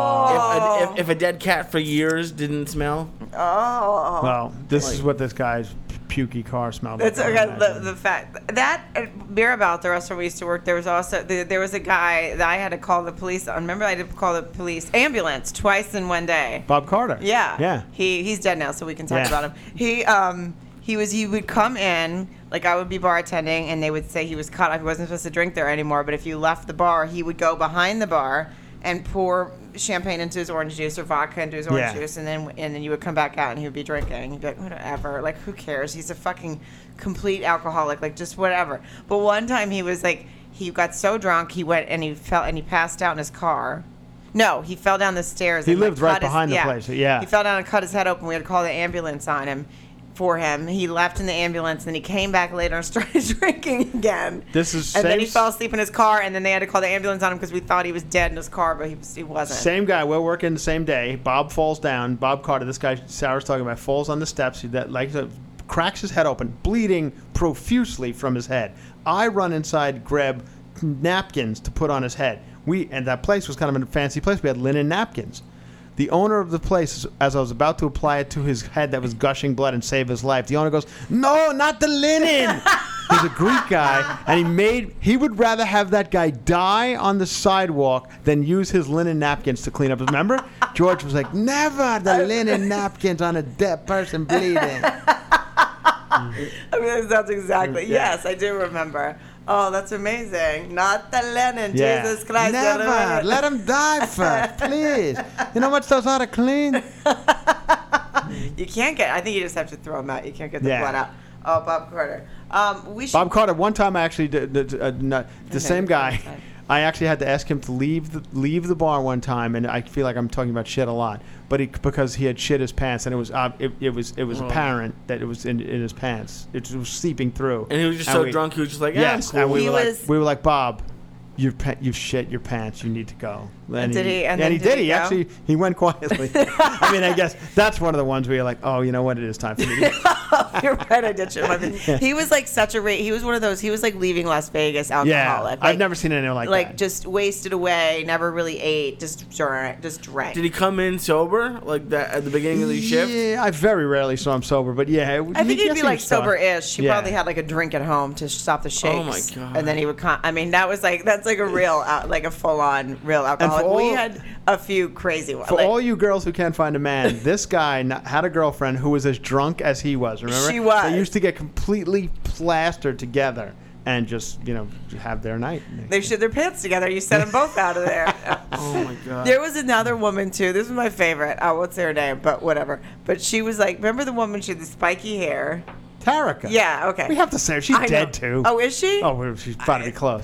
Speaker 1: Oh.
Speaker 3: If, a, if, if a dead cat for years didn't smell.
Speaker 1: oh.
Speaker 2: Well, this is what this guy's pukey car smelled
Speaker 1: It's
Speaker 2: like.
Speaker 1: okay. The, the fact that at Mirabelle, the restaurant we used to work, there was also there, there was a guy that I had to call the police on. Remember, I had to call the police ambulance twice in one day.
Speaker 2: Bob Carter.
Speaker 1: Yeah.
Speaker 2: Yeah.
Speaker 1: He he's dead now, so we can talk
Speaker 2: Yeah.
Speaker 1: about him. He um he was he would come in like I would be bartending and they would say he was caught. He wasn't supposed to drink there anymore. But if you left the bar, he would go behind the bar and pour champagne into his orange juice or vodka into his orange
Speaker 2: Yeah.
Speaker 1: juice, and then and then you would come back out and he would be drinking. He'd be like whatever, like who cares? He's a fucking complete alcoholic, like just whatever. But one time he was like he got so drunk he went and he fell and he passed out in his car. No, he fell down the stairs.
Speaker 2: He
Speaker 1: and, like,
Speaker 2: lived right
Speaker 1: cut his-
Speaker 2: behind the place, yeah.
Speaker 1: He fell down and cut his head open. We had to call the ambulance on him for him. He left in the ambulance and he came back later and [laughs] started drinking again.
Speaker 2: This is
Speaker 1: and then
Speaker 2: same
Speaker 1: he
Speaker 2: s-
Speaker 1: fell asleep in his car and then they had to call the ambulance on him because we thought he was dead in his car, but he, was, he wasn't.
Speaker 2: Same guy. We're working the same day. Bob falls down. Bob Carter. This guy Sarah's talking about falls on the steps. He that like uh, cracks his head open, bleeding profusely from his head. I run inside, grab napkins to put on his head. We and that place was kind of a fancy place. We had linen napkins. The owner of the place, as I was about to apply it to his head that was gushing blood and save his life, the owner goes, "No, not the
Speaker 1: [laughs]
Speaker 2: linen." He's a Greek guy, and he made he would rather have that guy die on the sidewalk than use his linen napkins to clean up. his. Remember, George was like, "Never the linen napkins on a dead person bleeding."
Speaker 1: I mean, that sounds exactly.
Speaker 2: Yeah.
Speaker 1: Yes, I do remember. Oh, that's amazing. Not the Lennon.
Speaker 2: Yeah.
Speaker 1: [laughs] Jesus Christ. [laughs]
Speaker 2: Never let him die first, please. You know what those are to clean?
Speaker 1: You can't get, I think you just have to throw him out. You can't get the
Speaker 2: Yeah.
Speaker 1: blood out. Oh, Bob Carter. Um, we should.
Speaker 2: Bob Carter. One time, I actually did, did- uh, not, the
Speaker 1: Okay,
Speaker 2: same guy.
Speaker 1: fine.
Speaker 2: I actually had to ask him to leave the, leave the bar one time, and I feel like I'm talking about shit a lot, but he, because he had shit his pants, and it was ob it, it was it was
Speaker 3: Oh.
Speaker 2: apparent that it was in, in his pants. It was seeping through.
Speaker 3: And he was just so
Speaker 2: we-
Speaker 3: drunk, he was just like, yeah,
Speaker 2: Yes, and we
Speaker 1: He
Speaker 2: were
Speaker 1: was-
Speaker 2: like, we were like, Bob, you pa- you shit your pants. You need to go.
Speaker 1: And did he- and then
Speaker 2: he
Speaker 1: did
Speaker 2: did.
Speaker 1: he
Speaker 2: He
Speaker 1: go?
Speaker 2: actually he went
Speaker 1: [laughs]
Speaker 2: quietly. I mean, I guess that's one of the ones where you're like, oh, you know what? It is time for me.
Speaker 1: [laughs]
Speaker 2: to go."
Speaker 1: You're right. I did shit my pants. He was like such a. Ra- he was one of those. He was like leaving Las Vegas
Speaker 2: yeah,
Speaker 1: alcoholic. like,
Speaker 2: I've never seen anyone like,
Speaker 1: like
Speaker 2: that.
Speaker 1: just wasted away. Never really ate. Just drank. Just drank.
Speaker 3: Did he come in sober like that at the beginning of the shift?
Speaker 2: Yeah, I very rarely saw him sober, but yeah,
Speaker 1: I think he'd
Speaker 2: yes,
Speaker 1: be
Speaker 2: he
Speaker 1: like
Speaker 2: was stoned.
Speaker 1: sober-ish. He
Speaker 2: Yeah.
Speaker 1: probably had like a drink at home to stop the shakes.
Speaker 3: Oh, my God.
Speaker 1: And then he would. Con- I mean, that was like that's like
Speaker 2: [laughs]
Speaker 1: a real, out, like a full-on real alcoholic. we
Speaker 2: all-
Speaker 1: had a few crazy ones.
Speaker 2: For
Speaker 1: Like,
Speaker 2: all you girls who can't find a
Speaker 1: [laughs]
Speaker 2: man, this guy n- had a girlfriend who was as drunk as he was. Remember,
Speaker 1: She was.
Speaker 2: They used to get completely plastered together and just you know have their night.
Speaker 1: they shit their pants together. You sent them both out
Speaker 2: [laughs]
Speaker 1: of there.
Speaker 3: Oh my god.
Speaker 1: There was another woman too. This was my favorite. I won't say her name, but whatever. But she was like, remember the woman? She had the spiky hair.
Speaker 2: Tarika.
Speaker 1: Yeah, okay.
Speaker 2: We have to say her. She's
Speaker 1: I know.
Speaker 2: dead too.
Speaker 1: Oh, is she?
Speaker 2: Oh, well, she's about to be
Speaker 1: [laughs]
Speaker 2: close.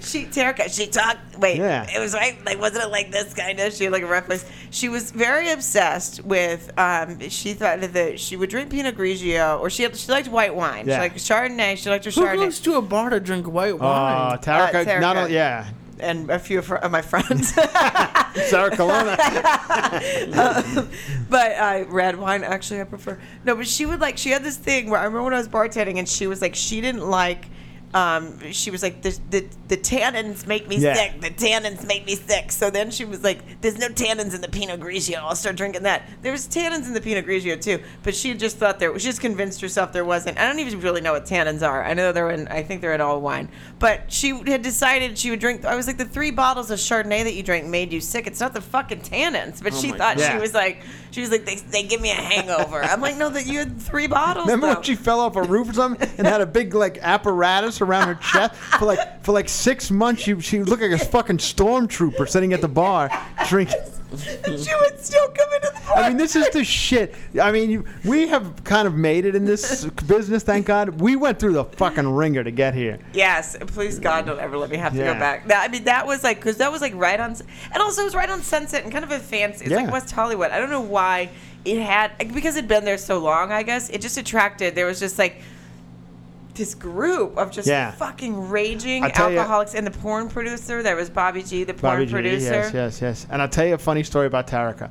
Speaker 1: She Terika, she talked. Wait,
Speaker 2: Yeah.
Speaker 1: it was right. Like, wasn't it like this kind of? She like reference. She was very obsessed with. Um, she thought that the, she would drink Pinot Grigio, or she she liked white wine.
Speaker 2: Yeah.
Speaker 1: She liked Chardonnay. She liked her
Speaker 3: Who
Speaker 1: Chardonnay,
Speaker 3: goes to a bar to drink white
Speaker 2: Oh,
Speaker 3: wine?
Speaker 2: Tarika.
Speaker 1: Tarika.
Speaker 2: Not only, yeah.
Speaker 1: and a few of, her, of my friends. [laughs]
Speaker 2: Sarah Colonna.
Speaker 1: but uh, red wine, actually, I prefer. No, but she would like. She had this thing where I remember when I was bartending, and she was like, she didn't like. Um, she was like, the, the the tannins make me
Speaker 2: Yeah.
Speaker 1: sick. The tannins make me sick. So then she was like, there's no tannins in the Pinot Grigio. I'll start drinking that. There was tannins in the Pinot Grigio too, but she had just thought there. She just convinced herself there wasn't. I don't even really know what tannins are. I know they're in. I think they're in all wine. But she had decided she would drink. I was like, the three bottles of Chardonnay that you drank made you sick. It's not the fucking tannins. But
Speaker 3: Oh
Speaker 1: she
Speaker 3: my
Speaker 1: thought
Speaker 2: God.
Speaker 1: she was like she was like they, they give me a hangover i'm like no that you had three bottles
Speaker 2: Remember
Speaker 1: though.
Speaker 2: when she fell off a roof or something and had a big like apparatus around her chest for like for like six months? She she looked like a fucking stormtrooper sitting at the bar drinking.
Speaker 1: [laughs] she would still come into the bar
Speaker 2: I mean, this is the shit. I mean, you, we have kind of made it in this business, thank God. We went through the fucking ringer to get here.
Speaker 1: yes please god don't ever let me have to
Speaker 2: Yeah.
Speaker 1: go back That- i mean that was like because that was like right on and also it was right on sunset and kind of a fancy it's
Speaker 2: Yeah.
Speaker 1: like west hollywood i don't know why it had like, because it'd been there so long i guess it just attracted there was just like this group of just
Speaker 2: Yeah.
Speaker 1: fucking raging
Speaker 2: I tell ya-
Speaker 1: alcoholics and the porn producer that was bobby g the porn
Speaker 2: Bobby G,
Speaker 1: producer
Speaker 2: Yes, yes, yes. And I'll tell you a funny story about Tarika.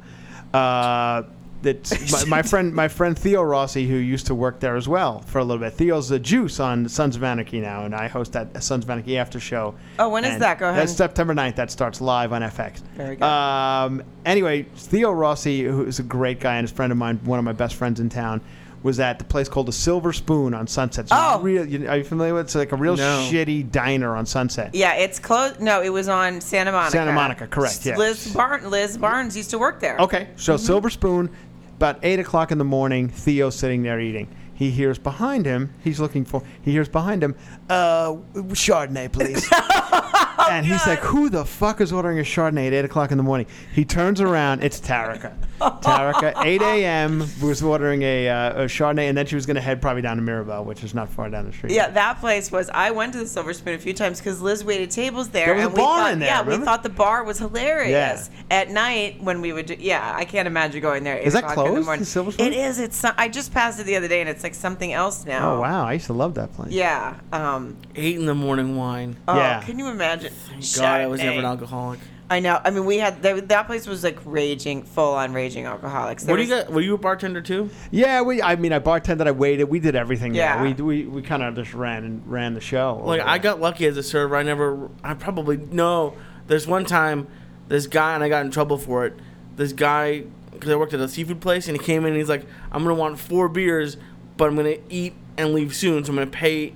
Speaker 2: Uh,
Speaker 1: [laughs]
Speaker 2: that my, my friend, my friend Theo Rossi, who used to work there as well for a little bit. Theo's the juice on Sons of Anarchy now, and I host that Sons of Anarchy after show.
Speaker 1: Oh, when is
Speaker 2: And
Speaker 1: that? Go ahead.
Speaker 2: That's September 9th. That starts live on FX.
Speaker 1: Very good.
Speaker 2: Um, anyway, Theo Rossi, who is a great guy and a friend of mine, one of my best friends in town, was at the place called the Silver Spoon on Sunset. It's a
Speaker 1: Oh.
Speaker 2: real, you- are you familiar with? it? It's like a real
Speaker 3: No.
Speaker 2: shitty diner on Sunset.
Speaker 1: Yeah, it's close. No, it was on Santa Monica.
Speaker 2: Santa Monica, correct, yeah.
Speaker 1: Liz Barn Liz Barnes used to work there.
Speaker 2: Okay, so Silver Spoon, about eight o'clock in the morning, Theo's sitting there eating. He hears behind him. He's looking for. He hears behind him. Uh, w- Chardonnay,
Speaker 1: [laughs]
Speaker 2: please.
Speaker 1: Oh,
Speaker 2: and he's like, "Who the fuck is ordering a Chardonnay at eight o'clock in the morning?" He turns around. It's
Speaker 1: [laughs]
Speaker 2: Tarika. Tarika, eight a.m. was ordering a, uh, a Chardonnay, and then she was going to head probably down to Mirabel, which is not far down the street.
Speaker 1: Yeah, that place was. I went to the Silver Spoon a few times because Liz waited tables there.
Speaker 2: There was a
Speaker 1: and we
Speaker 2: bar
Speaker 1: thought,
Speaker 2: in there,
Speaker 1: Yeah,
Speaker 2: remember?
Speaker 1: we thought the bar was hilarious. At night when we would, do, yeah, I can't imagine going there. at
Speaker 2: Is
Speaker 1: 8
Speaker 2: that
Speaker 1: o'clock in
Speaker 2: closed,
Speaker 1: the, morning.
Speaker 2: the Silver Spoon?
Speaker 1: It is. It's. some- I just passed it the other day, and it's like something else now.
Speaker 2: Oh wow, I used to love that place.
Speaker 1: Yeah. Um.
Speaker 3: Eight in the morning wine.
Speaker 1: Oh,
Speaker 2: Yeah.
Speaker 1: Can you imagine?
Speaker 3: God, I was never
Speaker 1: Chardonnay.
Speaker 3: an alcoholic.
Speaker 1: I know. I mean, we had that, that place was like raging, full on raging alcoholics. There
Speaker 3: What do you
Speaker 1: was-
Speaker 3: got? Were you a bartender too?
Speaker 2: Yeah, we. I mean, I bartended. I waited. We did everything. Yeah,
Speaker 1: Yeah.
Speaker 2: we we, we kind of just ran and ran the show.
Speaker 3: Like
Speaker 2: over
Speaker 3: I
Speaker 2: there.
Speaker 3: got lucky as a server. I never. I probably no. There's one time, this guy and I got in trouble for it. This guy, because I worked at a seafood place, and he came in and he's like, "I'm gonna want four beers, but I'm gonna eat and leave soon, so I'm gonna pay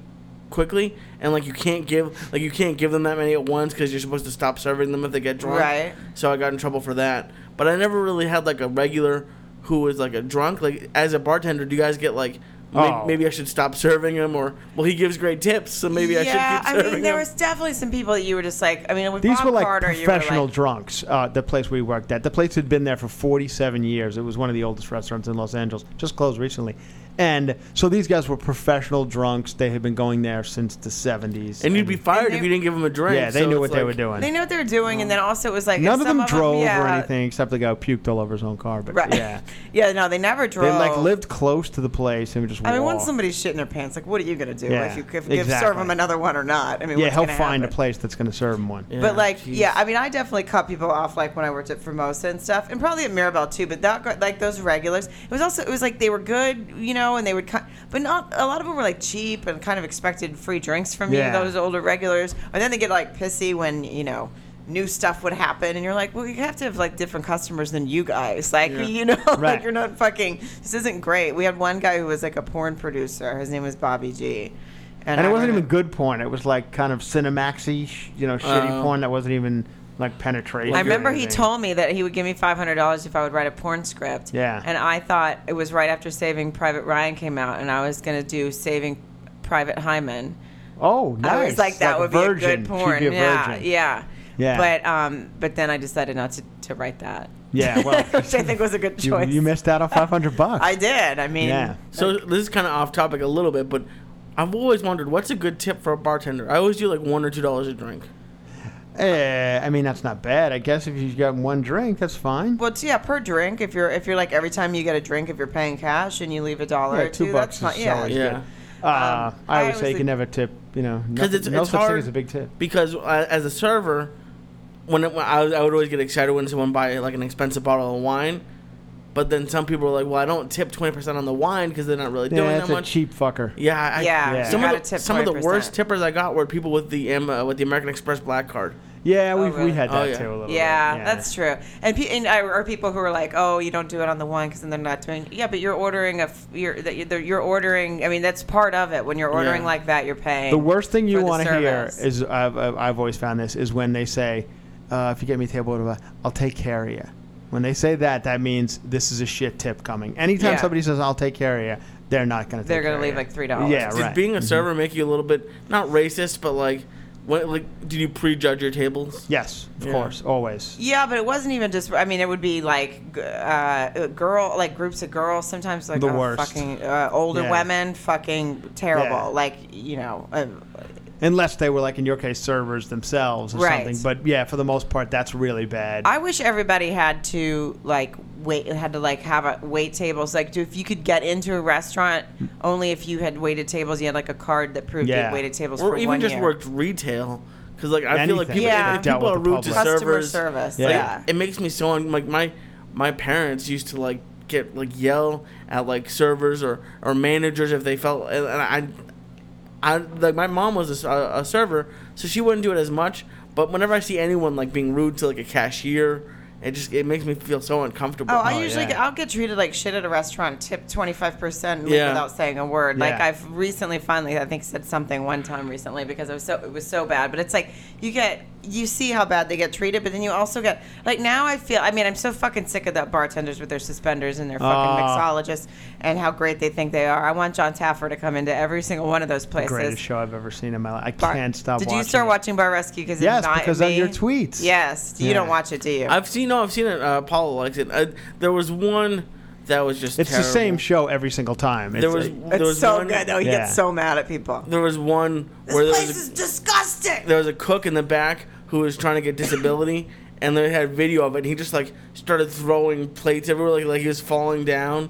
Speaker 3: quickly." And like you can't give like you can't give them that many at once because you're supposed to stop serving them if they get drunk.
Speaker 1: Right.
Speaker 3: So I got in trouble for that. But I never really had like a regular who was like a drunk. Like as a bartender, do you guys get like? may-
Speaker 2: Oh.
Speaker 3: Maybe I should stop serving him, or well, he gives great tips, so maybe Maybe I
Speaker 1: yeah,
Speaker 3: should keep serving
Speaker 1: I mean, there
Speaker 3: them.
Speaker 1: was definitely some people that you were just like, I mean, with
Speaker 2: These
Speaker 1: Bob
Speaker 2: were like
Speaker 1: Carter, you
Speaker 2: professional
Speaker 1: were like,
Speaker 2: drunks. Uh, the place we worked at, the place had been there for 47 years. It was one of the oldest restaurants in Los Angeles. Just closed recently, and so these guys were professional drunks. They had been going there since the 70s.
Speaker 3: and you'd be fired
Speaker 1: they-
Speaker 3: if you didn't give them a drink.
Speaker 2: yeah, they
Speaker 3: so
Speaker 2: knew
Speaker 3: it's
Speaker 2: what they
Speaker 3: like-
Speaker 2: were doing.
Speaker 1: they know what they're doing, and then also it was like,
Speaker 2: Mm. None
Speaker 1: some
Speaker 2: of them drove or
Speaker 1: yeah,
Speaker 2: anything except the guy who puked all over his own car. But
Speaker 1: Right.
Speaker 2: yeah,
Speaker 1: [laughs] yeah, no, they never drove.
Speaker 2: they like lived close to the place and would just.
Speaker 1: I mean,
Speaker 2: walk.
Speaker 1: once somebody's shitting their pants, like, what are you gonna do?
Speaker 2: Yeah,
Speaker 1: if you if, give serve
Speaker 2: exactly.
Speaker 1: them another one or not? I mean,
Speaker 2: yeah,
Speaker 1: what's
Speaker 2: he'll
Speaker 1: gonna
Speaker 2: find a
Speaker 1: happen?
Speaker 2: place that's going to serve him one.
Speaker 1: But like,
Speaker 3: jeez.
Speaker 1: yeah, I mean, I definitely cut people off, like when I worked at Formosa and stuff, and probably at Mirabelle too. But that, got- like those regulars, it was also it was like they were good, you know, and they would, cut, but not a lot of them were like cheap and kind of expected free drinks from
Speaker 2: Yeah.
Speaker 1: you. Those older regulars, and then they get like pissy when you know new stuff would happen, and you're like, well, you have to have like different customers than you guys, [laughs] like
Speaker 3: Yeah.
Speaker 1: you know,
Speaker 2: Right.
Speaker 1: like you're not fucking. This isn't great. We had one guy who was like a porn producer. His name was Bobby G.
Speaker 2: And
Speaker 1: I
Speaker 2: it wasn't
Speaker 1: remember-
Speaker 2: even good porn. It was like kind of Cinemaxy, sh- you know, shitty
Speaker 3: Oh.
Speaker 2: porn that wasn't even like penetration.
Speaker 1: I
Speaker 2: or
Speaker 1: remember he
Speaker 2: anything.
Speaker 1: told me that he would give me five hundred dollars if I would write a porn script.
Speaker 2: Yeah.
Speaker 1: And I thought it was right after Saving Private Ryan came out, and I was gonna do Saving Private Hyman.
Speaker 2: "Oh, nice!"
Speaker 1: I was like, that
Speaker 2: a
Speaker 1: would
Speaker 2: virgin.
Speaker 1: be a good porn.
Speaker 2: She'd be a
Speaker 1: yeah,
Speaker 2: virgin.
Speaker 1: yeah.
Speaker 2: Yeah.
Speaker 1: But um, but then I decided not to, to write that. [laughs]
Speaker 2: Yeah, well,
Speaker 1: which I think was a
Speaker 2: [laughs]
Speaker 1: good
Speaker 2: you,
Speaker 1: choice.
Speaker 2: you missed out on 500 bucks.
Speaker 1: [laughs] I did. I mean,
Speaker 2: Yeah.
Speaker 3: So this is kind of off topic a little bit, but I've always wondered what's a good tip for a bartender. I always do like one or two dollars a drink.
Speaker 2: Eh, I mean, that's not bad. I guess if you've got one drink, that's fine.
Speaker 1: Well, it's- yeah, per drink. If you're if you're like every time you get a drink, if you're paying cash and you leave a dollar
Speaker 2: Yeah,
Speaker 1: or
Speaker 2: two
Speaker 1: two,
Speaker 2: bucks
Speaker 1: that's not
Speaker 2: is
Speaker 1: yeah.
Speaker 2: always
Speaker 3: Yeah.
Speaker 2: Uh, I,
Speaker 1: I
Speaker 2: would say you
Speaker 1: always
Speaker 2: can never tip, you know, no,
Speaker 3: [laughs] 'Cause it's-
Speaker 2: no
Speaker 3: it's
Speaker 2: such
Speaker 3: hard-
Speaker 2: thing as a big tip.
Speaker 3: because uh, as a server, when, it, when I, was- I would always get excited when someone buy like an expensive bottle of wine, but then some people are like, "Well, I don't tip twenty percent on the wine because they're not really
Speaker 2: Yeah,
Speaker 3: doing
Speaker 2: that's
Speaker 3: that
Speaker 2: a
Speaker 3: much."
Speaker 2: cheap fucker.
Speaker 1: Oh,
Speaker 3: yeah, I,
Speaker 1: Yeah,
Speaker 2: Yeah. you
Speaker 3: Some, of
Speaker 1: gotta
Speaker 3: the,
Speaker 1: tip
Speaker 3: some of the
Speaker 1: 20%.
Speaker 3: worst tippers I got were people with the um, uh, with the American Express black card.
Speaker 2: Yeah, we, we
Speaker 1: really?
Speaker 2: had
Speaker 3: Oh,
Speaker 2: that
Speaker 3: yeah.
Speaker 2: too a little bit.
Speaker 1: Yeah, that's true. And, pe- and I, are people who are like, "Oh, you don't do it on the wine because then they're not doing." Yeah, but you're ordering a f- you're that you're you're ordering. I mean, that's part of it. When you're ordering
Speaker 3: Yeah.
Speaker 1: like that, you're paying.
Speaker 2: The worst thing you
Speaker 1: for the
Speaker 2: want to hear
Speaker 1: service.
Speaker 2: is I've, I've I've always found this is when they say, uh, "If you get me a table, order, I'll take care of you." When they say that, that means this is a shit tip coming. Anytime
Speaker 1: Yeah.
Speaker 2: somebody says, "I'll take care of you," they're not going to.
Speaker 1: They're gonna leave, like, $3.
Speaker 2: Yeah,
Speaker 3: Did
Speaker 2: right.
Speaker 3: being a server make you a little bit not racist, but like, what like did you prejudge your tables?
Speaker 2: yes, of
Speaker 3: Yeah.
Speaker 2: course, always.
Speaker 1: Yeah, but it wasn't even just. I mean, it would be like g- uh, girl, like groups of girls. Sometimes like
Speaker 2: The
Speaker 1: oh,
Speaker 2: worst.
Speaker 1: fucking uh, older
Speaker 2: Yeah.
Speaker 1: women, fucking terrible.
Speaker 2: Yeah.
Speaker 1: Like you know, um,
Speaker 2: Unless they were like in your case servers themselves or
Speaker 1: Right.
Speaker 2: something. But yeah, for the most part, that's really bad.
Speaker 1: I wish everybody had to like wait, had to like have a wait tables. Like, do if you could get into a restaurant only if you had waited tables. You had like a card that proved you
Speaker 2: Yeah.
Speaker 1: had waited tables
Speaker 3: or
Speaker 1: for
Speaker 3: even
Speaker 1: one
Speaker 3: just
Speaker 1: year.
Speaker 3: worked retail because like I feel like
Speaker 2: Anything.
Speaker 3: people
Speaker 1: Yeah.
Speaker 3: if- if people
Speaker 2: Dealt
Speaker 3: are
Speaker 2: with the
Speaker 3: rude to
Speaker 2: public.
Speaker 1: Customer
Speaker 3: servers.
Speaker 1: service.
Speaker 2: Yeah.
Speaker 1: Yeah.
Speaker 3: like, it makes me so un- like my my parents used to like get like yell at like servers or or managers if they felt and and I I like my mom was a s- a, a server so she wouldn't do it as much but whenever I see anyone like being rude to like a cashier it just it makes me feel so uncomfortable
Speaker 1: Oh, I usually
Speaker 2: yeah.
Speaker 1: get, I'll get treated like shit at a restaurant. Tip twenty five percent
Speaker 3: Yeah.
Speaker 1: without saying a word. Like
Speaker 2: Yeah.
Speaker 1: I've recently, finally, I think said something one time recently because I was so it was so bad. But it's like you get you see how bad they get treated, but then you also get like now I feel. I mean, I'm so fucking sick of that bartenders with their suspenders and their fucking
Speaker 2: Oh.
Speaker 1: mixologists and how great they think they are. I want John Taffer to come into every single one of those places.
Speaker 2: Greatest show I've ever seen in my life. I
Speaker 1: Bar-
Speaker 2: can't stop.
Speaker 1: Did
Speaker 2: watching
Speaker 1: you start
Speaker 2: it.
Speaker 1: watching Bar Rescue? Because
Speaker 2: Yes,
Speaker 1: not
Speaker 2: because
Speaker 1: me?
Speaker 2: of your tweets.
Speaker 1: Yes, you
Speaker 2: Yeah.
Speaker 1: don't watch it, do you?
Speaker 3: I've seen no I've seen it uh, Paula likes it uh, there was one that was just
Speaker 2: It's the same
Speaker 3: terrible.
Speaker 2: show every single time. It's
Speaker 3: there was
Speaker 2: like-
Speaker 3: there
Speaker 1: it's
Speaker 3: was
Speaker 1: so
Speaker 3: one,
Speaker 1: good though. He
Speaker 2: Yeah.
Speaker 1: gets so mad at people.
Speaker 3: there was one
Speaker 1: This
Speaker 3: where there
Speaker 1: place
Speaker 3: was a-
Speaker 1: is disgusting.
Speaker 3: there was a cook in the back who was trying to get disability and they had video of it and he just like started throwing plates everywhere like, like he was falling down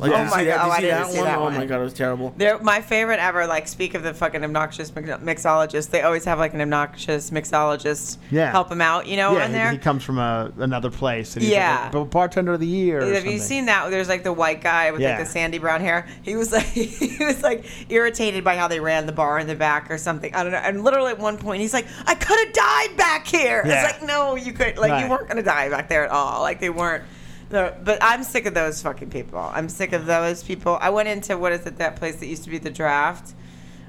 Speaker 3: like
Speaker 1: Oh
Speaker 3: did you
Speaker 1: my
Speaker 3: see that?
Speaker 1: God,
Speaker 3: Did
Speaker 1: oh,
Speaker 3: you
Speaker 1: I
Speaker 3: see
Speaker 1: didn't
Speaker 3: that
Speaker 1: see
Speaker 3: one?
Speaker 1: that
Speaker 3: Oh my
Speaker 1: one.
Speaker 3: god it was terrible
Speaker 1: They're my favorite ever. Like, speak of the fucking obnoxious mix- mixologist. They always have like an obnoxious mixologist
Speaker 2: Yeah.
Speaker 1: help him out, you know,
Speaker 2: yeah,
Speaker 1: Oh, in
Speaker 2: he-
Speaker 1: there.
Speaker 2: He, comes from a, another place. And he's
Speaker 1: Yeah.
Speaker 2: like, "But bartender of the year. or
Speaker 1: have you
Speaker 2: something."
Speaker 1: seen that? There's like the white guy with
Speaker 2: Yeah.
Speaker 1: like the sandy brown hair. He was [laughs] like he was like irritated by how they ran the bar in the back or something. I don't know. And literally at one point he's like, I could have died back here.
Speaker 2: Yeah.
Speaker 1: It's like no, you could like
Speaker 2: Right.
Speaker 1: you weren't gonna die back there at all. Like they weren't. the- But I'm sick of those fucking people. I'm sick of those people. I went into what is it that place that used to be the draft.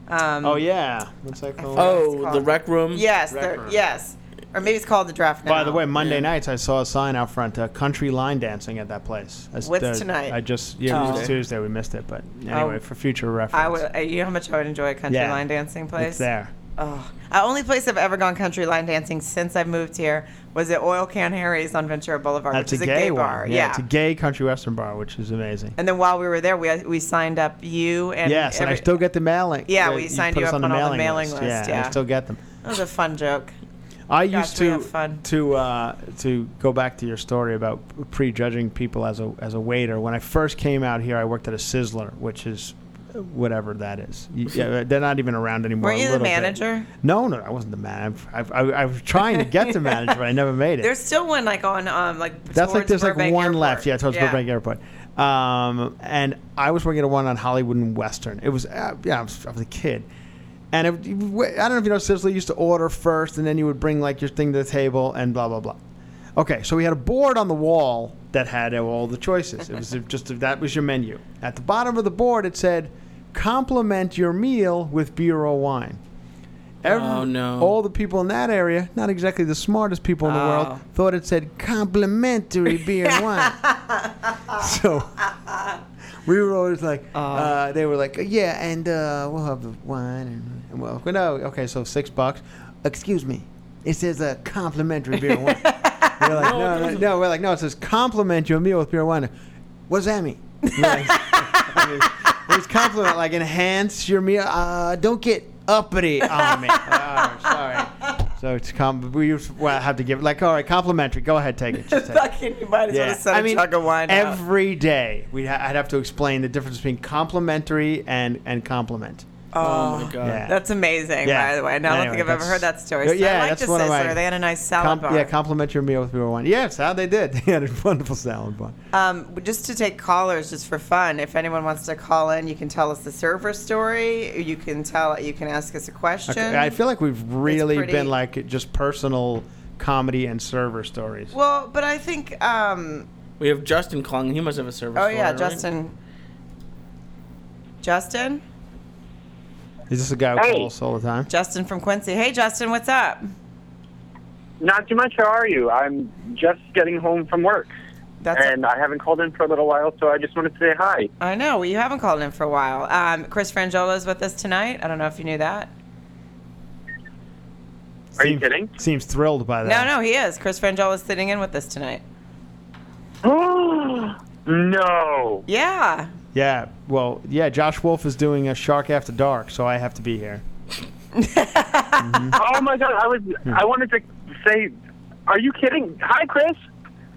Speaker 1: Um,
Speaker 2: Oh yeah. What's that called?
Speaker 1: forgot.
Speaker 3: oh
Speaker 1: it's
Speaker 3: the
Speaker 1: called-
Speaker 3: rec room
Speaker 1: Yes,
Speaker 2: Rec
Speaker 1: they're-
Speaker 2: room.
Speaker 1: yes, or maybe it's called the draft.
Speaker 2: By
Speaker 1: now.
Speaker 2: the way, Monday
Speaker 3: Yeah.
Speaker 2: nights I saw a sign out front, uh, country line dancing at that place. I s-
Speaker 1: What's
Speaker 2: uh,
Speaker 1: tonight?
Speaker 2: I just yeah, it was
Speaker 3: Tuesday.
Speaker 2: Tuesday. We missed it, but anyway,
Speaker 1: Oh.
Speaker 2: for future
Speaker 1: I
Speaker 2: reference,
Speaker 1: would. uh, You know how much I would enjoy a country
Speaker 2: Yeah.
Speaker 1: line dancing place.
Speaker 2: it's there.
Speaker 1: Oh, the only place I've ever gone country line dancing since I moved here was at Oil Can Harry's on Ventura Boulevard,
Speaker 2: That's
Speaker 1: which
Speaker 2: a
Speaker 1: is
Speaker 2: gay,
Speaker 1: a gay
Speaker 2: one.
Speaker 1: bar.
Speaker 2: Yeah,
Speaker 1: Yeah.
Speaker 2: it's a gay country western bar, which is amazing.
Speaker 1: and then while we were there, we we signed up you and
Speaker 2: yes, and I
Speaker 1: every-
Speaker 2: still get the mailing.
Speaker 1: Yeah,
Speaker 2: uh,
Speaker 1: we signed
Speaker 2: put
Speaker 1: you
Speaker 2: us
Speaker 1: up on all the mailing list,
Speaker 2: Yeah, and I
Speaker 1: yeah.
Speaker 2: still get them.
Speaker 1: That was a fun joke.
Speaker 2: I
Speaker 1: Gosh,
Speaker 2: used
Speaker 1: we
Speaker 2: to
Speaker 1: have fun.
Speaker 2: to uh, to go back to your story about prejudging people as a as a waiter. When I first came out here, I worked at a Sizzler, which is whatever that is. You-
Speaker 1: [laughs]
Speaker 2: yeah, they're not even around anymore.
Speaker 1: Weren't
Speaker 2: a
Speaker 1: you the
Speaker 2: little bit.
Speaker 1: manager?
Speaker 2: No, no, I wasn't the manager. I, I, I was trying to get to manager, but I never made it.
Speaker 1: [laughs] There's still one like on um like
Speaker 2: That's like
Speaker 1: towards
Speaker 2: there's
Speaker 1: Burbank
Speaker 2: like one
Speaker 1: Airport.
Speaker 2: left. Yeah, towards Burbank
Speaker 1: [laughs]
Speaker 2: Airport. Um, and I was working at one on Hollywood and Western. It was uh, yeah, I was, I was a kid, and it, I don't know if you know Sizzler used to order first, and then you would bring like your thing to the table and blah blah blah. Okay, so we had a board on the wall that had all the choices. It was just that was your menu. At the bottom of the board, it said, "Complement your meal with beer or wine." Every-
Speaker 3: Oh, no.
Speaker 2: All the people in that area, not exactly the smartest people in the world,
Speaker 1: Oh.
Speaker 2: thought it said complimentary beer and wine. so we were always like, uh, they were like, yeah, and uh, we'll have the wine and, and well, no, okay, so six bucks. Excuse me, it says a complimentary beer and wine. We're
Speaker 1: [laughs]
Speaker 2: like,
Speaker 3: No, it
Speaker 2: no, no,
Speaker 3: doesn't.
Speaker 2: no, we're like, no, it says compliment your meal with pure wine. What does that mean? We're like, [laughs] I mean, it's compliment, like enhance your meal. Uh, don't get uppity on me.
Speaker 1: [laughs]
Speaker 2: Oh, sorry. So it's com- we used- well, have to give like all right, complimentary. Go ahead, take it. Just take it.
Speaker 1: Fucking, you might as well set a chug of wine out.
Speaker 2: every day we'd ha- I'd have to explain the difference between complimentary and and compliment.
Speaker 1: Oh,
Speaker 3: my god.
Speaker 2: Yeah.
Speaker 1: That's amazing,
Speaker 2: Yeah.
Speaker 1: by the way. And I don't
Speaker 2: Anyway,
Speaker 1: think I've ever
Speaker 2: that's-
Speaker 1: heard that story.
Speaker 2: Yeah,
Speaker 1: So yeah,
Speaker 2: yeah,
Speaker 1: I like
Speaker 2: that's
Speaker 1: to
Speaker 2: one of
Speaker 1: Sizzler.
Speaker 2: my-
Speaker 1: They had a nice salad
Speaker 2: Com-
Speaker 1: bar.
Speaker 2: yeah, compliment your meal with pure wine. Yes, how they did. [laughs] They had a wonderful salad bar.
Speaker 1: Um, just to take callers, just for fun. If anyone wants to call in, you can tell us the server story. You can tell. You can ask us a question.
Speaker 2: Okay, I feel like we've really
Speaker 1: pretty-
Speaker 2: been like just personal comedy and server stories.
Speaker 1: well, but I think. Um,
Speaker 3: We have Justin calling. He must have a service.
Speaker 1: oh
Speaker 3: for
Speaker 1: yeah,
Speaker 3: it, right?
Speaker 1: Justin. Justin,
Speaker 2: Is this a guy who
Speaker 4: Hey.
Speaker 2: calls all the time?
Speaker 1: Justin from Quincy. Hey, Justin, what's up?
Speaker 4: Not too much. How are you? I'm just getting home from work,
Speaker 1: That's
Speaker 4: and I haven't called in for a little while, so I just wanted to say hi. [gasps]
Speaker 1: I know. Well, you haven't called in for a while. Um, Chris Frangiola is with us tonight. I don't know if you knew that.
Speaker 4: Are you
Speaker 2: Seems-
Speaker 4: kidding?
Speaker 2: Seems thrilled by
Speaker 1: No,
Speaker 2: that.
Speaker 1: no, he is. Chris Frangiola is sitting in with us tonight. [laughs]
Speaker 4: no.
Speaker 1: Yeah.
Speaker 2: Yeah. Well, yeah. Josh Wolf is doing a Shark After Dark, so I have to be here.
Speaker 4: Oh my God! I was. I wanted to say, are you kidding? Hi, Chris.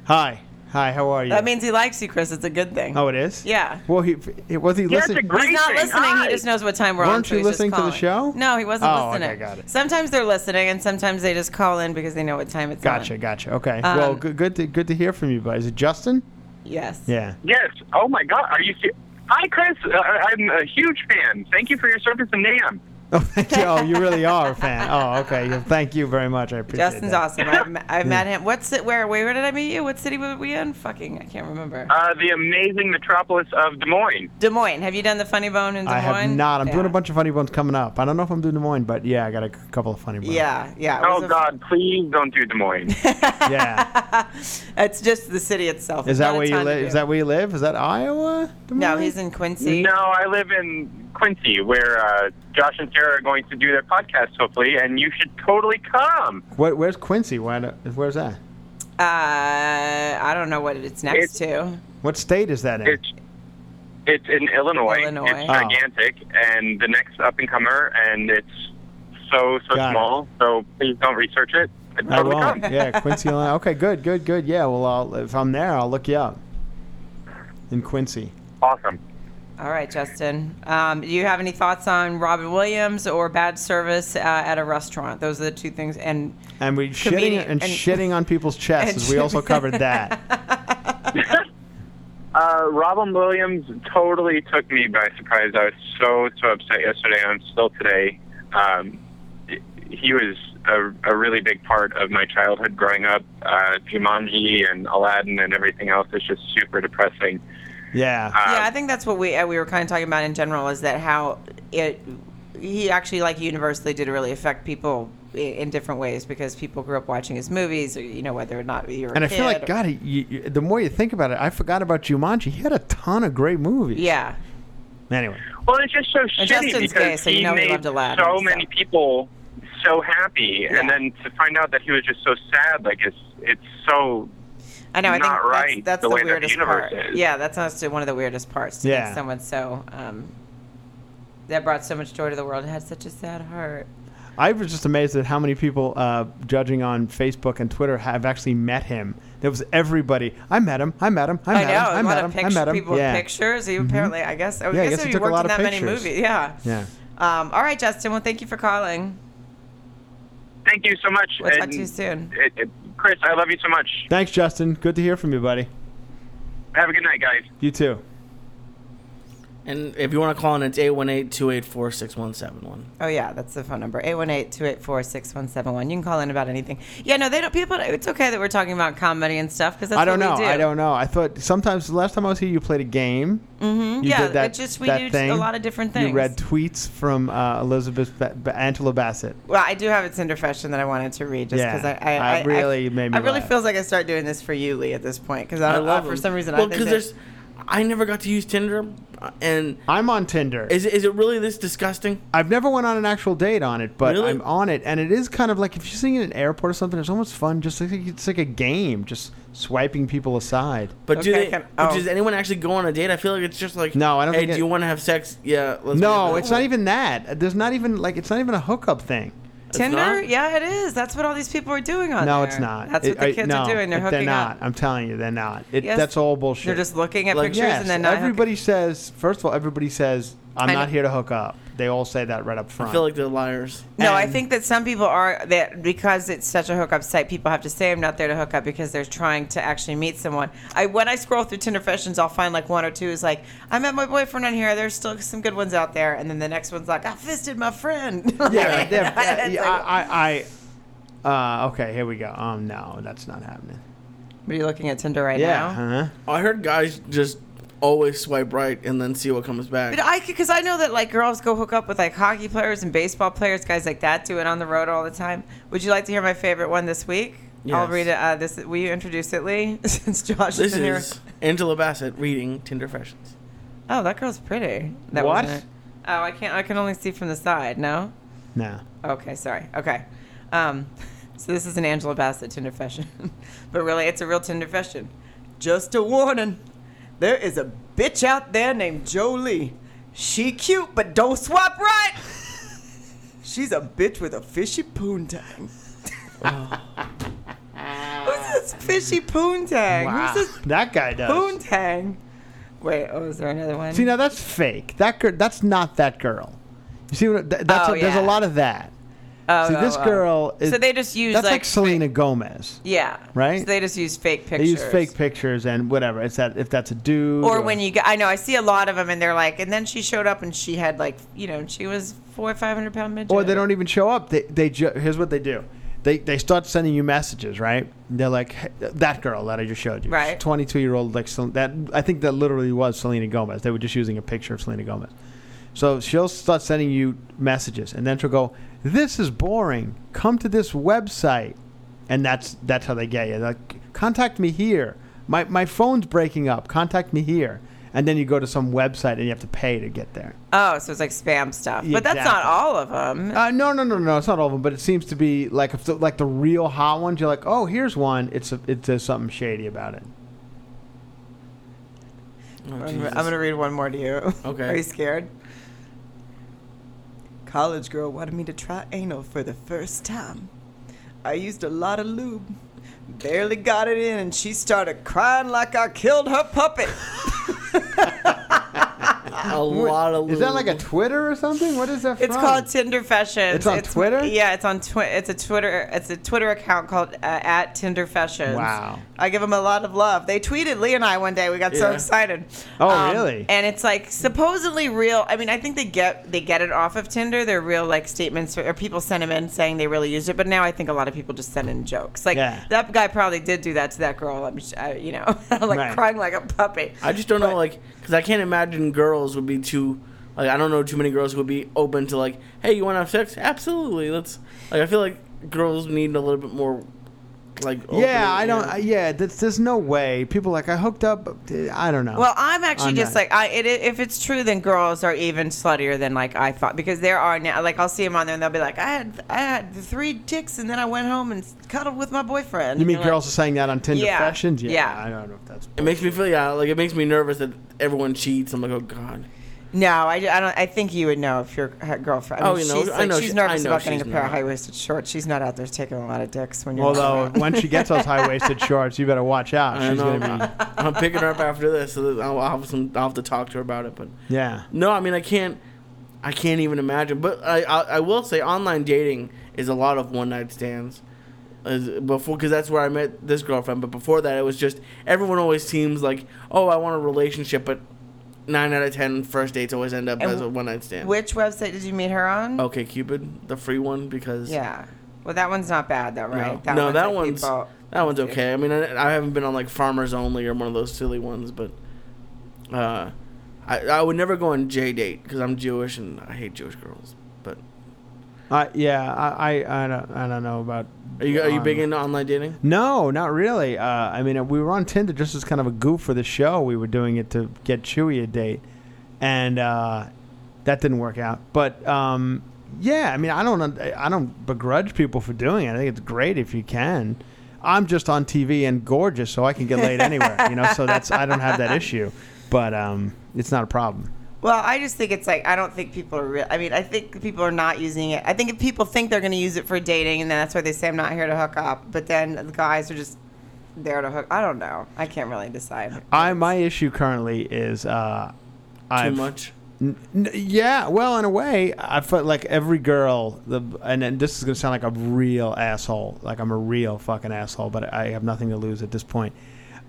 Speaker 2: Hi. Hi. How are you?
Speaker 1: That means he likes you, Chris. It's a good thing.
Speaker 2: Oh, it is.
Speaker 1: Yeah.
Speaker 2: Well, he it was he
Speaker 4: Yeah, it's
Speaker 2: listening.
Speaker 4: a great
Speaker 1: He's not
Speaker 4: thing.
Speaker 1: listening.
Speaker 4: Hi.
Speaker 1: He just knows what time we're on.
Speaker 2: Weren't
Speaker 1: so
Speaker 2: you
Speaker 1: he's just
Speaker 2: listening to the
Speaker 1: calling.
Speaker 2: show?
Speaker 1: No, he wasn't
Speaker 2: Oh, okay,
Speaker 1: listening.
Speaker 2: got it.
Speaker 1: Sometimes they're listening, and sometimes they just call in because they know what time it's on.
Speaker 2: Gotcha, gotcha. Okay. well,
Speaker 1: Um,
Speaker 2: good, good to good to hear from you, bud. Is it
Speaker 1: [laughs]
Speaker 2: Justin?
Speaker 1: Yes.
Speaker 2: Yeah. [laughs]
Speaker 4: Yes. Oh my God! Are you? ki- Hi, Chris. Uh, I'm a huge fan. Thank you for your service in NAM.
Speaker 2: Oh, thank you. Oh, you really are a fan. Oh, okay. Yeah, Thank you very much. I appreciate
Speaker 1: Justin's
Speaker 2: that.
Speaker 1: awesome. I've, met- I've met him. What's it? Where? Where did I meet you? What city were we in? Fucking, I can't remember.
Speaker 4: Uh, the amazing metropolis of Des Moines.
Speaker 1: Des Moines. Have you done the Funny Bone in Des
Speaker 2: I
Speaker 1: Moines?
Speaker 2: have not. I'm doing
Speaker 1: Yeah.
Speaker 2: a bunch of funny ones coming up. I don't know if I'm doing Des Moines, but yeah, I got a c- couple of funny ones.
Speaker 1: Yeah, yeah. it was
Speaker 4: Oh
Speaker 1: a- [laughs]
Speaker 4: God! Please don't do Des Moines.
Speaker 2: Yeah.
Speaker 1: it's just the city itself.
Speaker 2: Is
Speaker 1: It's
Speaker 2: that
Speaker 1: not a
Speaker 2: where you
Speaker 1: ton to
Speaker 2: live? Is
Speaker 1: do.
Speaker 2: that where you live? Is that Iowa? Des
Speaker 1: No,
Speaker 2: Moines?
Speaker 1: he's in Quincy.
Speaker 4: no, I live in Quincy, where uh, Josh and Sarah are going to do their podcast, hopefully, and you should totally come.
Speaker 2: Where, where's Quincy? Why do- where's that?
Speaker 1: Uh, I don't know what it's next
Speaker 4: It's-
Speaker 1: to.
Speaker 2: What state is that in?
Speaker 4: It's it's in Illinois.
Speaker 1: Illinois.
Speaker 4: It's
Speaker 2: Oh.
Speaker 4: gigantic, and the next up and comer, and it's so so
Speaker 2: Got it.
Speaker 4: small. So please don't research it. But
Speaker 2: I
Speaker 4: totally
Speaker 2: won't.
Speaker 4: come.
Speaker 2: Yeah, Quincy, Illinois. Okay, good, good, good. Yeah, well, I'll, if I'm there, I'll look you up. In Quincy.
Speaker 4: Awesome.
Speaker 1: All right, Justin. Um, do you have any thoughts on Robin Williams or bad service uh, at a restaurant? Those are the two things. And
Speaker 2: And we shitting
Speaker 1: Comedian-
Speaker 2: and,
Speaker 1: and-
Speaker 2: shitting on
Speaker 1: [laughs]
Speaker 2: people's chests.
Speaker 1: and
Speaker 2: as we also
Speaker 1: shitting-
Speaker 2: covered
Speaker 1: [laughs]
Speaker 2: that.
Speaker 4: Uh, Robin Williams totally took me by surprise. I was so so upset yesterday. and I'm still today. Um, he was a, a really big part of my childhood growing up. Uh, Jumanji and Aladdin and everything else is just super depressing.
Speaker 2: Yeah.
Speaker 4: Um,
Speaker 1: yeah, I think that's what we uh, we were kind of talking about in general is that how it he actually like universally did really affect people i- in different ways because people grew up watching his movies, or, you know, whether or not you were. a
Speaker 2: And I feel
Speaker 1: kid
Speaker 2: like
Speaker 1: or-
Speaker 2: God, he- you, you, the more you think about it, I forgot about Jumanji. He had a ton of great movies.
Speaker 1: Yeah,
Speaker 2: Anyway,
Speaker 4: Well, it's just so shitty
Speaker 1: Justin's
Speaker 4: because
Speaker 1: gay, so you
Speaker 4: he
Speaker 1: know he
Speaker 4: made
Speaker 1: loved Aladdin,
Speaker 4: so
Speaker 1: so.
Speaker 4: many people so happy,
Speaker 1: Yeah.
Speaker 4: and then to find out that he was just so sad, like it's it's so
Speaker 1: I know. I think
Speaker 4: Not
Speaker 1: that's-
Speaker 4: right,
Speaker 1: that's,
Speaker 4: the
Speaker 1: the,
Speaker 4: way that the
Speaker 1: weirdest
Speaker 4: universe
Speaker 1: part.
Speaker 4: is.
Speaker 1: Yeah, that's honestly one of the weirdest parts. To yeah.
Speaker 2: Yeah.
Speaker 1: Make someone so um, that brought so much joy to the world and had such a sad heart.
Speaker 2: I was just amazed at how many people, uh, judging on Facebook and Twitter, have actually met him. There was everybody. I met him. I met him. I
Speaker 1: I
Speaker 2: met
Speaker 1: know.
Speaker 2: him. I
Speaker 1: a lot
Speaker 2: met
Speaker 1: of
Speaker 2: him. I
Speaker 1: pictures.
Speaker 2: met him.
Speaker 1: people
Speaker 2: yeah. Mm-hmm.
Speaker 1: with pictures. He apparently, I guess. Oh, I, would
Speaker 2: Yeah, I
Speaker 1: guess,
Speaker 2: guess
Speaker 1: if
Speaker 2: he
Speaker 1: he
Speaker 2: took a
Speaker 1: worked
Speaker 2: lot
Speaker 1: in
Speaker 2: of
Speaker 1: that many
Speaker 2: pictures.
Speaker 1: movies. Yeah.
Speaker 2: Yeah.
Speaker 1: Um, all right, Justin. Well, thank you for calling.
Speaker 4: Thank you so much.
Speaker 1: We'll talk
Speaker 4: and
Speaker 1: to you soon.
Speaker 4: it- it- Chris, I love you so much.
Speaker 2: Thanks, Justin. Good to hear from you, buddy.
Speaker 4: Have a good night, guys.
Speaker 2: You too.
Speaker 3: And if you want to call in, it's 818 284 6171.
Speaker 1: Oh yeah, that's the phone number 818-284-6171. You can call in about anything. Yeah, no, they don't. People, it's okay that we're talking about comedy and stuff because that's
Speaker 2: I don't
Speaker 1: what
Speaker 2: know.
Speaker 1: we do.
Speaker 2: I don't know. I thought sometimes the last time I was here, you played a game. Mm-hmm. You
Speaker 1: Yeah,
Speaker 2: did that,
Speaker 1: it's just we
Speaker 2: that
Speaker 1: do just a
Speaker 2: thing.
Speaker 1: lot of different
Speaker 2: You
Speaker 1: things.
Speaker 2: read tweets from uh, Elizabeth ba- Ba- Angela Bassett.
Speaker 1: Well, I do have a Tinder fashion that I wanted to read just
Speaker 2: Yeah.
Speaker 1: because I, I,
Speaker 2: I really made me
Speaker 1: I really
Speaker 2: laugh.
Speaker 1: feels like I start doing this for you, Lee, at this point because I, I
Speaker 3: love
Speaker 1: for
Speaker 3: him.
Speaker 1: some reason I
Speaker 3: Well,
Speaker 1: think
Speaker 3: because
Speaker 1: that-
Speaker 3: there's. I never got to use Tinder, uh, and
Speaker 2: I'm on Tinder.
Speaker 3: is it, is it really this disgusting?
Speaker 2: I've never went on an actual date on it, but
Speaker 3: Really?
Speaker 2: I'm on it, and it is kind of like if you're sitting in an airport or something, it's almost fun. Just like it's like a game, just swiping people aside.
Speaker 3: But do
Speaker 1: Okay,
Speaker 3: they?
Speaker 1: can-
Speaker 3: but
Speaker 1: oh.
Speaker 3: Does anyone actually go on a date? I feel like it's just like
Speaker 2: No, I don't
Speaker 3: Hey,
Speaker 2: think
Speaker 3: do
Speaker 2: it-
Speaker 3: you want to have sex? Yeah. Let's
Speaker 2: No,
Speaker 3: make it
Speaker 2: it's not
Speaker 3: happen."
Speaker 2: even that. There's not even like it's not even a hookup thing.
Speaker 1: Tinder?
Speaker 3: not?
Speaker 1: Yeah, it is. That's what all these people are doing on
Speaker 2: No,
Speaker 1: there.
Speaker 2: it's not.
Speaker 1: That's
Speaker 2: It-
Speaker 1: what the
Speaker 2: I-
Speaker 1: kids
Speaker 2: no,
Speaker 1: are doing. They're hooking
Speaker 2: not.
Speaker 1: up.
Speaker 2: I'm telling you, they're not. It,
Speaker 1: Yes,
Speaker 2: that's all bullshit.
Speaker 1: They're just looking at
Speaker 3: Like,
Speaker 1: pictures
Speaker 2: yes,
Speaker 1: and then not hooking-
Speaker 2: everybody says. First of all, everybody says I'm
Speaker 1: I
Speaker 2: not
Speaker 1: know.
Speaker 2: here to hook up. They all say that right up front.
Speaker 3: I feel like they're liars.
Speaker 1: No, I
Speaker 2: And-
Speaker 1: think that some people are that because it's such a hookup site, people have to say I'm not there to hook up because they're trying to actually meet someone. I when I scroll through Tinder fashions, I'll find like one or two is like I met my boyfriend on here. There's still some good ones out there, and then the next one's like I fisted my friend. [laughs]
Speaker 2: yeah, they're- yeah,
Speaker 1: It's
Speaker 2: yeah,
Speaker 1: like,
Speaker 2: I, I, I uh, okay, here we go. Um, no, that's not happening.
Speaker 1: Are you looking at Tinder right
Speaker 2: Yeah,
Speaker 1: now?
Speaker 2: huh?
Speaker 3: I heard guys just always swipe right and then see what comes back.
Speaker 1: But I, because I know that like girls go hook up with like hockey players and baseball players, guys like that do it on the road all the time. Would you like to hear my favorite one this week? I'll
Speaker 3: Yes.
Speaker 1: read it. Uh, this will you introduce it, Lee? [laughs] Since Josh is
Speaker 3: this
Speaker 1: here.
Speaker 3: is Angela Bassett reading Tinder fashions.
Speaker 1: Oh, that girl's pretty. That
Speaker 2: What?
Speaker 1: wasn't it. Oh, I can't. I can only see from the side. No.
Speaker 2: No.
Speaker 1: Okay, sorry. Okay. Um, so this is an Angela Bassett Tinder fashion, [laughs] but really, it's a real Tinder fashion. Just a warning: there is a bitch out there named Jolie. She cute, but don't
Speaker 2: [laughs]
Speaker 1: swipe right. She's a bitch with a
Speaker 2: [laughs]
Speaker 1: fishy poontang. Who's this fishy poontang?
Speaker 2: Wow.
Speaker 1: Who's this
Speaker 2: That guy does.
Speaker 1: poontang? Wait, oh, is there another one?
Speaker 2: See, now that's fake. That girl. That's not that girl. You see what? That, that's
Speaker 1: Oh,
Speaker 2: a, there's a
Speaker 1: yeah.
Speaker 2: lot of that.
Speaker 1: Oh,
Speaker 2: see, this
Speaker 1: oh, oh.
Speaker 2: girl. Is,
Speaker 1: So they just use
Speaker 2: that's like,
Speaker 1: like,
Speaker 2: Selena Gomez.
Speaker 1: yeah,
Speaker 2: Right?
Speaker 1: So they just use fake
Speaker 2: They
Speaker 1: pictures.
Speaker 2: use fake pictures and whatever. It's that if that's a dude.
Speaker 1: Or when you, get, I know I see a lot of them, and they're like, and then she showed up, and she had like, you know, she was four or five hundred pound midget.
Speaker 2: Or they don't even show up. They they ju- here's what they do. They, they start sending you messages, right? They're like, "Hey, that girl that I just showed you,
Speaker 1: Right.
Speaker 2: Twenty two year old like Sel- that. I think that literally was Selena Gomez. They were just using a picture of Selena Gomez. So she'll start sending you messages, and then she'll go, "This is boring. Come to this website," and that's that's how they get you. They're Like, contact me here. My my phone's breaking up. Contact me here, and then you go to some website and you have to pay to get there.
Speaker 1: Oh, so it's like spam stuff, but that's
Speaker 2: Exactly.
Speaker 1: not all of them.
Speaker 2: Uh, no, no, no, no. It's not all of them, but it seems to be like if the, like the real hot ones. You're like, oh, here's one. It's a, it says something shady about it.
Speaker 3: Oh,
Speaker 1: I'm,
Speaker 3: Jesus.
Speaker 1: I'm gonna read one more to you. [laughs]
Speaker 3: Okay.
Speaker 1: Are you scared? College girl wanted me to try anal for the first time. I used a lot of lube, barely got it in, and she started crying like I killed her puppet.
Speaker 3: a lot of
Speaker 2: Is that like a
Speaker 3: lube.
Speaker 2: Twitter or something? What is that?
Speaker 1: It's
Speaker 2: from?
Speaker 1: called Tinder Fashions.
Speaker 2: It's on Twitter?
Speaker 1: Yeah, it's on Twi- It's a Twitter. It's a Twitter account called uh, at Tinder Fashions.
Speaker 2: Wow.
Speaker 1: I give them a lot of love. They tweeted Lee and I one day. We got so
Speaker 3: Yeah.
Speaker 1: excited. Um,
Speaker 2: Oh, really?
Speaker 1: And it's like supposedly real. I mean, I think they get they get it off of Tinder. They're real like statements or people send them in saying they really use it. But now I think a lot of people just send in jokes. Like
Speaker 2: Yeah.
Speaker 1: that guy probably did do that to that girl. I'm sh- I, you know, [laughs] like
Speaker 2: Right.
Speaker 1: crying like a puppy.
Speaker 3: I just don't know, like, because I can't imagine girls would be too, like, I don't know too many girls who would be open to, like, hey, you want to have sex? Absolutely. Let's, like, I feel like girls need a little bit more, like, opening,
Speaker 2: Yeah, I don't.
Speaker 3: you know?
Speaker 2: I- Yeah, that's, there's no way. People are like I hooked up. uh, I don't know.
Speaker 1: Well, I'm actually
Speaker 2: I'm
Speaker 1: just
Speaker 2: not.
Speaker 1: like I. It, it- if it's true, then girls are even sluttier than like I thought because there are now. Like I'll see them on there and they'll be like, I had I had three dicks and then I went home and cuddled with my boyfriend.
Speaker 2: you
Speaker 1: And
Speaker 2: mean
Speaker 1: you're
Speaker 2: girls
Speaker 1: like,
Speaker 2: are saying that on Tinder
Speaker 1: Yeah,
Speaker 2: fashions?
Speaker 1: yeah.
Speaker 2: I don't know if that's.
Speaker 3: It makes me feel, yeah, like, it makes me nervous that everyone cheats. I'm like, oh, God.
Speaker 1: no, I, I don't. I think you would know if your her girlfriend. I
Speaker 3: Oh,
Speaker 1: mean,
Speaker 3: you know,
Speaker 1: she's,
Speaker 3: I
Speaker 1: like,
Speaker 3: know
Speaker 1: she's
Speaker 3: she-
Speaker 1: nervous
Speaker 3: I know
Speaker 1: about getting a
Speaker 3: she's
Speaker 1: pair of
Speaker 3: not.
Speaker 1: high waisted shorts. She's not out there taking a lot of dicks when you're.
Speaker 2: [laughs] Although
Speaker 3: uh,
Speaker 1: not around.
Speaker 2: when she gets those high
Speaker 3: [laughs]
Speaker 2: waisted shorts, you better watch out.
Speaker 3: I
Speaker 2: She's
Speaker 3: know.
Speaker 2: gonna
Speaker 3: I'm picking her up after this, so that I'll, I'll have some. I'll have to talk to her about it. But
Speaker 2: be. Yeah.
Speaker 3: no, I mean, I can't. I can't even imagine. But I, I, I will say, online dating is a lot of one night stands. As before, because that's where I met this girlfriend. But before that, it was just everyone always seems like, oh, I want a relationship, but nine out of ten first dates always end up
Speaker 1: And
Speaker 3: as a one night
Speaker 1: [laughs]
Speaker 3: stand.
Speaker 1: Which website did you meet her on?
Speaker 3: okay, Cupid, the free one, because
Speaker 1: Yeah. Well, that one's not bad though, right?
Speaker 3: No, no, that
Speaker 1: like,
Speaker 3: one's
Speaker 1: people-
Speaker 3: that one's okay. I mean, I, I haven't been on like Farmers Only or one of those silly ones, but uh, I I would never go on J date because I'm Jewish and I hate Jewish girls. But
Speaker 2: Uh, yeah, I, I, I, don't, I don't know about
Speaker 3: Are you are you
Speaker 2: on-
Speaker 3: big into online dating?
Speaker 2: No, not really. Uh, I mean, we were on Tinder just as kind of a goof for the show. We were doing it to get Chewy a date, and uh, that didn't work out. But um, yeah, I mean, I don't, un- I don't begrudge people for doing it. I think it's great if you can. I'm just on TV and gorgeous, so I can get laid anywhere. You know, so that's I don't have that issue. But um, it's not a problem.
Speaker 1: Well, I just think it's like I don't think people are real. I mean, I think people are not using it. I think if people think they're going to use it for dating, and then that's why they say I'm not here to hook up. But then the guys are just there to hook. I don't know. I can't really decide.
Speaker 2: I my issue currently is uh,
Speaker 3: Too
Speaker 2: I've,
Speaker 3: much.
Speaker 2: N- n- yeah, well, in a way, I felt like every girl. The and, and this is gonna sound like a real asshole. Like I'm a real fucking asshole, but I have nothing to lose at this point.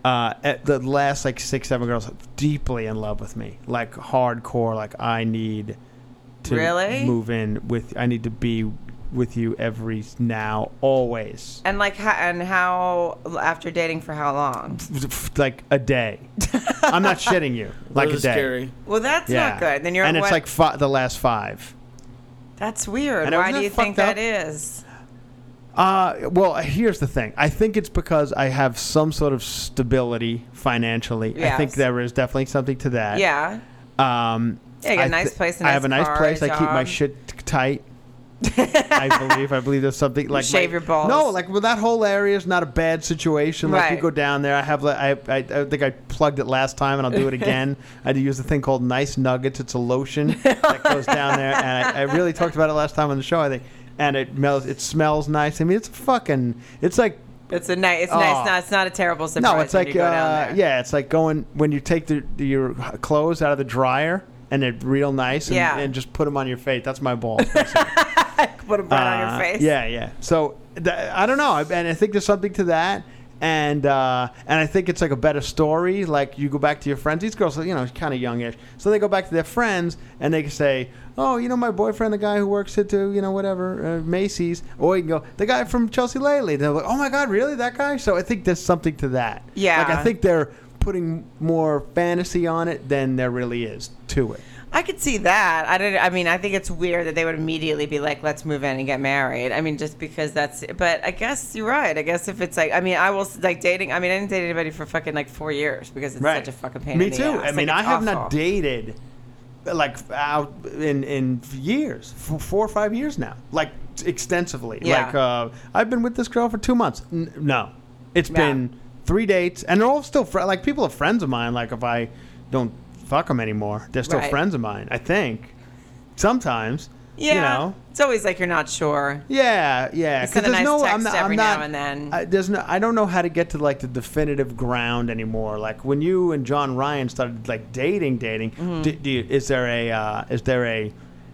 Speaker 2: Uh, at the last like six, seven girls deeply in love with me, like hardcore. Like I need to
Speaker 1: Really?
Speaker 2: move in with. I need to be with you every s- now, always.
Speaker 1: And like, ha- and how after dating for how long?
Speaker 2: Like a
Speaker 1: [laughs]
Speaker 2: day. I'm not shitting you. Like
Speaker 3: Those
Speaker 2: a
Speaker 3: are
Speaker 2: day.
Speaker 3: Scary.
Speaker 1: Well, that's
Speaker 2: Yeah.
Speaker 1: not good. Then you're
Speaker 2: and
Speaker 1: at
Speaker 2: it's
Speaker 1: what-
Speaker 2: like fi- the last five.
Speaker 1: that's weird.
Speaker 2: and I
Speaker 1: Why
Speaker 2: wasn't
Speaker 1: do you
Speaker 2: that
Speaker 1: think
Speaker 2: fucked
Speaker 1: that is?
Speaker 2: Uh, well, here's the thing. I think it's because I have some sort of stability financially. I think
Speaker 1: Yes.
Speaker 2: there is definitely something to that.
Speaker 1: Yeah.
Speaker 2: Um,
Speaker 1: Yeah, you got a
Speaker 2: I
Speaker 1: nice
Speaker 2: thi-
Speaker 1: place, a
Speaker 2: I have a
Speaker 1: nice
Speaker 2: nice
Speaker 1: car,
Speaker 2: place. I keep my
Speaker 1: job.
Speaker 2: shit t-
Speaker 1: [laughs]
Speaker 2: tight. I believe. I believe there's something like
Speaker 1: shave
Speaker 2: my-
Speaker 1: your balls.
Speaker 2: No, like well, that whole area is not a bad situation. Like you
Speaker 1: Right.
Speaker 2: go down there. I have. like, I, I I think I plugged it last time, and I'll
Speaker 1: [laughs]
Speaker 2: do it again. I do use a thing called Nice Nuggets. It's a lotion
Speaker 1: [laughs]
Speaker 2: that goes down there, and I, I really talked about it last time on the show. I think, and it melts. It smells nice. I mean, it's fucking. It's like
Speaker 1: It's a nice. It's
Speaker 2: Oh.
Speaker 1: nice. No, it's not a terrible surprise.
Speaker 2: no, it's
Speaker 1: when
Speaker 2: like
Speaker 1: you go down
Speaker 2: uh,
Speaker 1: there.
Speaker 2: yeah, it's like going when you take the, the- your clothes out of the dryer and they're real nice and,
Speaker 1: Yeah.
Speaker 2: and just put them on your face. That's my
Speaker 1: [laughs]
Speaker 2: ball.
Speaker 1: Put a brand on your face.
Speaker 2: Uh, Yeah, yeah. So th- I don't know, and I think there's something to that. And uh, and I think it's like a better story. Like you go back to your friends. These girls, are, you know, kind of youngish, so they go back to their friends and they can say, "Oh, you know, my boyfriend, the guy who works at uh, you know whatever uh, Macy's." Or you can go, "The guy from Chelsea lately." They're like, "Oh my God, really? That guy?" So I think there's something to that.
Speaker 1: Yeah.
Speaker 2: Like I think they're putting more fantasy on it than there really is to it.
Speaker 1: I could see that. I didn't. I mean, I think it's weird that they would immediately be like, "Let's move in and get married." I mean, just because that's. But I guess you're right. I guess if it's like, I mean, I will s- like dating. I mean, I didn't date anybody for fucking like four years because it's such a fucking pain.
Speaker 2: Me
Speaker 1: in the
Speaker 2: too.
Speaker 1: ass.
Speaker 2: I
Speaker 1: Like,
Speaker 2: mean,
Speaker 1: it's
Speaker 2: I have
Speaker 1: awful.
Speaker 2: not dated like out in in years, f- four or five years now, like extensively.
Speaker 1: Yeah.
Speaker 2: Like uh, I've been with this girl for two months. N- no, it's
Speaker 1: Yeah.
Speaker 2: been three dates, and they're all still fr- like people are friends of mine. Like if I don't fuck them anymore, they're still
Speaker 1: Right.
Speaker 2: friends of mine. I think sometimes.
Speaker 1: Yeah.
Speaker 2: You know.
Speaker 1: It's always like you're not sure.
Speaker 2: Yeah, yeah.
Speaker 1: You send a
Speaker 2: there's
Speaker 1: nice
Speaker 2: no, I'm
Speaker 1: text
Speaker 2: not, I'm
Speaker 1: every now
Speaker 2: not,
Speaker 1: and then.
Speaker 2: I, there's no, I don't know how to get to like the definitive ground anymore. Like when you and John Ryan started like dating, dating.
Speaker 1: Mm-hmm.
Speaker 2: Do, do you, is there a, uh, is there a,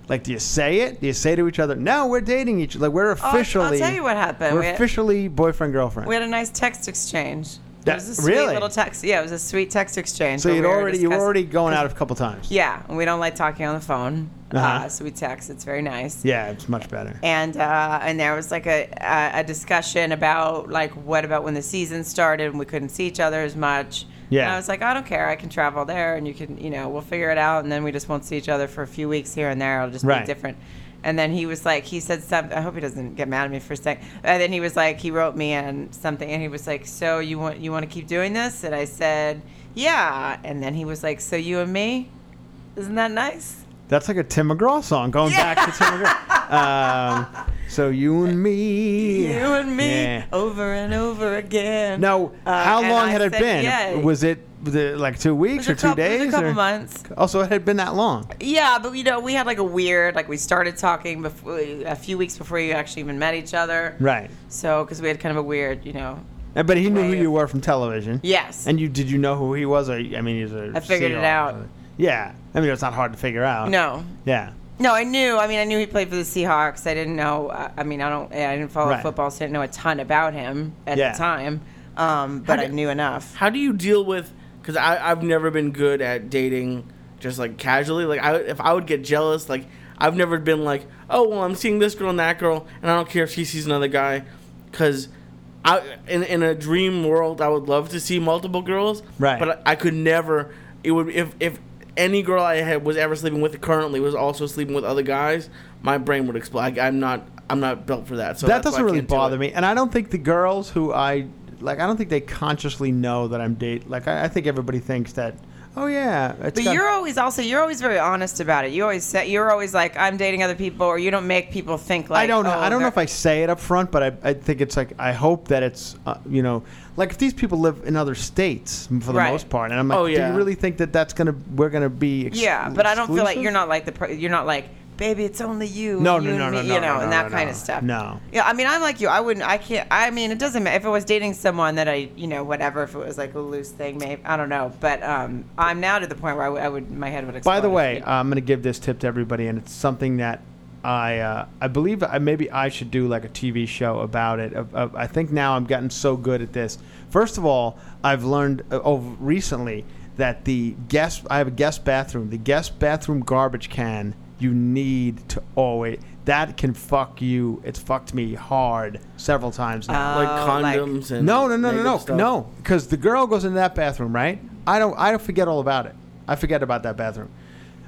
Speaker 2: like, do you say it? Do you say to each other, "No, we're dating each like we're
Speaker 1: Oh, I'll- I'll
Speaker 2: officially"?
Speaker 1: tell you what happened.
Speaker 2: We're
Speaker 1: We had-
Speaker 2: officially boyfriend girlfriend.
Speaker 1: We had a nice text exchange.
Speaker 2: That-
Speaker 1: It was a sweet
Speaker 2: really?
Speaker 1: little text. Yeah, it was a sweet text exchange.
Speaker 2: so
Speaker 1: where
Speaker 2: you'd
Speaker 1: we were
Speaker 2: already you were
Speaker 1: discussing-
Speaker 2: already going out a couple times.
Speaker 1: Yeah, and we don't like talking on the phone. uh
Speaker 2: Uh-huh.
Speaker 1: so we text. It's very nice.
Speaker 2: Yeah, it's much better.
Speaker 1: and uh, and there was like a, a a discussion about like what about when the season started and we couldn't see each other as much.
Speaker 2: Yeah.
Speaker 1: And I was like, I don't care. I can travel there, and you can, you know, we'll figure it out, and then we just won't see each other for a few weeks here and there. It'll just
Speaker 2: Right.
Speaker 1: be different. And then he was like, he said something. I hope he doesn't get mad at me for saying. And then he was like, he wrote me and something, and he was like, so you want you want to keep doing this? And I said, yeah. And then he was like, so you and me, isn't that nice?
Speaker 2: That's like a Tim McGraw song going back to Tim
Speaker 1: [laughs]
Speaker 2: McGraw. Um, so you and me.
Speaker 1: You and me
Speaker 2: Yeah.
Speaker 1: over and over again.
Speaker 2: Now,
Speaker 1: Uh,
Speaker 2: how
Speaker 1: and
Speaker 2: long
Speaker 1: I
Speaker 2: had it
Speaker 1: said,
Speaker 2: been?
Speaker 1: yeah.
Speaker 2: Was it the, like two
Speaker 1: It was
Speaker 2: weeks
Speaker 1: a
Speaker 2: or two
Speaker 1: couple- it was
Speaker 2: days?
Speaker 1: a couple
Speaker 2: or-
Speaker 1: months.
Speaker 2: Also, it had been that long.
Speaker 1: Yeah, but you know, we had like a weird, like we started talking before, a few weeks before you actually even met each other.
Speaker 2: Right.
Speaker 1: So, because we had kind of a weird, you know.
Speaker 2: And- Uh, But he knew who
Speaker 1: Right.
Speaker 2: you were from television.
Speaker 1: Yes.
Speaker 2: And you did you know who he was? Or, I mean, he's a.
Speaker 1: I figured it
Speaker 2: seal.
Speaker 1: out.
Speaker 2: Yeah. I mean, it's not hard to figure out.
Speaker 1: no.
Speaker 2: Yeah.
Speaker 1: No, I knew. I mean, I knew he played for the Seahawks. I didn't know. I I mean, I don't. I didn't follow
Speaker 2: Right.
Speaker 1: football, so I didn't know a ton about him at
Speaker 2: Yeah.
Speaker 1: the time. Um, but I knew enough.
Speaker 3: How do you deal with? Because I've never been good at dating, just like casually. Like I, if I would get jealous, like I've never been like, oh well, I'm seeing this girl and that girl, and I don't care if she sees another guy, because. I, in, in a dream world, I would love to see multiple girls.
Speaker 2: Right.
Speaker 3: But I, I could never. It would if if any girl I had was ever sleeping with currently was also sleeping with other guys, my brain would explode. I, I'm not. I'm not built for that. So
Speaker 2: that
Speaker 3: that's why
Speaker 2: doesn't
Speaker 3: I
Speaker 2: really
Speaker 3: can't do
Speaker 2: bother
Speaker 3: it.
Speaker 2: me, and I don't think the girls who I like, I don't think they consciously know that I'm date. Like, I, I think everybody thinks that. Oh yeah, it's
Speaker 1: But
Speaker 2: got-
Speaker 1: you're always also you're always very honest about it. You always say you're always like I'm dating other people, or you don't make people think like
Speaker 2: I don't know.
Speaker 1: oh,
Speaker 2: I don't know
Speaker 1: they're-
Speaker 2: if I say it up front, but I, I think it's like I hope that it's uh, you know like if these people live in other states for the
Speaker 1: Right.
Speaker 2: most part, and I'm like,
Speaker 3: Oh,
Speaker 2: do
Speaker 3: yeah.
Speaker 2: you really think that that's gonna we're gonna be ex-
Speaker 1: yeah, but I don't feel like
Speaker 2: exclusive?
Speaker 1: you're not like the per- you're not like baby. It's only you.
Speaker 2: No,
Speaker 1: and
Speaker 2: no,
Speaker 1: you
Speaker 2: no,
Speaker 1: and
Speaker 2: no,
Speaker 1: me,"
Speaker 2: no,
Speaker 1: you know,
Speaker 2: no,
Speaker 1: and
Speaker 2: no,
Speaker 1: that
Speaker 2: no.
Speaker 1: kind of stuff.
Speaker 2: No.
Speaker 1: Yeah, I mean, I'm like you. I wouldn't. I can't. I mean, it doesn't matter if I was dating someone that I, you know, whatever. If it was like a loose thing, maybe I don't know. But um, I'm now to the point where I would, I would my head would. explode
Speaker 2: By the
Speaker 1: if
Speaker 2: way, uh,
Speaker 1: we-
Speaker 2: I'm going to give this tip to everybody, and it's something that I uh, I believe I, maybe I should do like a TV show about it. Uh, uh, I think now I'm gotten so good at this. First of all, I've learned uh, over recently that the guest I have a guest bathroom. The guest bathroom garbage can you need to always that can fuck you. It's fucked me hard several times now.
Speaker 3: Like
Speaker 1: Oh, like-
Speaker 3: condoms and
Speaker 2: No, no, no, no,
Speaker 3: negative
Speaker 2: no,
Speaker 3: stuff.
Speaker 2: no. Because the girl goes into that bathroom, right? I don't. I don't forget all about it. I forget about that bathroom.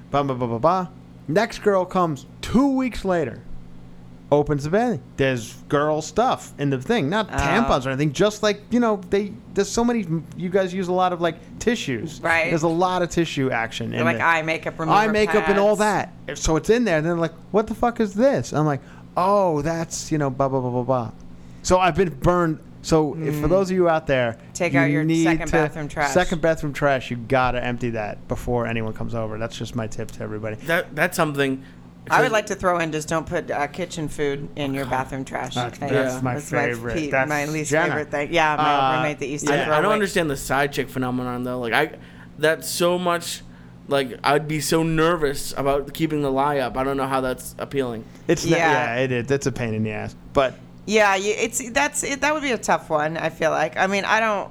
Speaker 2: Ba ba ba ba ba. Next girl comes two weeks later. Opens the bathroom. There's girl stuff in the thing, not
Speaker 1: Ah.
Speaker 2: tampons or anything. Just like you know, they there's so many. You guys use a lot of like tissues.
Speaker 1: Right.
Speaker 2: There's a lot of tissue action. in
Speaker 1: like
Speaker 2: there.
Speaker 1: eye makeup, remover
Speaker 2: eye makeup, and all
Speaker 1: pads.
Speaker 2: that. So it's in there, and then like, what the fuck is this? I'm like, oh, that's you know, blah blah blah blah blah. So I've been burned. So if for those of you out there,
Speaker 1: Mm. Take
Speaker 2: you
Speaker 1: out your
Speaker 2: need
Speaker 1: second
Speaker 2: to-
Speaker 1: bathroom trash.
Speaker 2: Second bathroom trash. You gotta empty that before anyone comes over. That's just my tip to everybody.
Speaker 3: That that's something.
Speaker 1: I would like to throw in just don't put uh, kitchen food in your bathroom trash.
Speaker 2: That's-
Speaker 1: Thank
Speaker 2: that's
Speaker 1: you.
Speaker 2: my favorite. That's
Speaker 1: my least
Speaker 2: Jenna.
Speaker 1: favorite thing. Yeah, my
Speaker 2: Uh,
Speaker 1: roommate that used to.
Speaker 3: I,
Speaker 1: throw
Speaker 3: I don't
Speaker 1: away-
Speaker 3: understand the side chick phenomenon though. Like I, that's so much. Like I'd be so nervous about keeping the lie up. I don't know how that's appealing.
Speaker 2: It's yeah,
Speaker 1: Yeah.
Speaker 2: yeah it is. It's a pain in the ass, but
Speaker 1: Yeah, you, it's that's it, that would be a tough one. I feel like. I mean, I don't.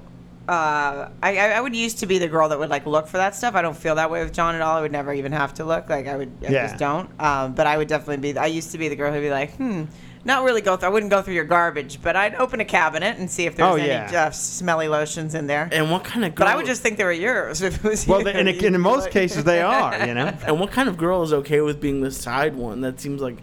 Speaker 1: Uh, I I I would used to be the girl that would like look for that stuff. I don't feel that way with John at all. I would never even have to look. Like I would, I
Speaker 2: Yeah.
Speaker 1: just don't. Um, but I would definitely be. I used to be the girl who'd be like, hmm. Not really go through. I wouldn't go through your garbage, but I'd open a cabinet and see if there
Speaker 2: Oh,
Speaker 1: was any
Speaker 2: yeah.
Speaker 1: uh, smelly lotions in there.
Speaker 3: And what kind of girl?
Speaker 1: But I would just think they were yours [laughs] if it was.
Speaker 2: well,
Speaker 1: yours.
Speaker 2: in, in
Speaker 1: [laughs]
Speaker 2: most cases they are. You know.
Speaker 3: And what kind of girl is okay with being the side one? That seems like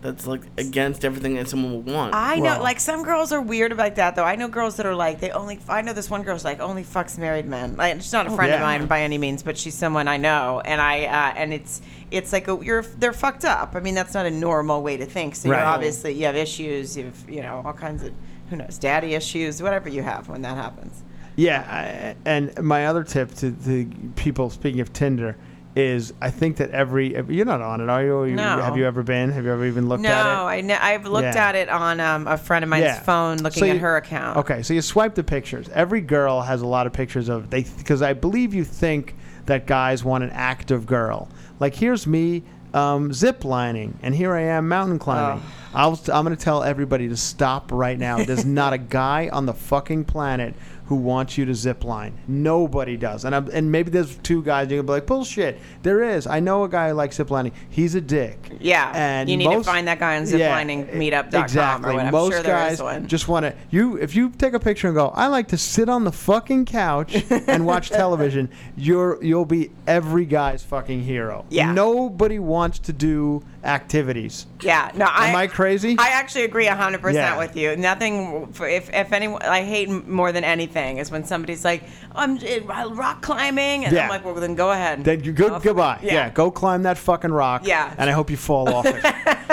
Speaker 3: that's like against everything that someone would want.
Speaker 1: I know,
Speaker 2: Well-
Speaker 1: like some girls are weird about that though. I know girls that are like they only. I know this one girl's like only fucks married men. Like she's not a friend of
Speaker 2: Oh, yeah.
Speaker 1: mine by any means, but she's someone I know, and I uh, and it's it's like a, you're they're fucked up. I mean, that's not a normal way to think. So
Speaker 2: Right.
Speaker 1: you're obviously you have issues. You've you know all kinds of who knows daddy issues, whatever you have when that happens.
Speaker 2: Yeah, I, and my other tip to the people speaking of Tinder is I think that every you're not on it, are you? Or you-
Speaker 1: No.
Speaker 2: Have you ever been? Have you ever even looked
Speaker 1: No,
Speaker 2: at it?
Speaker 1: I ne- I've looked
Speaker 2: Yeah.
Speaker 1: at it on um, a friend of mine's phone, looking
Speaker 2: So
Speaker 1: at
Speaker 2: you-
Speaker 1: her account.
Speaker 2: Okay, so you swipe the pictures. Every girl has a lot of pictures of they because I believe you think that guys want an active girl. Like here's me um, zip lining, and here I am mountain climbing. I'll, I'm going to tell everybody to stop right now.
Speaker 1: [laughs]
Speaker 2: There's not a guy on the fucking planet who wants you to zip line. Nobody does. And I'm, and maybe there's two guys. You're gonna be like bullshit. There is. I know a guy who likes zip lining. He's a dick.
Speaker 1: Yeah,
Speaker 2: And
Speaker 1: you need to
Speaker 2: most- e,
Speaker 1: find that guy on ziplining.meetup.com or
Speaker 2: Exactly.
Speaker 1: whatever. I'm
Speaker 2: Most
Speaker 1: sure there is
Speaker 2: guys
Speaker 1: one.
Speaker 2: just want to. You, if you take a picture and go, I like to sit on the fucking couch
Speaker 1: [laughs]
Speaker 2: and watch television. You're you'll be every guy's fucking hero.
Speaker 1: Yeah.
Speaker 2: Nobody wants to do activities.
Speaker 1: Yeah, no, I,
Speaker 2: Am I crazy?
Speaker 1: I actually agree hundred
Speaker 2: Yeah.
Speaker 1: percent with you. Nothing, for- if if anyone, I hate m- more than anything is when somebody's like, "I'm j- rock climbing," and
Speaker 2: Yeah.
Speaker 1: I'm like, "Well, then go ahead."
Speaker 2: Then you good
Speaker 1: Off-
Speaker 2: goodbye.
Speaker 1: Yeah.
Speaker 2: Go climb that fucking rock.
Speaker 1: Yeah.
Speaker 2: And I hope you fall
Speaker 1: [laughs]
Speaker 2: off it.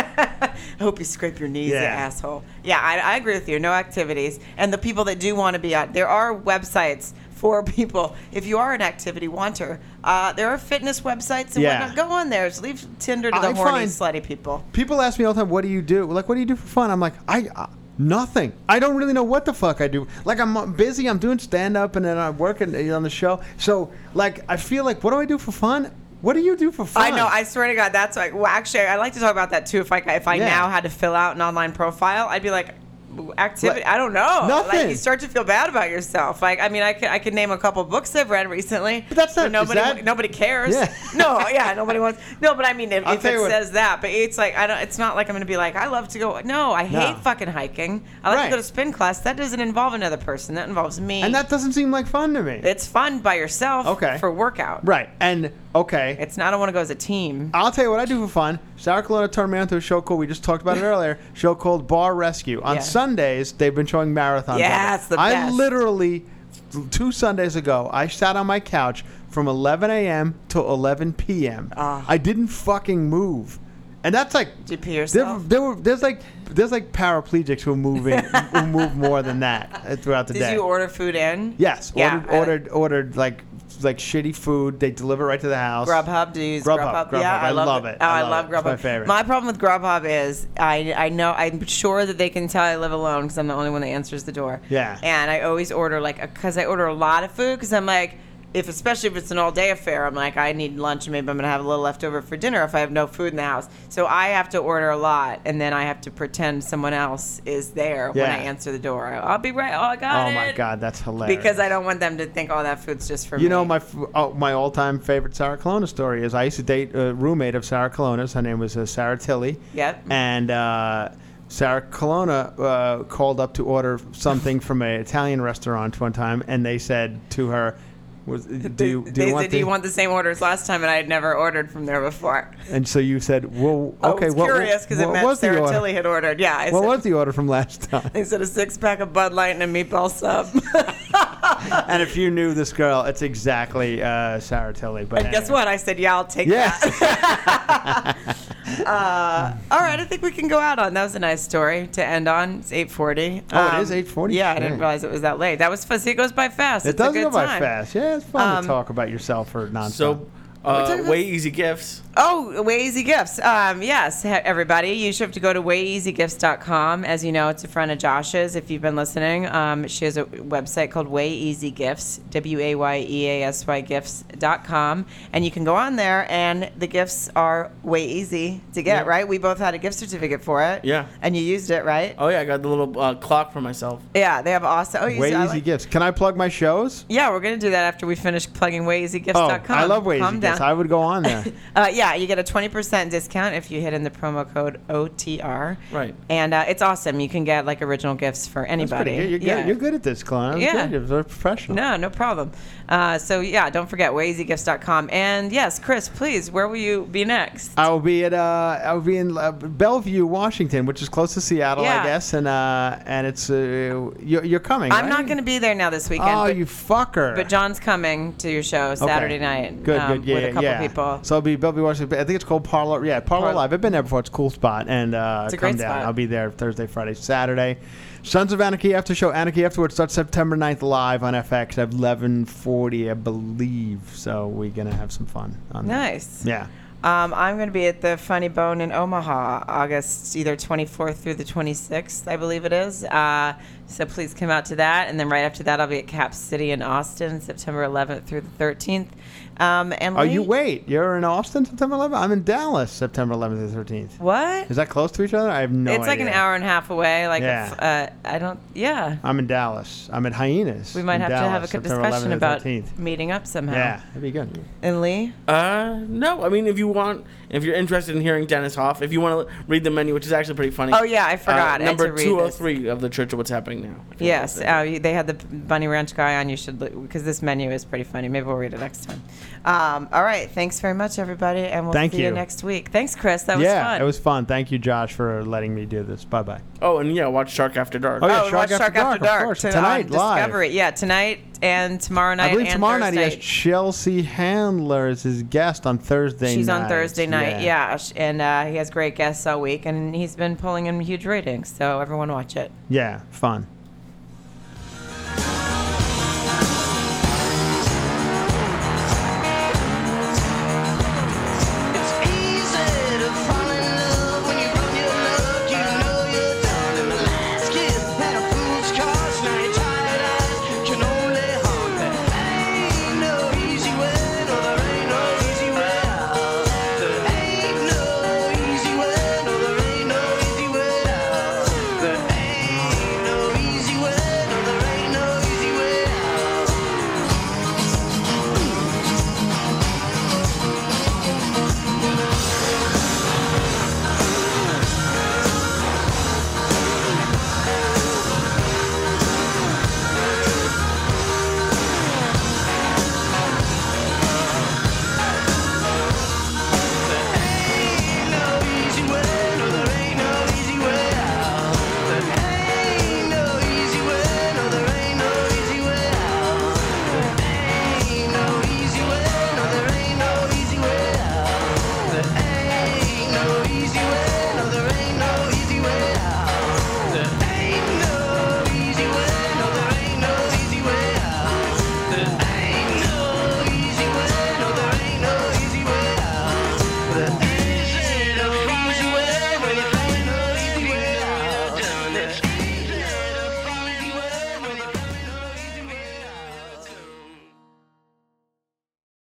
Speaker 1: I hope you scrape your knees,
Speaker 2: Yeah.
Speaker 1: you asshole. Yeah, I, I agree with you. No activities, and the people that do want to be out, there are websites for [laughs] people. If you are an activity wanter, uh, there are fitness websites and
Speaker 2: Yeah.
Speaker 1: whatnot. Go on there. Just leave Tinder to the
Speaker 2: I
Speaker 1: horny,
Speaker 2: find-
Speaker 1: slutty people.
Speaker 2: people ask me all the time, "What do you do? Like, what do you do for fun?" I'm like, I. Uh, Nothing. I don't really know what the fuck I do. Like I'm uh, busy. I'm doing stand up, and then I'm working uh, on the show. So like, I feel like, what do I do for fun? What do you do for fun?
Speaker 1: I know. I swear to God, that's like. Well, actually, I like to talk about that too. If I if I
Speaker 2: Yeah.
Speaker 1: now had to fill out an online profile, I'd be like, activity. I don't know. Like
Speaker 2: Nothing.
Speaker 1: you start to feel bad about yourself. Like I mean, I can I can name a couple books I've read recently.
Speaker 2: But that's not- is
Speaker 1: nobody.
Speaker 2: that-
Speaker 1: Nobody cares.
Speaker 2: Yeah.
Speaker 1: [laughs] No. Yeah. Nobody wants. No. But I mean, if,
Speaker 2: I'll
Speaker 1: if
Speaker 2: tell
Speaker 1: it
Speaker 2: you what-
Speaker 1: says that, but it's like I don't. It's not like I'm going to be like I love to go. No. I hate
Speaker 2: No.
Speaker 1: fucking hiking. I like
Speaker 2: Right.
Speaker 1: to go to spin class. That doesn't involve another person. That involves me.
Speaker 2: and that doesn't seem like fun to me.
Speaker 1: it's fun by yourself.
Speaker 2: Okay.
Speaker 1: For workout.
Speaker 2: right. Uh, And okay,
Speaker 1: It's not. I want to go as a team.
Speaker 2: I'll tell you what I do for fun. South Carolina turned me onto a show called, we just talked
Speaker 1: [laughs]
Speaker 2: about it earlier, show called Bar Rescue. On
Speaker 1: Yeah.
Speaker 2: Sundays, they've been showing marathons. of
Speaker 1: Yeah,
Speaker 2: it.
Speaker 1: it's the
Speaker 2: I
Speaker 1: best.
Speaker 2: literally, two Sundays ago, I sat on my couch from 11 a.m. till 11 p.m.
Speaker 1: Ah.
Speaker 2: I didn't fucking move. And that's like,
Speaker 1: Did you pee
Speaker 2: there,
Speaker 1: yourself?
Speaker 2: there were, there's like there's like paraplegics who move in,
Speaker 1: [laughs]
Speaker 2: who move more than that uh, throughout the
Speaker 1: Did
Speaker 2: day.
Speaker 1: you order food in?
Speaker 2: Yes,
Speaker 1: Yeah,
Speaker 2: ordered,
Speaker 1: I-
Speaker 2: ordered ordered like like shitty food. They deliver right to the house.
Speaker 1: Grubhub, do you use
Speaker 2: Grubhub,
Speaker 1: Grubhub? Yeah,
Speaker 2: Grubhub.
Speaker 1: I,
Speaker 2: I
Speaker 1: love,
Speaker 2: love it.
Speaker 1: it. Oh,
Speaker 2: I
Speaker 1: I,
Speaker 2: love
Speaker 1: love
Speaker 2: it. It's
Speaker 1: Grubhub.
Speaker 2: my favorite.
Speaker 1: problem with Grubhub is I I know I'm sure that they can tell I live alone because I'm the only one that answers the door.
Speaker 2: Yeah.
Speaker 1: And I always order like because I order a lot of food because I'm like. If especially if it's an all day affair, I'm like I need lunch and maybe I'm gonna have a little left over for dinner if I have no food in the house. So I have to order a lot and then I have to pretend someone else is there when
Speaker 2: Yeah.
Speaker 1: I answer the door. I'll be right. Oh, I got
Speaker 2: Oh
Speaker 1: it.
Speaker 2: my god, that's hilarious.
Speaker 1: Because I don't want them to think all that food's just for me.
Speaker 2: You know, my f- oh, my all time favorite Sarah Colonna story is I used to date a roommate of Sarah Colonna's. Her name was uh, Sarah Tilly.
Speaker 1: Yep.
Speaker 2: And uh, Sarah Colonna uh, called up to order something from an Italian restaurant one time, and they said to her, was, "Do, you- do
Speaker 1: they
Speaker 2: you want
Speaker 1: said, "Do you want the same order as last time?" And I had never ordered from there before.
Speaker 2: And so you said, "Well, [laughs] okay,
Speaker 1: I was
Speaker 2: what,
Speaker 1: curious because
Speaker 2: what,
Speaker 1: it meant
Speaker 2: was the
Speaker 1: Sarah
Speaker 2: order?
Speaker 1: Tilly had ordered. Yeah, I
Speaker 2: What
Speaker 1: said,
Speaker 2: was the order from last
Speaker 1: [laughs]
Speaker 2: time?"
Speaker 1: they said a six pack of Bud Light and a meatball sub. [laughs]
Speaker 2: and if you knew this girl, it's exactly uh, Sarah Tilly. But
Speaker 1: and guess
Speaker 2: anyway.
Speaker 1: what? I said, "Yeah, I'll
Speaker 2: [laughs]
Speaker 1: take [laughs] that."
Speaker 2: Yeah.
Speaker 1: Uh, all right, I think we can go out on. That was a nice story to end on. It's eight forty. Um,
Speaker 2: Oh, it is 8:40?
Speaker 1: Yeah, I didn't
Speaker 2: Yeah.
Speaker 1: realize it was that late. That was fun. See, it goes by fast.
Speaker 2: It
Speaker 1: it's
Speaker 2: does
Speaker 1: a good
Speaker 2: go by
Speaker 1: time.
Speaker 2: fast. Yeah, it's fun
Speaker 1: Um,
Speaker 2: to talk about yourself for nonsense.
Speaker 3: So,
Speaker 1: talking
Speaker 3: uh,
Speaker 1: about-
Speaker 3: way easy gifts.
Speaker 1: Oh, Way Easy Gifts. Um, yes, he- everybody, you should have to go to wayeasygifts.com. As you know, it's a friend of Josh's. If you've been listening, um, she has a website called Way Easy Gifts, W A Y E A S Y gifts.com. And you can go on there, and the gifts are way easy to get,
Speaker 3: Yeah.
Speaker 1: right? We both had a gift certificate for it.
Speaker 3: Yeah.
Speaker 1: And you used it, right?
Speaker 3: Oh yeah, I got the little uh, clock for myself.
Speaker 1: Yeah, they have awesome. Oh, you
Speaker 2: Way
Speaker 1: said- I
Speaker 2: easy
Speaker 1: like-
Speaker 2: gifts. Can I plug my shows?
Speaker 1: Yeah, we're going to do that after we finish plugging
Speaker 2: Oh,
Speaker 1: wayeasygifts.com.
Speaker 2: I love Way
Speaker 1: Calm
Speaker 2: Easy
Speaker 1: down.
Speaker 2: Gifts. I would go on
Speaker 1: [laughs]
Speaker 2: there.
Speaker 1: Uh, yeah, you get a 20% discount if you hit in the promo code OTR.
Speaker 3: Right.
Speaker 1: And uh, it's awesome. You can get like original gifts for
Speaker 2: That's pretty
Speaker 1: anybody.
Speaker 2: good. You're, good.
Speaker 1: Yeah.
Speaker 2: You're good at this, Clown.
Speaker 1: Yeah.
Speaker 2: You're very professional.
Speaker 1: No, no problem. Uh, so, yeah, don't forget wayeasygifts.com. And yes, Chris, please, where will you be next?
Speaker 2: I will be at uh, I will be in uh, Bellevue, Washington, which is close to Seattle, I
Speaker 1: Yeah.
Speaker 2: guess, and uh, and it's uh, you're, you're coming.
Speaker 1: I'm
Speaker 2: right?
Speaker 1: not going to be there now this weekend.
Speaker 2: Oh,
Speaker 1: but,
Speaker 2: you fucker!
Speaker 1: but John's coming to your show
Speaker 2: Okay.
Speaker 1: Saturday night
Speaker 2: Good,
Speaker 1: um,
Speaker 2: good, yeah,
Speaker 1: with a couple
Speaker 2: yeah.
Speaker 1: people.
Speaker 2: So I'll be Bellevue, Washington. I think it's called Parlor. Yeah, Parlor
Speaker 1: Parlor.
Speaker 2: Live. I've been there before. It's a cool spot. And uh,
Speaker 1: It's a
Speaker 2: come
Speaker 1: great
Speaker 2: down.
Speaker 1: spot.
Speaker 2: I'll be there Thursday, Friday, Saturday. Sons of Anarchy after show. Anarchy afterwards starts September 9th live on FX at 11:40, I believe. So we're gonna have some fun. On that.
Speaker 1: nice.
Speaker 2: Yeah.
Speaker 1: Um, I'm going to be at the Funny Bone in Omaha, August either 24th through the 26th, I believe it is. Uh, so please come out to that. And then right after that, I'll be at Cap City in Austin, September 11th through the 13th. Um, and
Speaker 2: Are Oh, you
Speaker 1: Lee-
Speaker 2: wait? You're in Austin September 11th. I'm in Dallas September 11th and 13th.
Speaker 1: What?
Speaker 2: Is that close to each other? I have no.
Speaker 1: it's like an
Speaker 2: idea.
Speaker 1: hour and a half away. Like,
Speaker 2: Yeah.
Speaker 1: if, uh, I don't, yeah.
Speaker 2: I'm in Dallas. I'm at Hyenas.
Speaker 1: We might
Speaker 2: in
Speaker 1: have to have a
Speaker 2: Dallas,
Speaker 1: good
Speaker 2: September 11th
Speaker 1: discussion
Speaker 2: and
Speaker 1: about
Speaker 2: 13th.
Speaker 1: meeting up somehow.
Speaker 2: Yeah, that'd be good.
Speaker 1: And Lee?
Speaker 3: Uh, no. I mean, if you want, if you're interested in hearing Dennis Hoff, if you want to read the menu, which is actually pretty funny.
Speaker 1: Oh, yeah, I forgot. I had
Speaker 3: Uh, number
Speaker 1: to read
Speaker 3: two hundred
Speaker 1: this.
Speaker 3: three of the Church of What's Happening Now. if you
Speaker 1: Yes,
Speaker 3: want to.
Speaker 1: uh, you- they had the Bunny Ranch guy on. You should because this menu is pretty funny. Maybe we'll read it next time. Um, all right, thanks very much, everybody, and we'll
Speaker 2: Thank
Speaker 1: see you.
Speaker 2: you.
Speaker 1: next week. Thanks, Chris. That was
Speaker 2: yeah,
Speaker 1: fun.
Speaker 2: it was fun. Thank you, Josh, for letting me do this. Bye bye.
Speaker 3: oh, and yeah, watch Shark After Dark.
Speaker 2: Oh, yeah.
Speaker 1: oh,
Speaker 2: Shark
Speaker 1: watch
Speaker 2: After
Speaker 1: Shark
Speaker 2: Dark,
Speaker 1: After
Speaker 2: of
Speaker 1: Dark,
Speaker 2: course.
Speaker 1: to- on
Speaker 2: Tonight, live.
Speaker 1: Discovery. Yeah, tonight and tomorrow night.
Speaker 2: I believe
Speaker 1: and
Speaker 2: tomorrow
Speaker 1: Thursday.
Speaker 2: night he has Chelsea Handler as his guest on Thursday.
Speaker 1: She's on
Speaker 2: nights.
Speaker 1: Thursday night, yeah, sh and uh, he has great guests all week, and he's been pulling in huge ratings. So everyone, watch it.
Speaker 2: yeah, fun.